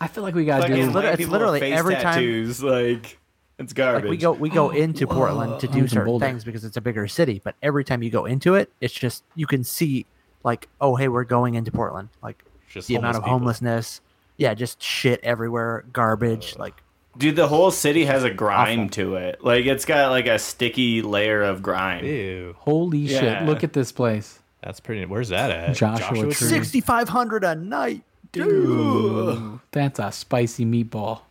Speaker 1: I feel like we gotta
Speaker 2: Fucking
Speaker 1: do.
Speaker 5: It's lit-
Speaker 2: white
Speaker 5: it's
Speaker 2: people
Speaker 5: literally
Speaker 2: with face
Speaker 5: every time-
Speaker 2: tattoos, like it's garbage.
Speaker 5: Like we go we
Speaker 1: Oh,
Speaker 5: go into Portland to do
Speaker 1: in
Speaker 5: certain
Speaker 1: Boulder.
Speaker 5: things because it's a bigger city, but every time you go into it, it's just you can see like oh hey we're going into Portland like
Speaker 3: Just
Speaker 5: the amount of
Speaker 3: homeless
Speaker 5: homelessness, yeah, just shit everywhere, garbage like
Speaker 2: Dude, the whole city has a grime to it. Like it's got like a sticky layer of grime.
Speaker 3: people. Ew,
Speaker 1: Holy
Speaker 2: Yeah.
Speaker 1: shit! Look at this place.
Speaker 3: that's pretty. Where's that at?
Speaker 1: Joshua Tree.
Speaker 3: Tree?
Speaker 5: sixty five hundred a night.
Speaker 1: That's a spicy meatball.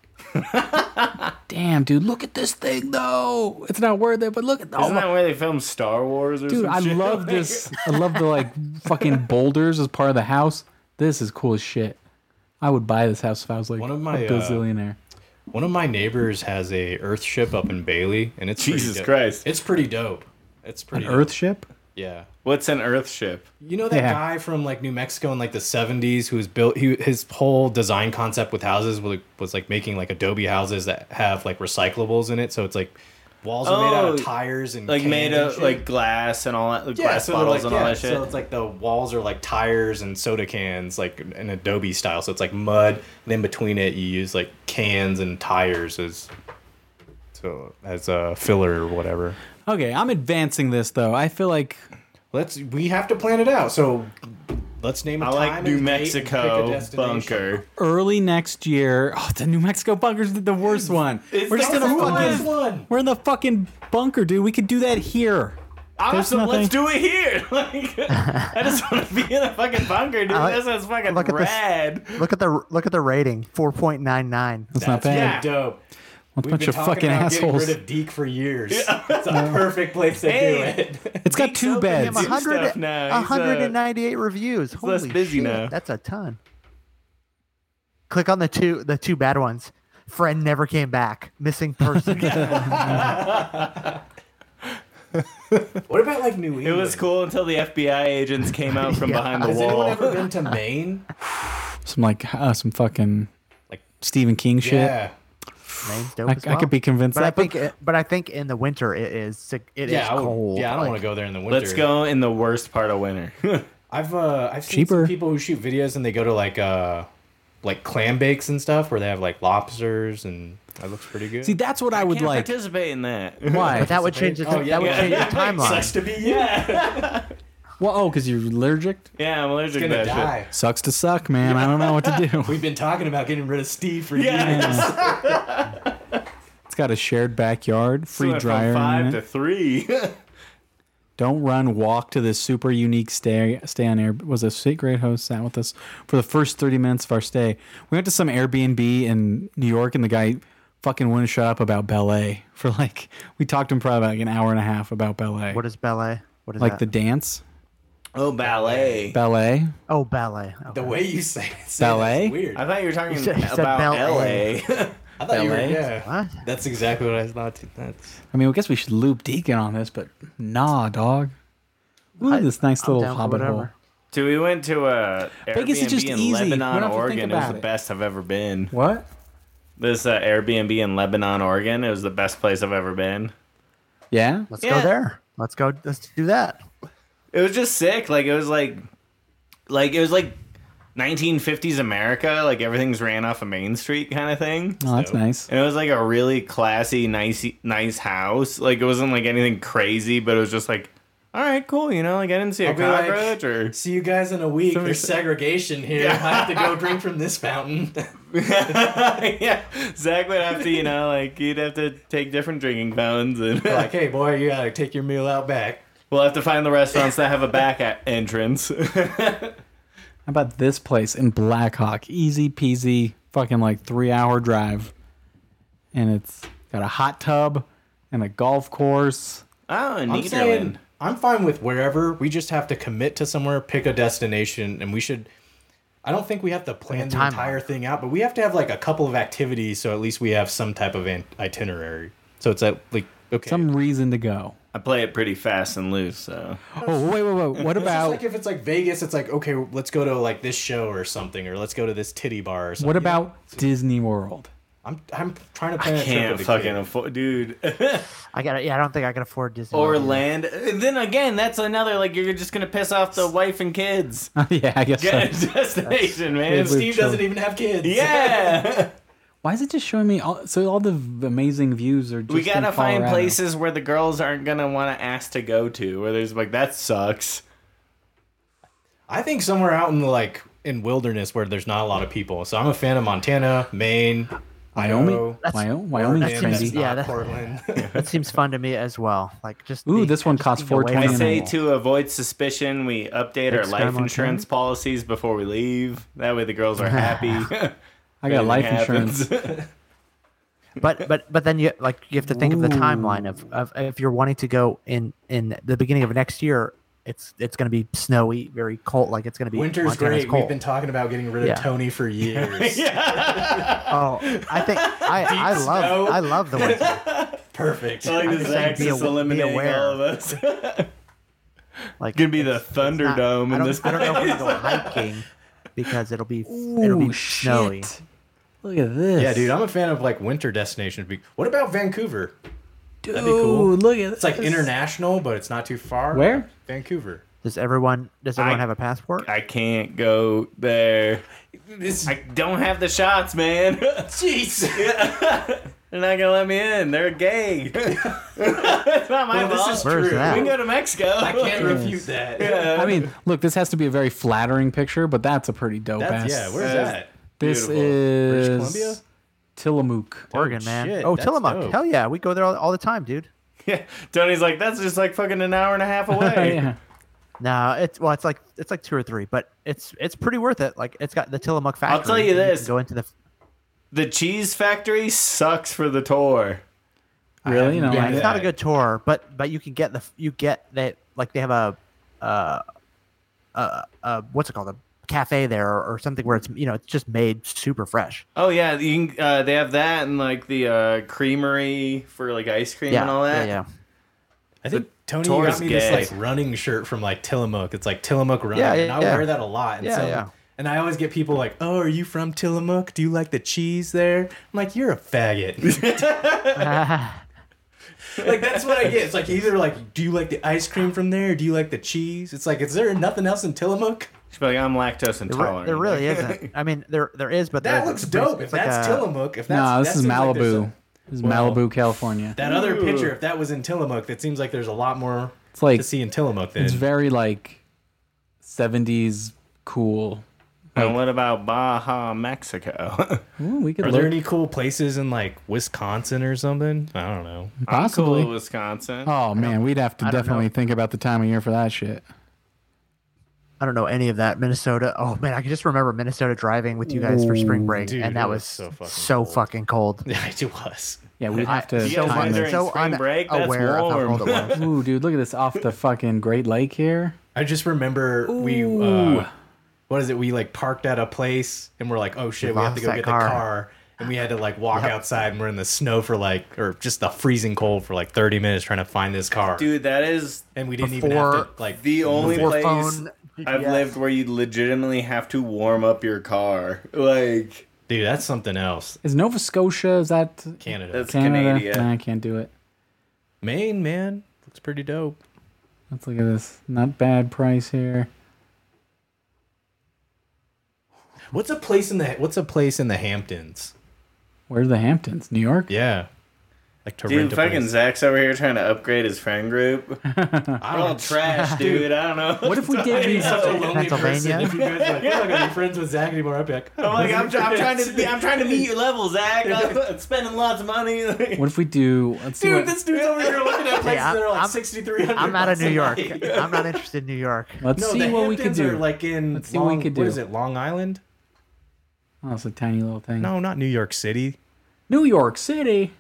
Speaker 1: Damn, dude! Look at this thing though. It's not worth it, but look at oh
Speaker 2: Isn't
Speaker 1: my-
Speaker 2: that where they filmed Star Wars or
Speaker 1: dude!
Speaker 2: some
Speaker 1: I
Speaker 2: shit?
Speaker 1: love this. I love the like fucking boulders as part of the house. This is cool as shit. I would buy this house if I was like
Speaker 3: One of my,
Speaker 1: a
Speaker 3: uh,
Speaker 1: bazillionaire.
Speaker 3: One of my neighbors has a Earth ship up in Bailey, and it's pretty
Speaker 2: Jesus
Speaker 3: dope.
Speaker 2: Christ.
Speaker 3: It's pretty dope. It's pretty
Speaker 1: An
Speaker 3: dope.
Speaker 1: Earth ship?
Speaker 3: Yeah.
Speaker 2: What's an Earth ship?
Speaker 3: You know that
Speaker 1: Yeah.
Speaker 3: guy from like New Mexico in like the '70s who was built. He, his whole design concept with houses was, was like making like Adobe houses that have like recyclables in it. So it's like walls are made out
Speaker 2: Oh,
Speaker 3: of tires and
Speaker 2: Like
Speaker 3: cans
Speaker 2: made
Speaker 3: and
Speaker 2: of
Speaker 3: shit.
Speaker 2: like glass and all that, like
Speaker 3: yeah,
Speaker 2: glass
Speaker 3: so they're,
Speaker 2: bottles
Speaker 3: like,
Speaker 2: and
Speaker 3: yeah,
Speaker 2: all that shit.
Speaker 3: So it's like the walls are like tires and soda cans, like an Adobe style. So it's like mud. And in between it, you use like cans and tires as so as a filler or whatever.
Speaker 1: Okay, I'm advancing this though. I feel like
Speaker 3: Let's we have to plan it out. So let's name. a
Speaker 2: I
Speaker 3: time
Speaker 2: like New
Speaker 3: and date and pick a
Speaker 2: Mexico
Speaker 3: destination.
Speaker 2: bunker.
Speaker 1: early next year. Oh, the New Mexico bunker's the worst one. We're just in a
Speaker 3: That's the last
Speaker 1: fucking.
Speaker 3: one.
Speaker 1: We're in the fucking bunker, dude. We could do that here.
Speaker 2: Awesome,
Speaker 1: nothing-
Speaker 2: let's do it here. Like, I just want to be in a fucking bunker, dude.
Speaker 5: I like-
Speaker 2: This is fucking
Speaker 5: look at this-
Speaker 2: rad.
Speaker 5: Look at the look at the rating, four point nine nine.
Speaker 1: That's, not bad.
Speaker 2: yeah.
Speaker 3: Dope.
Speaker 1: With a bunch of fucking assholes.
Speaker 3: Getting rid of Deke for years. It's a perfect place to
Speaker 2: Hey.
Speaker 3: do it.
Speaker 1: it's got two
Speaker 2: open him
Speaker 1: beds.
Speaker 2: up. stuff now. He's, uh,
Speaker 5: 198 reviews. Holy
Speaker 2: less busy
Speaker 5: shit,
Speaker 2: now.
Speaker 5: That's a ton. Click on the two the two bad ones. Friend never came back. Missing person.
Speaker 3: What about like New England?
Speaker 2: It was cool until the FBI agents came out from behind the
Speaker 3: Has anyone
Speaker 2: wall.
Speaker 3: ever been to Maine?
Speaker 1: Some like uh, some fucking like
Speaker 3: Like-
Speaker 1: Stephen King shit.
Speaker 3: Yeah.
Speaker 5: Name's dope
Speaker 1: I,
Speaker 5: as
Speaker 1: I could
Speaker 5: well.
Speaker 1: be convinced
Speaker 5: But I
Speaker 1: that. But
Speaker 5: think, it, but I think in the winter it is sig- it is
Speaker 3: Yeah, I would-
Speaker 5: cold.
Speaker 3: yeah, I don't
Speaker 5: like,
Speaker 3: want to go there in the winter.
Speaker 2: Let's go in the worst part of winter.
Speaker 3: I've uh, I've seen
Speaker 1: Cheaper.
Speaker 3: some people who shoot videos and they go to like uh, like clam bakes and stuff where they have like lobsters and that looks pretty good.
Speaker 1: see, that's what I, would
Speaker 2: Can't
Speaker 1: like.
Speaker 2: participate in that.
Speaker 1: Why?
Speaker 5: But that would change the
Speaker 3: Oh, yeah,
Speaker 5: that would
Speaker 3: yeah.
Speaker 5: change the
Speaker 3: Sucks
Speaker 5: timeline.
Speaker 3: to be yeah.
Speaker 1: well, oh, because you're allergic.
Speaker 2: Yeah, I'm allergic to
Speaker 3: Gonna
Speaker 2: that shit.
Speaker 3: die.
Speaker 1: Sucks to suck, man. I don't know what to do.
Speaker 3: We've been talking about getting rid of Steve for years.
Speaker 1: It's got a shared backyard, free
Speaker 2: Went
Speaker 1: dryer. in
Speaker 2: From five
Speaker 1: it.
Speaker 2: to three.
Speaker 1: Don't run, walk to this super unique stay. Stay on air was a sweet, great host sat with us for the first thirty minutes of our stay. We went to some Airbnb in New York, and the guy fucking wouldn't shut up about ballet for like we talked to him probably about like an hour and a half about ballet,
Speaker 5: What is ballet? What is
Speaker 1: like
Speaker 5: that?
Speaker 1: the dance
Speaker 2: oh, ballet.
Speaker 1: ballet.
Speaker 5: oh ballet.
Speaker 3: The
Speaker 5: Okay.
Speaker 3: way you say it, say
Speaker 1: Ballet?
Speaker 3: that's weird.
Speaker 2: I thought you were talking
Speaker 5: said- he said
Speaker 2: about
Speaker 5: ballet.
Speaker 2: LA.
Speaker 3: I thought you were,
Speaker 1: ballet?
Speaker 3: yeah.
Speaker 5: What?
Speaker 3: That's exactly what I thought. too. That's
Speaker 1: I mean, I guess we should loop Deacon on this, but nah, dog. Look
Speaker 5: I-
Speaker 1: at this nice
Speaker 5: I'm
Speaker 1: little
Speaker 5: down for
Speaker 1: hobbit hole.
Speaker 5: whatever.
Speaker 2: Dude, we went to a
Speaker 1: Vegas
Speaker 2: Airbnb
Speaker 1: is just
Speaker 2: in
Speaker 1: easy. We don't
Speaker 2: Lebanon,
Speaker 1: have to think
Speaker 2: Oregon. It was
Speaker 1: about
Speaker 2: the
Speaker 1: it.
Speaker 2: best I've ever been.
Speaker 1: What?
Speaker 2: This uh, Airbnb in Lebanon, Oregon. It was the best place I've ever been.
Speaker 1: Yeah.
Speaker 5: Let's
Speaker 2: Yeah.
Speaker 5: go there. Let's go. Let's do that.
Speaker 2: It was just sick. Like it was like, like it was like 1950s America. Like everything's ran off a main street kind of thing.
Speaker 1: Oh, that's nice.
Speaker 2: And it was like a really classy, nice, nice house. Like it wasn't like anything crazy, but it was just like, all right, cool. You know, like I didn't see a
Speaker 3: be like-
Speaker 2: cockroach or
Speaker 3: see you guys in a week. There's segregation here. I have to go drink from this fountain.
Speaker 2: yeah. Zach would have to, you know, like you'd have to take different drinking fountains, and
Speaker 3: like, hey boy, you gotta take your meal out back.
Speaker 2: we'll have to find the restaurants that have a back at entrance.
Speaker 1: How about this place in Blackhawk? Easy peasy, fucking like three hour drive. And it's got a hot tub and a golf course.
Speaker 2: oh,
Speaker 3: I'm
Speaker 2: Nederland.
Speaker 3: saying I'm fine with wherever. We just have to commit to somewhere, pick a destination, and we should. I don't think we have to plan the
Speaker 5: timeline.
Speaker 3: entire thing out, but we have to have like a couple of activities, so at least we have some type of an itinerary. So it's at like okay.
Speaker 1: Some reason to go.
Speaker 2: I play it pretty fast and loose, so
Speaker 1: Oh wait, wait, wait. What
Speaker 3: It's just
Speaker 1: about
Speaker 3: like if it's like Vegas, it's like okay, let's go to like this show or something, or let's go to this titty bar or something.
Speaker 1: what about Disney World?
Speaker 3: I'm I'm trying to
Speaker 2: I
Speaker 3: plan. a trip
Speaker 2: can't
Speaker 3: with a
Speaker 2: fucking
Speaker 3: kid.
Speaker 2: afford, dude.
Speaker 5: I got it. Yeah, I don't think I can afford Disney.
Speaker 2: or
Speaker 5: World.
Speaker 2: land. Then again, that's another like you're just gonna piss off the wife and kids.
Speaker 1: yeah, I guess.
Speaker 2: Get
Speaker 1: So.
Speaker 2: a destination, man. e-,
Speaker 1: Maybe we-
Speaker 3: Steve doesn't even have kids.
Speaker 2: Yeah,
Speaker 1: Why is it just showing me all? So all the v- amazing views are. Just
Speaker 2: we gotta
Speaker 1: in
Speaker 2: find
Speaker 1: Colorado.
Speaker 2: places where the girls aren't gonna want to ask to go to. Where there's like that sucks.
Speaker 3: I think somewhere out in the like in wilderness where there's not a lot of people. So I'm a fan of Montana, Maine,
Speaker 1: Wyoming.
Speaker 3: Idaho,
Speaker 1: Wyoming. Wyoming's
Speaker 5: Oregon,
Speaker 3: that's
Speaker 1: trendy.
Speaker 5: Yeah,
Speaker 3: not
Speaker 5: that-
Speaker 3: Portland.
Speaker 5: That seems fun to me as well. Like just
Speaker 1: Ooh,
Speaker 5: the-
Speaker 1: this one
Speaker 5: just
Speaker 1: costs
Speaker 5: being away from
Speaker 2: I
Speaker 1: Animal.
Speaker 2: say to avoid suspicion, we update our
Speaker 1: Big Sky,
Speaker 2: life
Speaker 1: Montana?
Speaker 2: insurance policies before we leave. That way the girls are happy.
Speaker 1: I got life insurance.
Speaker 2: Happens.
Speaker 5: but but but then you like you have to think of the timeline of, of if you're wanting to go in in the beginning of next year it's it's going to be snowy very cold like it's going to be
Speaker 3: Winter's
Speaker 5: Montana's
Speaker 3: great. We've
Speaker 5: cold.
Speaker 3: been talking about getting rid of
Speaker 5: Yeah.
Speaker 3: Tony for years.
Speaker 5: oh i think i i love
Speaker 3: snow.
Speaker 5: i love the winter
Speaker 3: Perfect.
Speaker 2: I like
Speaker 5: just
Speaker 2: this
Speaker 5: saying
Speaker 2: Zach's
Speaker 5: be
Speaker 2: just
Speaker 5: aw- be
Speaker 2: eliminating
Speaker 5: aware.
Speaker 2: all of us.
Speaker 5: like
Speaker 2: Gonna be the
Speaker 5: not-
Speaker 2: Thunderdome
Speaker 5: I
Speaker 2: in
Speaker 5: don't,
Speaker 2: this.
Speaker 5: I don't know if we
Speaker 2: place.
Speaker 5: can go hiking because it'll be it'll be
Speaker 1: Ooh,
Speaker 5: snowy
Speaker 1: shit. Look at this.
Speaker 3: Yeah, dude, I'm a fan of like winter destinations. Be- What about Vancouver?
Speaker 1: Dude,
Speaker 3: be cool.
Speaker 1: look at this.
Speaker 3: It's like international, but it's not too far.
Speaker 1: Where?
Speaker 3: Vancouver.
Speaker 5: does everyone does everyone
Speaker 2: I-
Speaker 5: have a passport
Speaker 2: I can't go there. I don't have the shots, man. Jeez. They're not gonna let me in. They're gay. it's not my fault.
Speaker 5: Where's true. that?
Speaker 2: We can go to Mexico. I can't
Speaker 3: refute that.
Speaker 1: I mean, look, this has to be a very flattering picture, but that's a pretty dope
Speaker 3: That's,
Speaker 1: ass.
Speaker 3: yeah, where's
Speaker 2: That's-
Speaker 3: that?
Speaker 1: this
Speaker 2: beautiful.
Speaker 1: is
Speaker 3: British Columbia?
Speaker 1: Tillamook.
Speaker 5: oregon man
Speaker 3: shit,
Speaker 5: oh
Speaker 3: that's
Speaker 5: tillamook
Speaker 3: dope.
Speaker 5: hell yeah we go there all, all the time dude
Speaker 2: Yeah. Tony's like, that's just like fucking an hour and a half away.
Speaker 1: yeah.
Speaker 5: No, it's well, it's like it's like two or three, but it's it's pretty worth it. Like it's got the Tillamook factory.
Speaker 2: I'll tell you
Speaker 5: can
Speaker 2: this.
Speaker 5: go into the
Speaker 2: The cheese factory sucks for the tour.
Speaker 1: Really? You know,
Speaker 5: yeah,
Speaker 1: like-
Speaker 5: it's not a good tour, but but you can get the you get that like they have a uh uh uh what's it called a cafe there or, or something where it's you know it's just made super fresh.
Speaker 2: Oh yeah, you can, uh, they have that and like the uh, creamery for like ice cream
Speaker 5: Yeah,
Speaker 2: and all that.
Speaker 5: yeah,
Speaker 3: I think Tony
Speaker 2: tour
Speaker 3: got
Speaker 2: is
Speaker 3: me
Speaker 2: gay.
Speaker 3: this like running shirt from like Tillamook. It's like Tillamook running.
Speaker 5: Yeah, yeah,
Speaker 3: and I
Speaker 5: yeah.
Speaker 3: wear that a lot. And
Speaker 5: Yeah,
Speaker 3: so,
Speaker 5: yeah.
Speaker 3: And I always get people like, "Oh, are you from Tillamook? Do you like the cheese there?" I'm like, "You're a faggot."
Speaker 5: yeah.
Speaker 3: like that's what I get. It's like either like, "Do you like the ice cream from there? Or do you like the cheese?" It's like, is there nothing else in Tillamook?
Speaker 2: She's like, I'm lactose
Speaker 5: there, re-
Speaker 2: intolerant.
Speaker 5: there really isn't. I mean, there there is, but
Speaker 3: That
Speaker 5: there's-
Speaker 3: looks
Speaker 5: it's pretty-
Speaker 3: dope. If
Speaker 5: it's like
Speaker 3: that's
Speaker 5: a-
Speaker 3: Tillamook, if that's
Speaker 1: Nah,
Speaker 3: that
Speaker 1: this is
Speaker 3: seems like there's
Speaker 1: Malibu.
Speaker 3: a-
Speaker 1: this is
Speaker 3: Well-
Speaker 1: Malibu, California.
Speaker 3: that other
Speaker 2: Ooh.
Speaker 3: picture, if that was in Tillamook, that seems like there's a lot more
Speaker 1: It's like
Speaker 3: to see in Tillamook than
Speaker 1: it's very like 70s cool.
Speaker 2: And what about Baja, Mexico?
Speaker 1: Ooh, we could
Speaker 3: Are
Speaker 1: look
Speaker 3: there any cool places in like Wisconsin or something? I don't know.
Speaker 1: possibly.
Speaker 2: Cool, Wisconsin.
Speaker 1: Oh man, we'd have to
Speaker 5: don't
Speaker 1: definitely
Speaker 5: know.
Speaker 1: think about the time of year for that shit.
Speaker 5: I don't know any of that. Minnesota. Oh man, I can just remember Minnesota driving with you guys for spring break,
Speaker 3: dude,
Speaker 5: and
Speaker 3: it
Speaker 5: that
Speaker 3: was
Speaker 5: was
Speaker 3: so
Speaker 5: so
Speaker 3: fucking
Speaker 5: fucking
Speaker 3: cold.
Speaker 5: cold.
Speaker 3: Yeah, it was.
Speaker 1: Yeah, we'd have to
Speaker 2: you guys
Speaker 1: time
Speaker 2: went
Speaker 1: this.
Speaker 2: during spring
Speaker 5: una-
Speaker 2: break? That's
Speaker 5: aware of how
Speaker 2: warm.
Speaker 5: cold it was.
Speaker 1: Ooh, dude, look at this off the fucking Great Lake here.
Speaker 3: I just remember we uh, what is it? We like parked at a place and we're like, oh shit, we have to
Speaker 5: lost
Speaker 3: go
Speaker 5: that
Speaker 3: get the
Speaker 5: car.
Speaker 3: car. And we had to like walk outside and we're in the snow for like or just the freezing cold for like 30 minutes trying to find this car.
Speaker 2: Dude, that is
Speaker 3: and we didn't even have to
Speaker 5: before
Speaker 3: like
Speaker 2: the only
Speaker 5: Before
Speaker 2: place
Speaker 5: phone,
Speaker 2: I've
Speaker 5: GPS.
Speaker 2: lived where you legitimately have to warm up your car. Like
Speaker 3: dude, that's something else.
Speaker 1: Is Nova Scotia? Is that
Speaker 3: Canada.
Speaker 2: That's-
Speaker 1: Canada?
Speaker 2: Canada.
Speaker 1: Nah, I can't do it.
Speaker 3: Maine, man. Looks pretty dope.
Speaker 1: Let's look at this. Not bad price here.
Speaker 3: What's a place in the what's a place in the Hamptons?
Speaker 1: Where's the Hamptons? New York?
Speaker 3: Yeah. Like to
Speaker 2: dude,
Speaker 3: rent a
Speaker 2: fucking
Speaker 3: place.
Speaker 2: Zach's over here trying to upgrade his friend group. We're
Speaker 3: I
Speaker 2: all
Speaker 3: don't
Speaker 2: trash, dude. I don't know.
Speaker 1: What if we did
Speaker 3: be
Speaker 1: these?
Speaker 3: such a lonely
Speaker 5: Pennsylvania?
Speaker 3: person if you guys like, we're not gonna be friends with Zach anymore. I'd be like, "Oh,
Speaker 2: I'm like, I'm, I'm trying to be, I'm trying to meet your level, Zach. I'm spending lots of money.
Speaker 1: What if we do? Let's see
Speaker 3: dude,
Speaker 1: what,
Speaker 3: this dude's over here looking at places
Speaker 5: I'm-
Speaker 3: that are like
Speaker 5: I'm-
Speaker 3: sixty three hundred.
Speaker 5: I'm out of New York. I'm not interested in New York.
Speaker 1: let's
Speaker 3: No,
Speaker 1: see
Speaker 3: the
Speaker 1: what we could
Speaker 3: Hamptons
Speaker 1: do.
Speaker 3: are like in.
Speaker 1: Let's see what we
Speaker 3: Long-
Speaker 1: could
Speaker 3: What
Speaker 1: do.
Speaker 3: is it? Long Island?
Speaker 1: oh, it's a tiny little thing.
Speaker 3: No, not New York City.
Speaker 1: New York City.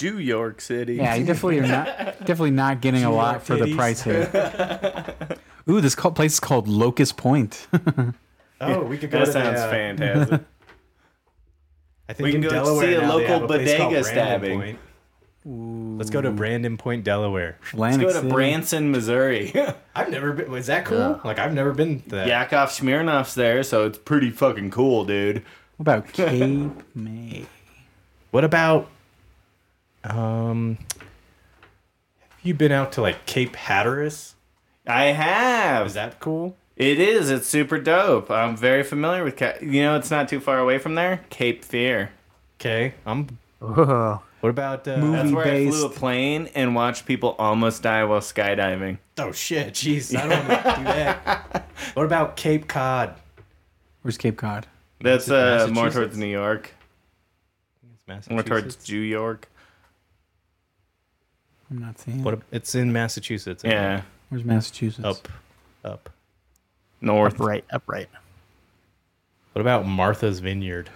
Speaker 2: New York City.
Speaker 1: Yeah, you definitely are not definitely not getting a lot for the
Speaker 3: titties.
Speaker 1: price here. Ooh, this called, place is called Locust Point.
Speaker 3: Oh, we could go
Speaker 2: that
Speaker 3: to the,
Speaker 2: sounds
Speaker 3: uh,
Speaker 2: fantastic.
Speaker 3: I think
Speaker 2: We can
Speaker 3: in
Speaker 2: go
Speaker 3: Delaware
Speaker 2: see a
Speaker 3: now they
Speaker 2: local
Speaker 3: have a place
Speaker 2: bodega
Speaker 3: called Random
Speaker 2: stabbing.
Speaker 3: Point. Let's go to Brandon Point, Delaware.
Speaker 1: Atlantic
Speaker 2: Let's go to
Speaker 1: City.
Speaker 2: Branson, Missouri.
Speaker 3: I've never been. Was that cool?
Speaker 2: Yeah.
Speaker 3: Like I've never been to that.
Speaker 2: Yakov Smirnoff's there, so it's pretty fucking cool, dude.
Speaker 1: What about Cape May?
Speaker 3: What about um? Have you been out to like Cape Hatteras?
Speaker 2: I have.
Speaker 3: Is that cool?
Speaker 2: It is. It's super dope. I'm very familiar with. Ca- you know, it's not too far away from there. Cape Fear.
Speaker 3: Okay. I'm.
Speaker 5: Whoa.
Speaker 3: What about uh,
Speaker 2: That's where I
Speaker 1: Movie-based.
Speaker 2: flew a plane and watched people almost die while skydiving.
Speaker 3: Oh shit! Jeez, I don't want to do that. What about Cape Cod?
Speaker 1: Where's Cape Cod?
Speaker 2: That's uh, more
Speaker 3: Massachusetts?
Speaker 2: towards New York. More towards New York.
Speaker 1: I'm not seeing.
Speaker 3: What? ab- It's in Massachusetts. I
Speaker 2: Yeah,
Speaker 1: Where's Massachusetts?
Speaker 3: think. Up, up.
Speaker 2: north.
Speaker 5: Right, upright.
Speaker 3: What about Martha's Vineyard?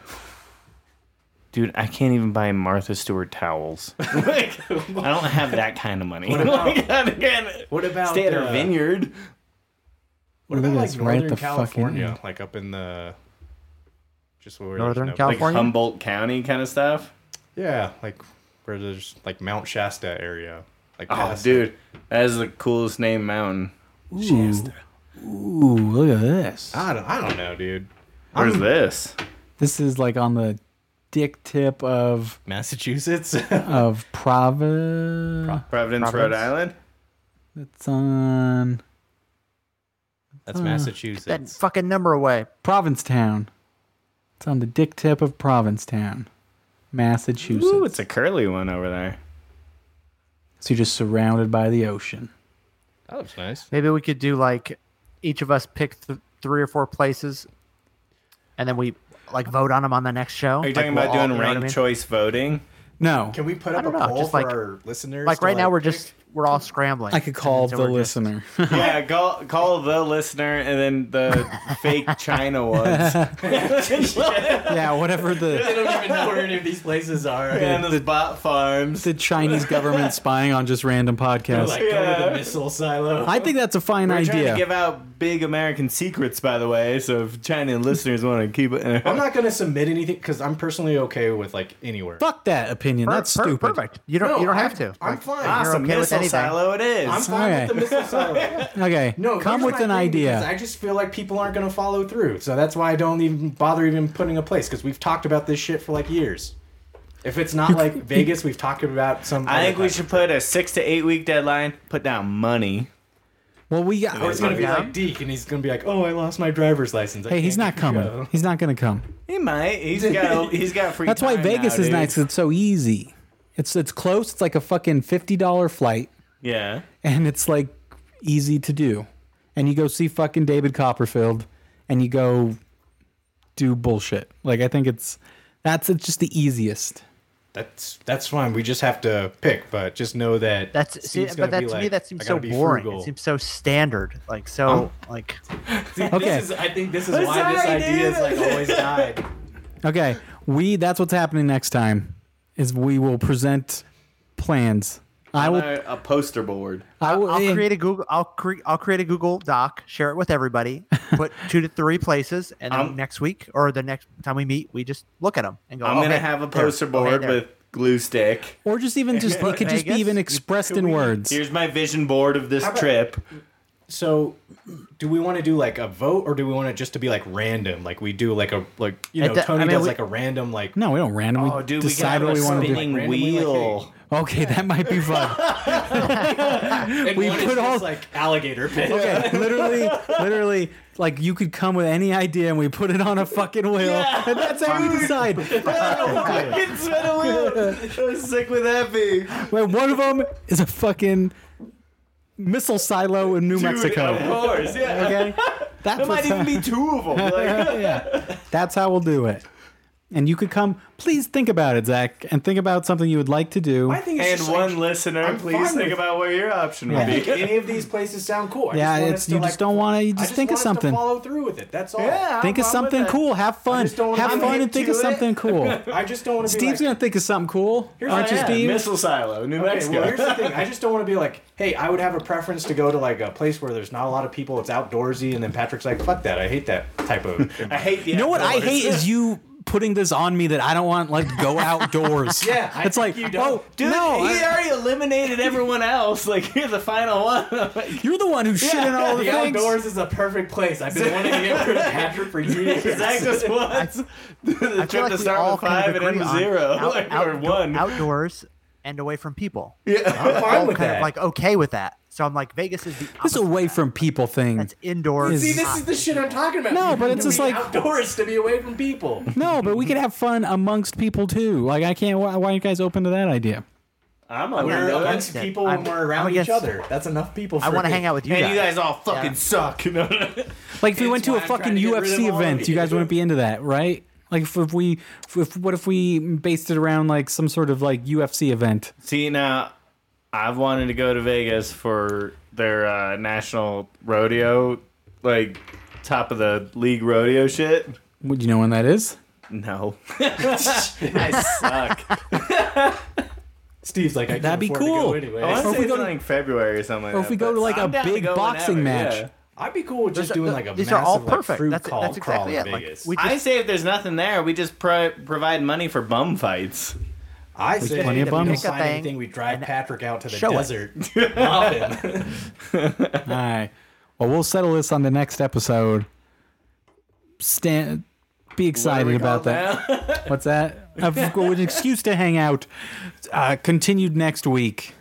Speaker 2: Dude, I can't even buy Martha Stewart towels. Like, I don't have that kind of money. Like, I can't
Speaker 3: What about
Speaker 2: Stay at her
Speaker 3: uh,
Speaker 2: vineyard.
Speaker 3: What
Speaker 1: Look
Speaker 3: about
Speaker 1: at
Speaker 3: like
Speaker 1: this, right at
Speaker 3: Northern
Speaker 1: the fucking
Speaker 3: California?
Speaker 1: end.
Speaker 3: Like up in the just where there's
Speaker 5: Northern
Speaker 3: no-
Speaker 2: Like
Speaker 5: California.
Speaker 2: Humboldt County kind of stuff.
Speaker 3: Yeah, like where there's like Mount Shasta area. Like
Speaker 2: Oh,
Speaker 3: past-
Speaker 2: dude, that is the coolest name mountain.
Speaker 1: Ooh. Ooh, look at this.
Speaker 3: I don't, I don't know, dude.
Speaker 2: Where's this?
Speaker 1: This is like on the dick tip of
Speaker 3: Massachusetts.
Speaker 1: of Providence.
Speaker 2: Providence, Rhode
Speaker 5: Providence?
Speaker 2: Island.
Speaker 1: It's on
Speaker 3: That's
Speaker 5: That
Speaker 3: Massachusetts.
Speaker 5: fucking number away.
Speaker 1: Provincetown. It's on the dick tip of Provincetown, Massachusetts.
Speaker 2: Ooh, it's a curly one over there.
Speaker 1: so you're just surrounded by the ocean.
Speaker 3: That looks nice.
Speaker 5: Maybe we could do like each of us pick th- three or four places, and then we like vote on them on the next
Speaker 2: Are
Speaker 5: show.
Speaker 2: you
Speaker 5: Like,
Speaker 2: talking
Speaker 5: we'll
Speaker 2: about
Speaker 5: all-
Speaker 2: doing
Speaker 5: you know what I
Speaker 2: ranked
Speaker 5: mean?
Speaker 2: choice voting?
Speaker 1: No,
Speaker 3: Can we put
Speaker 5: I
Speaker 3: up a
Speaker 5: don't know,
Speaker 3: poll
Speaker 5: just
Speaker 3: for
Speaker 5: like-
Speaker 3: our listeners?
Speaker 5: Like
Speaker 3: to,
Speaker 5: right now, we're
Speaker 3: pick?
Speaker 5: just we're all scrambling.
Speaker 1: I could call
Speaker 5: And so
Speaker 1: the
Speaker 5: we're just-
Speaker 1: listener.
Speaker 2: yeah, call call the listener and then the fake China ones.
Speaker 1: yeah, whatever the
Speaker 3: I don't even know where any of these places are.
Speaker 2: and the bot farms.
Speaker 1: the Chinese government spying on just random podcasts.
Speaker 3: Like go to the missile silo.
Speaker 1: I think that's a fine
Speaker 2: We're trying
Speaker 1: idea.
Speaker 2: to give out big American secrets, by the way. So if China listeners want to keep it,
Speaker 3: I'm not gonna submit anything because I'm personally okay with like anywhere.
Speaker 1: Fuck that opinion.
Speaker 5: Per-
Speaker 1: that's
Speaker 5: per-
Speaker 1: stupid.
Speaker 5: Perfect. You don't.
Speaker 3: No,
Speaker 5: you don't
Speaker 3: I'm-
Speaker 5: have to.
Speaker 3: I'm
Speaker 5: Like,
Speaker 3: fine.
Speaker 5: you're
Speaker 2: awesome
Speaker 5: okay with
Speaker 2: missile
Speaker 5: anything.
Speaker 2: silo it is.
Speaker 3: I'm fine
Speaker 1: Okay.
Speaker 3: with the missile silo.
Speaker 1: Okay.
Speaker 3: No,
Speaker 1: come
Speaker 3: here's
Speaker 1: with
Speaker 3: my
Speaker 1: an
Speaker 3: thing,
Speaker 1: idea.
Speaker 3: because I just feel like people aren't going to follow through, so that's why I don't even bother even putting a place because we've talked about this shit for like years. If it's not like Vegas, we've talked about some.
Speaker 2: I think
Speaker 3: other
Speaker 2: we
Speaker 3: time.
Speaker 2: should put a six to eight week deadline. Put down money.
Speaker 1: well, we got.
Speaker 3: Or it's going to be like Deke, and he's going to be like, "Oh, I lost my driver's license." I
Speaker 1: Hey,
Speaker 3: can't
Speaker 1: he's not
Speaker 3: go."
Speaker 1: coming. He's not gonna come.
Speaker 2: He might. He's got. He's got free.
Speaker 1: That's why
Speaker 2: time
Speaker 1: Vegas
Speaker 2: now,
Speaker 1: is
Speaker 2: dude.
Speaker 1: nice. 'cause It's so easy. It's it's close. It's like a fucking fifty dollar flight,
Speaker 2: Yeah.
Speaker 1: and it's like easy to do. And you go see fucking David Copperfield, and you go do bullshit. Like I think it's that's it's just the easiest.
Speaker 3: That's that's fine. We just have to pick, but just know that
Speaker 5: That's see,
Speaker 3: Steve's gonna
Speaker 5: but that
Speaker 3: be
Speaker 5: to
Speaker 3: like,
Speaker 5: me that
Speaker 3: "I
Speaker 5: seems
Speaker 3: gotta
Speaker 5: so
Speaker 3: be
Speaker 5: boring.
Speaker 3: frugal."
Speaker 5: It seems so standard. Like so like
Speaker 1: Okay.
Speaker 3: This is, I think this is why this
Speaker 2: Sorry,
Speaker 3: idea is like always died.
Speaker 1: Okay, we that's what's happening next time is we will present plans. I will.
Speaker 2: a, a poster board.
Speaker 1: I will.
Speaker 5: I'll
Speaker 1: eh,
Speaker 5: create a Google. I'll cre- I'll create a Google Doc, share it with everybody, put two to three places, and then
Speaker 2: I'm-
Speaker 5: next week or the next time we meet, we just look at them and go.
Speaker 2: I'm gonna
Speaker 5: okay,
Speaker 2: have a
Speaker 5: there,
Speaker 2: poster
Speaker 5: okay,
Speaker 2: board
Speaker 5: there.
Speaker 2: with glue stick.
Speaker 1: or just even just it could just be
Speaker 5: Vegas?
Speaker 1: even expressed in words.
Speaker 2: Here's my vision board of this trip.
Speaker 3: So, do we want to do like a vote, or do we want it just to be like random? Like we do like a like you
Speaker 5: It
Speaker 3: know
Speaker 5: do- I
Speaker 3: Tony
Speaker 5: mean,
Speaker 3: does
Speaker 5: we-
Speaker 3: like a random like
Speaker 1: No, we don't randomly
Speaker 2: Oh, dude, we
Speaker 1: decide
Speaker 2: got a
Speaker 1: what we want to do.
Speaker 2: spinning
Speaker 3: Randomly, like,
Speaker 2: wheel.
Speaker 3: hey.
Speaker 1: Okay, that might be fun.
Speaker 3: And
Speaker 1: We
Speaker 3: one
Speaker 1: put
Speaker 3: is just
Speaker 1: all-
Speaker 3: like alligator pit.
Speaker 1: Okay, literally, literally, like you could come with any idea and we put it on a fucking wheel, and that's how we decide.
Speaker 2: It's been a wheel. I'm sick with happy.
Speaker 1: When one of them is a fucking missile silo in New
Speaker 2: Of
Speaker 1: Mexico.
Speaker 2: course, yeah.
Speaker 1: Okay, that's
Speaker 2: There might
Speaker 1: what's
Speaker 2: even be two of them. Like,
Speaker 1: yeah, that's how we'll do it. And you could come. Please think about it, Zach, and think about something you would like to do.
Speaker 3: I think it's
Speaker 2: and
Speaker 3: just,
Speaker 2: one
Speaker 3: like,
Speaker 2: listener,
Speaker 3: I'm
Speaker 2: please
Speaker 3: fine
Speaker 2: think
Speaker 3: with-
Speaker 2: about what your option would
Speaker 1: Yeah.
Speaker 2: be.
Speaker 3: any of these places sound cool. I
Speaker 1: Yeah,
Speaker 3: just want
Speaker 1: it's-
Speaker 3: us to,
Speaker 1: you just
Speaker 3: like,
Speaker 1: don't wanna- you
Speaker 3: I
Speaker 1: just think of
Speaker 3: want us to
Speaker 1: something.
Speaker 3: follow through with it. That's all.
Speaker 2: Yeah,
Speaker 1: think of
Speaker 2: I'm fine with
Speaker 1: something
Speaker 2: that.
Speaker 1: cool. Have fun.
Speaker 3: just don't wanna
Speaker 1: Have
Speaker 3: be
Speaker 1: fun
Speaker 3: late
Speaker 1: and think
Speaker 2: to
Speaker 1: of
Speaker 2: it.
Speaker 1: something cool.
Speaker 3: I just don't want to be
Speaker 1: Steve's
Speaker 3: like,
Speaker 1: gonna think of something cool,
Speaker 2: Oh,
Speaker 1: aren't you,
Speaker 2: yeah,
Speaker 1: Steve?
Speaker 2: Missile silo, New
Speaker 3: Okay,
Speaker 2: Mexico.
Speaker 3: well, here's the thing. I just don't want to be like, hey, I would have a preference to go to like a place where there's not a lot of people. It's outdoorsy, and then Patrick's like, fuck that. I hate that type of.
Speaker 2: I hate the
Speaker 1: You know what I hate is you putting this on me that I don't want like go outdoors.
Speaker 3: Yeah, I
Speaker 1: it's like
Speaker 3: think you don't.
Speaker 1: oh no,
Speaker 2: he
Speaker 1: I-
Speaker 2: already eliminated everyone else. Like you're the final one.
Speaker 1: you're the one who shit in all the,
Speaker 3: the
Speaker 1: things.
Speaker 3: outdoors is a perfect place. I've been wanting to get rid of Patrick for years.
Speaker 2: Zach just wants the
Speaker 5: I
Speaker 2: trip
Speaker 5: feel like
Speaker 2: to
Speaker 5: we
Speaker 2: start
Speaker 5: all
Speaker 2: with
Speaker 5: kind
Speaker 2: five
Speaker 5: of
Speaker 2: and
Speaker 5: agree
Speaker 2: end with
Speaker 5: on
Speaker 2: zero,
Speaker 5: out-
Speaker 2: like, or
Speaker 5: out-
Speaker 2: one.
Speaker 5: outdoors and away from people.
Speaker 3: I'm fine
Speaker 5: all
Speaker 3: with
Speaker 5: kind
Speaker 3: that.
Speaker 5: of like okay with that. So I'm like Vegas is the
Speaker 1: This
Speaker 5: opposite of
Speaker 1: away
Speaker 5: that.
Speaker 1: from people thing.
Speaker 5: that's indoors.
Speaker 1: See,
Speaker 5: hot.
Speaker 3: the shit I'm talking about.
Speaker 1: No,
Speaker 3: You
Speaker 1: but
Speaker 3: need
Speaker 1: it's
Speaker 3: to
Speaker 1: just
Speaker 3: be
Speaker 1: like-
Speaker 3: outdoors to be away from people.
Speaker 1: no, but we could have fun amongst people too. Like I can't. Why, why are you guys open to that idea?
Speaker 2: I'm
Speaker 3: We're a
Speaker 5: I'm
Speaker 3: bunch
Speaker 5: against
Speaker 3: of
Speaker 5: it.
Speaker 3: people when
Speaker 5: I'm-
Speaker 3: we're
Speaker 5: I'm
Speaker 3: around each
Speaker 5: against-
Speaker 3: other. That's enough people. For
Speaker 5: I want to
Speaker 3: me.
Speaker 5: hang out with you
Speaker 2: And
Speaker 5: guys.
Speaker 2: you guys all fucking
Speaker 5: Yeah.
Speaker 2: suck. No, no.
Speaker 1: Like if we
Speaker 2: It's
Speaker 1: went to
Speaker 2: why
Speaker 1: a
Speaker 2: I'm
Speaker 1: fucking
Speaker 2: trying to get rid of
Speaker 1: UFC
Speaker 2: all of
Speaker 1: event, you
Speaker 2: you.
Speaker 1: guys wouldn't be into that, right? Like if, if we, if what if we based it around like some sort of like UFC event?
Speaker 2: See now, I've wanted to go to Vegas for their uh, national rodeo, like top of the league rodeo shit.
Speaker 1: Would you know when that is?
Speaker 2: No, I suck.
Speaker 3: Steve's like, I
Speaker 1: That'd
Speaker 3: can't
Speaker 1: be
Speaker 3: afford to go
Speaker 1: cool.
Speaker 3: anyway.
Speaker 2: I want
Speaker 1: Or
Speaker 2: to
Speaker 1: if
Speaker 2: say
Speaker 1: we
Speaker 2: it's
Speaker 1: go to-
Speaker 2: like February or something. Like
Speaker 1: or if we
Speaker 2: that,
Speaker 1: go to
Speaker 2: but
Speaker 1: like a
Speaker 2: I'm down to
Speaker 1: big
Speaker 2: go
Speaker 1: boxing
Speaker 2: whenever,
Speaker 1: match.
Speaker 2: yeah.
Speaker 3: I'd be cool with just
Speaker 5: Those are-
Speaker 3: doing like a
Speaker 5: these are
Speaker 3: massive
Speaker 5: all
Speaker 3: Like,
Speaker 5: perfect.
Speaker 3: fruit
Speaker 5: That's- e-,
Speaker 3: call,
Speaker 5: that's
Speaker 3: crawl
Speaker 5: exactly
Speaker 3: in
Speaker 5: it. Like,
Speaker 3: Vegas.
Speaker 5: we-
Speaker 2: I say if there's nothing there, we just pro- provide money for bum fights.
Speaker 3: I say
Speaker 1: plenty
Speaker 3: if
Speaker 1: of
Speaker 3: we don't
Speaker 1: bums.
Speaker 3: find
Speaker 5: Pick a thing
Speaker 3: anything, we drive Patrick out to the
Speaker 5: show it.
Speaker 3: desert. Mob him.
Speaker 1: All right. Well, we'll settle this on the next episode. Stan, be excited about that. What's that? I've got an excuse to hang out. Uh, continued next week.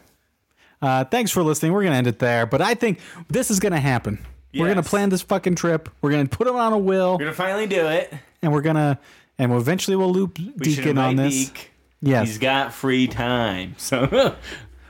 Speaker 1: Uh, thanks for listening. We're going to end it there, but I think this is going to happen. We're going to
Speaker 2: Yes.
Speaker 1: plan this fucking trip. We're going to put it on a will,
Speaker 2: We're gonna finally do it.
Speaker 1: and we're going to, and we'll eventually we'll loop
Speaker 2: We should
Speaker 1: Deacon on
Speaker 2: invite
Speaker 1: this.
Speaker 2: Deke.
Speaker 1: Yes.
Speaker 2: He's got free time. So,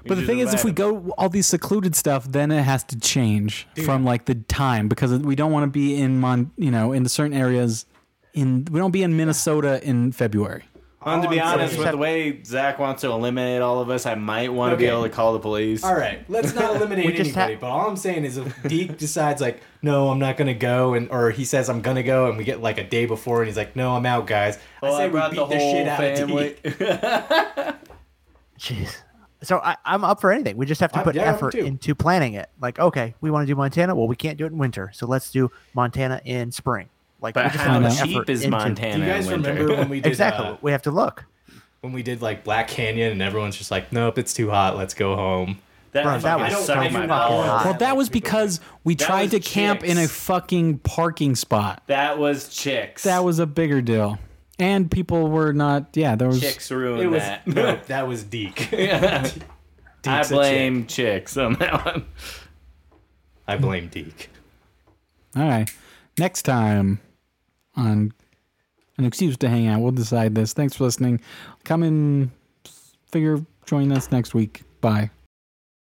Speaker 1: But the thing is, if we go all these secluded stuff, then it has to change from like the time because we don't want to be in Mon, you know, in certain areas. In we don't be in Minnesota in February.
Speaker 2: to be
Speaker 3: I'm saying
Speaker 2: honest,
Speaker 3: is
Speaker 2: with the way Zach wants to eliminate all of us, I might want to be
Speaker 3: Okay.
Speaker 2: able to call the police.
Speaker 3: All right, let's not eliminate
Speaker 5: We just
Speaker 3: anybody.
Speaker 5: ha-
Speaker 3: but all I'm saying is, if Deke decides like, no, I'm not gonna go, and or he says I'm gonna go, and we get like a day before, and he's like, no, I'm out, guys.
Speaker 2: Well, I,
Speaker 3: say
Speaker 2: brought
Speaker 3: we
Speaker 2: the whole
Speaker 3: beat the, shit out of
Speaker 2: family.
Speaker 3: Deke.
Speaker 5: Jeez. So I, I'm up for anything. We just have to
Speaker 3: I'm
Speaker 5: put
Speaker 3: down,
Speaker 5: effort
Speaker 3: too.
Speaker 5: into planning it. Like, okay, we want to do Montana. Well, we can't do it in winter, so let's do Montana in spring. Like, we
Speaker 2: But
Speaker 5: just
Speaker 2: how
Speaker 5: have to put
Speaker 2: cheap
Speaker 5: effort
Speaker 2: is
Speaker 5: into-
Speaker 2: Montana?
Speaker 3: Do you guys
Speaker 2: in winter?
Speaker 3: remember when we did
Speaker 5: Exactly.
Speaker 3: uh,
Speaker 5: we have to look.
Speaker 3: when we did like Black Canyon, and everyone's just like, nope, it's too hot, let's go home.
Speaker 2: that,
Speaker 5: Bro, that
Speaker 2: fucking
Speaker 5: was
Speaker 2: sucked
Speaker 5: so
Speaker 2: my
Speaker 5: fucking
Speaker 2: balls.
Speaker 5: hot.
Speaker 1: Well, that was because we
Speaker 2: That
Speaker 1: tried
Speaker 2: was
Speaker 1: to camp in a
Speaker 2: chicks.
Speaker 1: fucking parking spot.
Speaker 2: That was chicks.
Speaker 1: That was a bigger deal, and people were not. Yeah, there was.
Speaker 2: chicks ruined
Speaker 3: It was
Speaker 2: that.
Speaker 3: no, that was Deke.
Speaker 2: I
Speaker 3: Deke's a
Speaker 2: blame chicks on that one.
Speaker 3: I blame Deke.
Speaker 1: All right, next time on an excuse to hang out, we'll decide this. Thanks for listening. Come and figure join us next week. Bye.